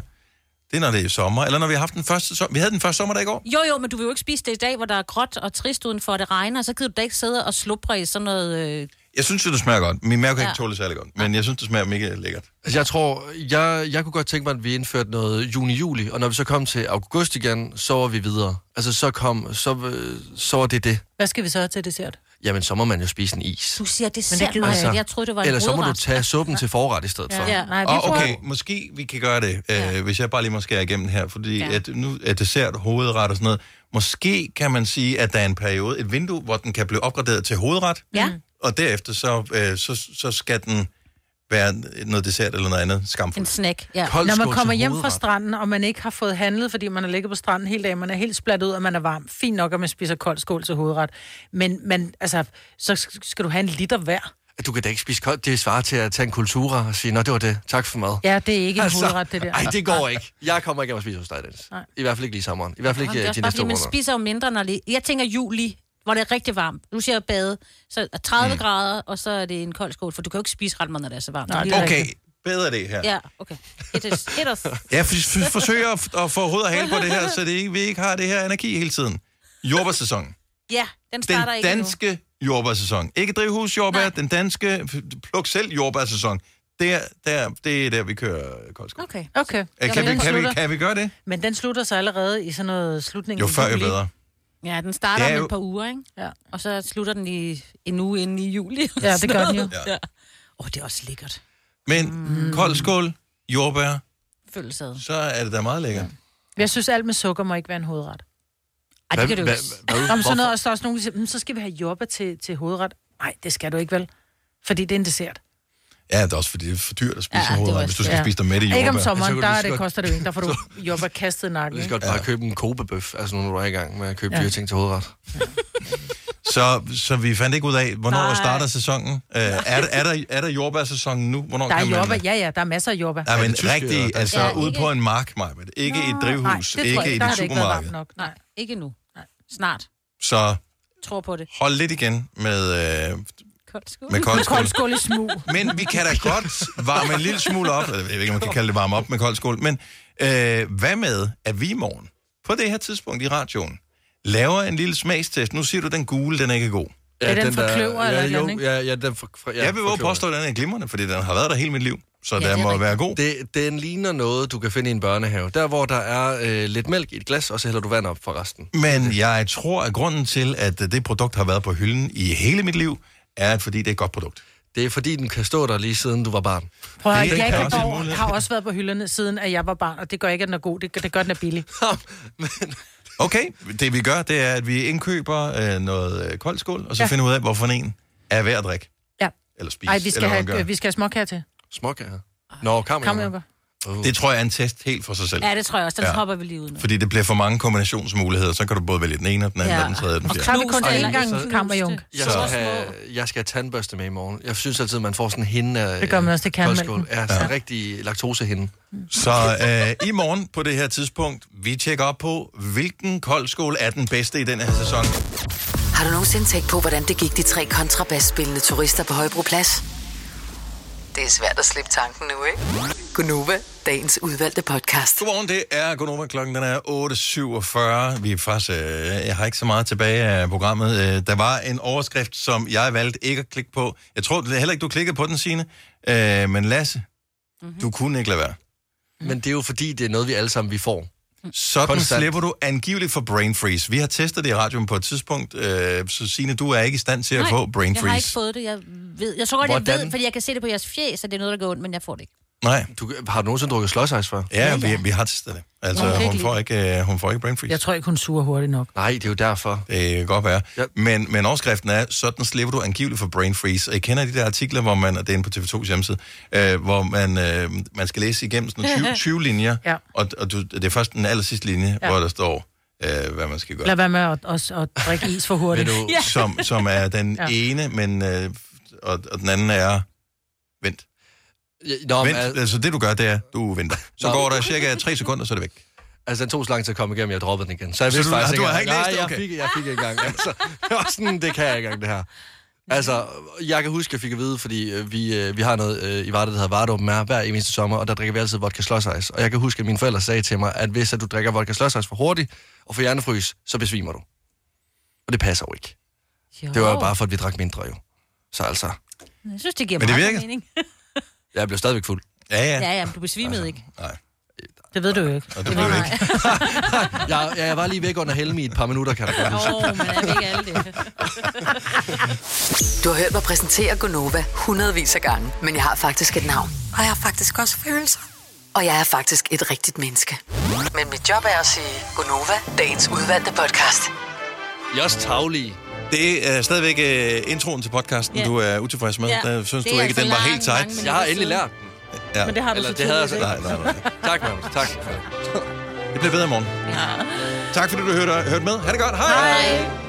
[SPEAKER 1] det er, når det er sommer, eller når vi har haft den første sommer. Vi havde den første sommer der i går.
[SPEAKER 4] Jo, jo, men du vil jo ikke spise det i dag, hvor der er gråt og trist udenfor, og det regner, og så gider du da ikke sidde og slubre i sådan noget... Øh...
[SPEAKER 1] Jeg synes jo, det smager godt. Min mave kan
[SPEAKER 4] Ja.
[SPEAKER 1] ikke tåle det særlig godt, men jeg synes, det smager mega lækkert.
[SPEAKER 3] Altså, jeg tror, jeg, jeg kunne godt tænke mig, at vi indførte noget juni-juli, og når vi så kom til august igen, så var vi videre. Altså, så kom, så, øh, så var det det.
[SPEAKER 2] Hvad skal vi så have til dessert?
[SPEAKER 3] Jamen, så må man jo spise en is.
[SPEAKER 4] Du siger, det
[SPEAKER 2] gider
[SPEAKER 4] ser
[SPEAKER 2] jeg
[SPEAKER 4] mig.
[SPEAKER 2] ikke.
[SPEAKER 4] Altså, jeg troede, det var en
[SPEAKER 3] Eller så må du
[SPEAKER 4] hovedret.
[SPEAKER 3] tage suppen til forret i stedet for.
[SPEAKER 4] Ja, nej, vi
[SPEAKER 1] og
[SPEAKER 4] får-
[SPEAKER 1] okay, måske vi kan gøre det, øh, hvis jeg bare lige må skære igennem her, fordi
[SPEAKER 4] Ja.
[SPEAKER 1] ja. at nu er dessert, hovedret og sådan noget. Måske kan man sige, at der er en periode, et vindue, hvor den kan blive opgraderet til hovedret,
[SPEAKER 4] Ja.
[SPEAKER 1] og derefter så, øh, så, så skal den være noget dessert eller noget andet
[SPEAKER 4] En
[SPEAKER 1] skamfuldt.
[SPEAKER 4] snack, ja.
[SPEAKER 1] Kold
[SPEAKER 2] Når man
[SPEAKER 1] skål til
[SPEAKER 2] kommer hjem fra
[SPEAKER 1] hovedret.
[SPEAKER 2] stranden, og man ikke har fået handlet, fordi man har ligget på stranden hele dagen, man er helt splat ud, og man er varm. Fint nok, at man spiser kold skål til hovedret. Men man, altså, så sk- skal du have en liter hver.
[SPEAKER 3] Du kan da ikke spise koldt. Det svarer til at tage en kultura og sige, nå, det var det. Tak for mad.
[SPEAKER 2] Ja, det er ikke en hovedret, det der.
[SPEAKER 3] altså, Ej, det går ikke. Jeg kommer ikke hjem og spiser hos dig, Dennis. Nej. I hvert fald ikke lige i sommeren. I hvert fald
[SPEAKER 4] Jamen,
[SPEAKER 3] ikke
[SPEAKER 4] det er
[SPEAKER 3] øh,
[SPEAKER 4] også
[SPEAKER 3] de
[SPEAKER 4] bare,
[SPEAKER 3] næste
[SPEAKER 4] fordi
[SPEAKER 3] to
[SPEAKER 4] man
[SPEAKER 3] måneder.
[SPEAKER 4] spiser jo mindre, når lige... Jeg tænker juli, hvor det er rigtig varmt. Nu siger jeg bade, så er 30 mm. grader, og så er det en kold skål, for du kan jo ikke spise ret meget, når det er så varmt. Det er lige
[SPEAKER 1] Okay,
[SPEAKER 4] rigtigt.
[SPEAKER 1] bedre det her.
[SPEAKER 4] Ja, okay. It is, it is.
[SPEAKER 1] Jeg f- f- forsøger at, f- at få hovedet og hale på det her, så det ikke, vi ikke har det her anarki hele tiden. Jordbærsæsonen.
[SPEAKER 4] Ja, den starter
[SPEAKER 1] Den
[SPEAKER 4] ikke endnu.
[SPEAKER 1] danske jordbærsæson. Ikke drivhusjordbær, den danske f- pluk selv jordbærsæson. Der, der, det er der, vi kører koldskål.
[SPEAKER 4] Okay.
[SPEAKER 2] Okay.
[SPEAKER 1] Øh,
[SPEAKER 2] Jo,
[SPEAKER 1] Kan,
[SPEAKER 2] men
[SPEAKER 1] vi,
[SPEAKER 2] den
[SPEAKER 1] kan, vi,
[SPEAKER 2] slutter-
[SPEAKER 1] kan vi gøre det?
[SPEAKER 2] Men den slutter så allerede i sådan noget slutning.
[SPEAKER 1] Jo før, jo bedre.
[SPEAKER 4] Ja, den starter
[SPEAKER 1] Det er
[SPEAKER 4] om
[SPEAKER 1] jo-
[SPEAKER 4] et par uger, ikke? Ja. Og så slutter den i en uge inden i juli.
[SPEAKER 2] Ja, det
[SPEAKER 4] [laughs]
[SPEAKER 2] gør den jo.
[SPEAKER 4] Ja. Åh, det er også lækkert.
[SPEAKER 1] Men mm. koldskål, jordbær,
[SPEAKER 4] Følelsad.
[SPEAKER 1] så er det da meget lækkert.
[SPEAKER 2] Jeg synes, alt med sukker må ikke være en hovedret.
[SPEAKER 4] Ej, det kan du ikke.
[SPEAKER 2] Om sådan noget, og så er også nogen, der siger, "Mm, så skal vi have jobber til, til hovedret. Nej, det skal du ikke vel, fordi det er en dessert.
[SPEAKER 1] Ja, det er også fordi, det er for dyrt at
[SPEAKER 2] Ja,
[SPEAKER 1] spise ja,
[SPEAKER 2] det var-
[SPEAKER 1] hovedet, hvis du skal
[SPEAKER 2] ja.
[SPEAKER 1] ja. spise dig med i jordbær.
[SPEAKER 2] Ikke om sommeren,
[SPEAKER 3] Ja, så kan du
[SPEAKER 2] der
[SPEAKER 3] lige
[SPEAKER 2] er
[SPEAKER 3] så
[SPEAKER 2] det,
[SPEAKER 3] godt-
[SPEAKER 2] koster det jo ikke. Der får
[SPEAKER 1] [laughs]
[SPEAKER 2] du jobber kastet i nakken.
[SPEAKER 3] Du skal
[SPEAKER 2] ikke?
[SPEAKER 3] godt bare købe en kobebøf, altså nu når du er i gang med at købe
[SPEAKER 2] Ja.
[SPEAKER 3] ja. dyre ting til hovedret.
[SPEAKER 1] Så, så vi fandt ikke ud af, hvornår
[SPEAKER 2] Nej.
[SPEAKER 1] Nej. starter sæsonen. Øh, er, der- er, der, er der jordbærsæsonen nu? Hvornår
[SPEAKER 2] Der er
[SPEAKER 1] kan man...
[SPEAKER 2] jobber, ja ja, der er masser af jobber.
[SPEAKER 1] Nej, men
[SPEAKER 2] det tyske,
[SPEAKER 1] rigtig,
[SPEAKER 2] ja.
[SPEAKER 1] altså
[SPEAKER 2] Ja,
[SPEAKER 1] ja, ude på en mark, Majbet. Ikke i et
[SPEAKER 4] Nej,
[SPEAKER 1] drivhus,
[SPEAKER 4] det tror
[SPEAKER 1] ikke
[SPEAKER 4] jeg
[SPEAKER 1] i
[SPEAKER 4] Der
[SPEAKER 1] et
[SPEAKER 4] har det ikke været varmt
[SPEAKER 1] supermarked.
[SPEAKER 2] nok.
[SPEAKER 4] Nej, ikke nu. Nej. Snart.
[SPEAKER 1] Så
[SPEAKER 4] Tror på det.
[SPEAKER 1] hold lidt igen med, øh,
[SPEAKER 4] Kold skål.
[SPEAKER 1] med koldskål.
[SPEAKER 2] Koldskål i smug.
[SPEAKER 1] Men vi
[SPEAKER 2] [laughs]
[SPEAKER 1] kan da godt varme en lille smule op. Jeg ved ikke, om man kan kalde det varme op med koldskål. Men øh, hvad med, at vi i morgen, på det her tidspunkt i radioen, laver en lille smagstest. Nu siger du, den gule, den er ikke god.
[SPEAKER 3] Ja, Er den den fra der- Kløver
[SPEAKER 1] ja,
[SPEAKER 3] eller et eller andet, ikke? ja, ja, den for, fra, ja,
[SPEAKER 1] Jeg vil
[SPEAKER 3] fra
[SPEAKER 1] våge
[SPEAKER 3] Kløver.
[SPEAKER 1] påstå, at den er glimrende, fordi den har været der hele mit liv. Så
[SPEAKER 3] Ja,
[SPEAKER 1] ja,
[SPEAKER 3] det
[SPEAKER 1] den
[SPEAKER 3] er
[SPEAKER 1] må
[SPEAKER 3] rigtigt.
[SPEAKER 1] være god.
[SPEAKER 3] Det, den ligner noget, du kan finde i en børnehave. Der, hvor der er øh, lidt mælk i et glas, og så hælder du vand op for resten.
[SPEAKER 1] Men jeg tror, at grunden til, at øh, det produkt har været på hylden i hele mit liv, er, at fordi det er et godt produkt.
[SPEAKER 3] Det er fordi, den kan stå der lige siden du var barn.
[SPEAKER 2] Prøv at
[SPEAKER 3] Det
[SPEAKER 2] høre,
[SPEAKER 3] kan
[SPEAKER 2] Jacob
[SPEAKER 3] også være en
[SPEAKER 2] Borg
[SPEAKER 3] mulighed.
[SPEAKER 2] har også været på hylderne, siden at jeg var barn, og det gør ikke, at den er god. Det, gør- det gør, at den er
[SPEAKER 1] [laughs]
[SPEAKER 2] billig.
[SPEAKER 1] Okay, det vi gør, det er, at vi indkøber øh, noget øh, koldskål, og så
[SPEAKER 2] Ja.
[SPEAKER 1] ja. finder ud af, hvorfor en er værd at drikke.
[SPEAKER 2] Ja.
[SPEAKER 1] Eller spise.
[SPEAKER 2] Nej, vi skal
[SPEAKER 1] eller hvad man
[SPEAKER 2] have,
[SPEAKER 1] gør.
[SPEAKER 2] øh, vi skal have småkager til.
[SPEAKER 3] Småkager. Nå,
[SPEAKER 2] Kammerjunker.
[SPEAKER 3] kammerjunker. Uh.
[SPEAKER 1] Det tror jeg er en test helt for sig selv.
[SPEAKER 4] Ja, det tror jeg også. Den
[SPEAKER 1] Ja.
[SPEAKER 4] hopper vi lige ud nu.
[SPEAKER 1] Fordi det bliver for mange kombinationsmuligheder, så kan du både vælge den ene, og den anden, ja. og den tredje, og den
[SPEAKER 4] Og
[SPEAKER 1] fjerde.
[SPEAKER 4] knus
[SPEAKER 2] kun
[SPEAKER 4] det,
[SPEAKER 2] én
[SPEAKER 4] eller
[SPEAKER 2] gang
[SPEAKER 4] ikke?
[SPEAKER 2] kammerjunk.
[SPEAKER 4] Knus det.
[SPEAKER 3] Jeg skal, have, jeg skal have tandbørste med i morgen. Jeg synes altid, man får sådan en hinde af
[SPEAKER 2] Det gør man
[SPEAKER 3] øh,
[SPEAKER 2] også til kernemælken.
[SPEAKER 3] koldskål. Ja, sådan en rigtig laktosehinde.
[SPEAKER 1] Så øh, i morgen på det her tidspunkt, vi tjekker op på, hvilken koldskål er den bedste i den her sæson.
[SPEAKER 7] Har du nogensinde tænkt på, hvordan det gik de tre kontrabasspillende turister på Højbroplads? Det er svært at slippe tanken nu, ikke? Gunova, dagens udvalgte podcast.
[SPEAKER 1] Godmorgen, det er Godnova. Klokken den er 8.47. Vi er faktisk, øh, jeg har ikke så meget tilbage af programmet. Øh, der var en overskrift, som jeg valgte ikke at klikke på. Jeg tror det er heller ikke, du klikkede på den, Signe. Øh, men Lasse,
[SPEAKER 4] Mhm.
[SPEAKER 1] mm-hmm. du kunne ikke lade være.
[SPEAKER 3] Men det er jo fordi, det er noget, vi alle sammen vi får.
[SPEAKER 1] Sådan
[SPEAKER 3] Konstant.
[SPEAKER 1] slipper du angiveligt for brain freeze. Vi har testet det i radioen på et tidspunkt, øh, så Signe, du er ikke i stand til at få brain
[SPEAKER 4] jeg har
[SPEAKER 1] freeze.
[SPEAKER 4] ikke fået det. Jeg, ved. jeg tror godt, jeg
[SPEAKER 1] Hvordan?
[SPEAKER 4] ved, fordi jeg kan se det på jeres fjes, at det er noget, der går ondt, men jeg får det ikke.
[SPEAKER 1] Nej.
[SPEAKER 3] Du, har du nogensinde drukket slåsejs før?
[SPEAKER 1] Ja, ja, Vi, vi har testet det. Altså,
[SPEAKER 4] Nå, jeg kan
[SPEAKER 1] ja, hun,
[SPEAKER 4] ikke
[SPEAKER 1] får ikke, øh, hun får ikke brain freeze.
[SPEAKER 2] Jeg tror ikke, hun suger hurtigt nok.
[SPEAKER 3] Nej, det er jo derfor.
[SPEAKER 1] Det kan godt være. Ja. Men, men overskriften er, sådan slipper du angiveligt for brain freeze. Og I kender de der artikler, hvor man, og det er inde på TV2's hjemmeside, øh, hvor man, øh, man skal læse igennem sådan
[SPEAKER 2] [laughs]
[SPEAKER 1] 20, 20 linjer,
[SPEAKER 2] Ja.
[SPEAKER 1] og, og du, det er først den aller sidste linje,
[SPEAKER 2] Ja.
[SPEAKER 1] ja. hvor der står, øh, hvad man skal gøre.
[SPEAKER 2] Lad være med at, at, at drikke is for hurtigt.
[SPEAKER 1] Ved du,
[SPEAKER 2] [laughs] Ja.
[SPEAKER 1] som, som er den
[SPEAKER 2] Ja.
[SPEAKER 1] ja. ene, men, øh, og, og den anden er, vent.
[SPEAKER 3] nå, men
[SPEAKER 1] vent.
[SPEAKER 3] al-
[SPEAKER 1] altså det du gør, det er, du venter. Så
[SPEAKER 3] Nå.
[SPEAKER 1] går der cirka 3 sekunder, så er det væk.
[SPEAKER 3] Altså, den tog så lang tid at komme igennem, jeg droppede den igen. Så jeg
[SPEAKER 1] Så
[SPEAKER 3] vidste
[SPEAKER 1] du-
[SPEAKER 3] faktisk
[SPEAKER 1] du har
[SPEAKER 3] engang-
[SPEAKER 1] ikke læst det?
[SPEAKER 3] Nej,
[SPEAKER 1] Okay.
[SPEAKER 3] jeg fik, jeg fik ikke
[SPEAKER 1] [laughs]
[SPEAKER 3] engang. Altså, jeg var sådan, det kan jeg ikke engang, det her. Altså, jeg kan huske, jeg fik at vide, fordi øh, vi, øh, vi har noget øh, i Varde, der hedder Varde Open Air, hver eneste sommer, og der drikker vi altid vodka slåsejs. Og jeg kan huske, at mine forældre sagde til mig, at hvis at du drikker vodka slåsejs for hurtigt og får hjernefrys, så besvimer du. Og det passer jo ikke. Jo. Det var jo bare for, at vi drak mindre jo. Så altså,
[SPEAKER 4] Jeg synes, det giver
[SPEAKER 3] Men det
[SPEAKER 4] meget
[SPEAKER 3] virkede.
[SPEAKER 4] mening.
[SPEAKER 3] jeg blev stadigvæk fuld.
[SPEAKER 4] Ja, ja, men du besvimede altså, ikke.
[SPEAKER 2] Det ved du jo ikke.
[SPEAKER 1] Det ved du ikke.
[SPEAKER 3] Jeg, jeg, jeg var lige væk under helme i et par minutter, kan jeg da godt huske.
[SPEAKER 4] Åh, oh, men jeg ikke alle det.
[SPEAKER 7] Du har hørt mig præsentere Gunova hundredvis af gange, men jeg har faktisk et navn. Og jeg har faktisk også følelser. Og jeg er faktisk et rigtigt menneske. Men mit job er at sige Gunova, dagens udvalgte podcast.
[SPEAKER 3] Jeg er også tavlige.
[SPEAKER 1] Det er stadigvæk uh, introen til podcasten,
[SPEAKER 3] Ja.
[SPEAKER 1] yeah. du er utilfreds med.
[SPEAKER 3] Ja.
[SPEAKER 1] Yeah. Der synes
[SPEAKER 3] Det
[SPEAKER 1] du
[SPEAKER 3] er
[SPEAKER 1] ikke,
[SPEAKER 3] altså
[SPEAKER 1] den var
[SPEAKER 3] lang,
[SPEAKER 1] helt
[SPEAKER 3] mange
[SPEAKER 1] tight.
[SPEAKER 3] minutter Jeg har endelig siden. lært
[SPEAKER 1] den.
[SPEAKER 2] Men det har du så
[SPEAKER 1] det havde jeg så
[SPEAKER 2] tydeligt
[SPEAKER 1] Nej, nej, nej.
[SPEAKER 3] Tak, Magnus. Tak.
[SPEAKER 1] Det bliver bedre i morgen. Tak fordi du hørte, hørte med. Ha' det godt. Hej.
[SPEAKER 2] Hej.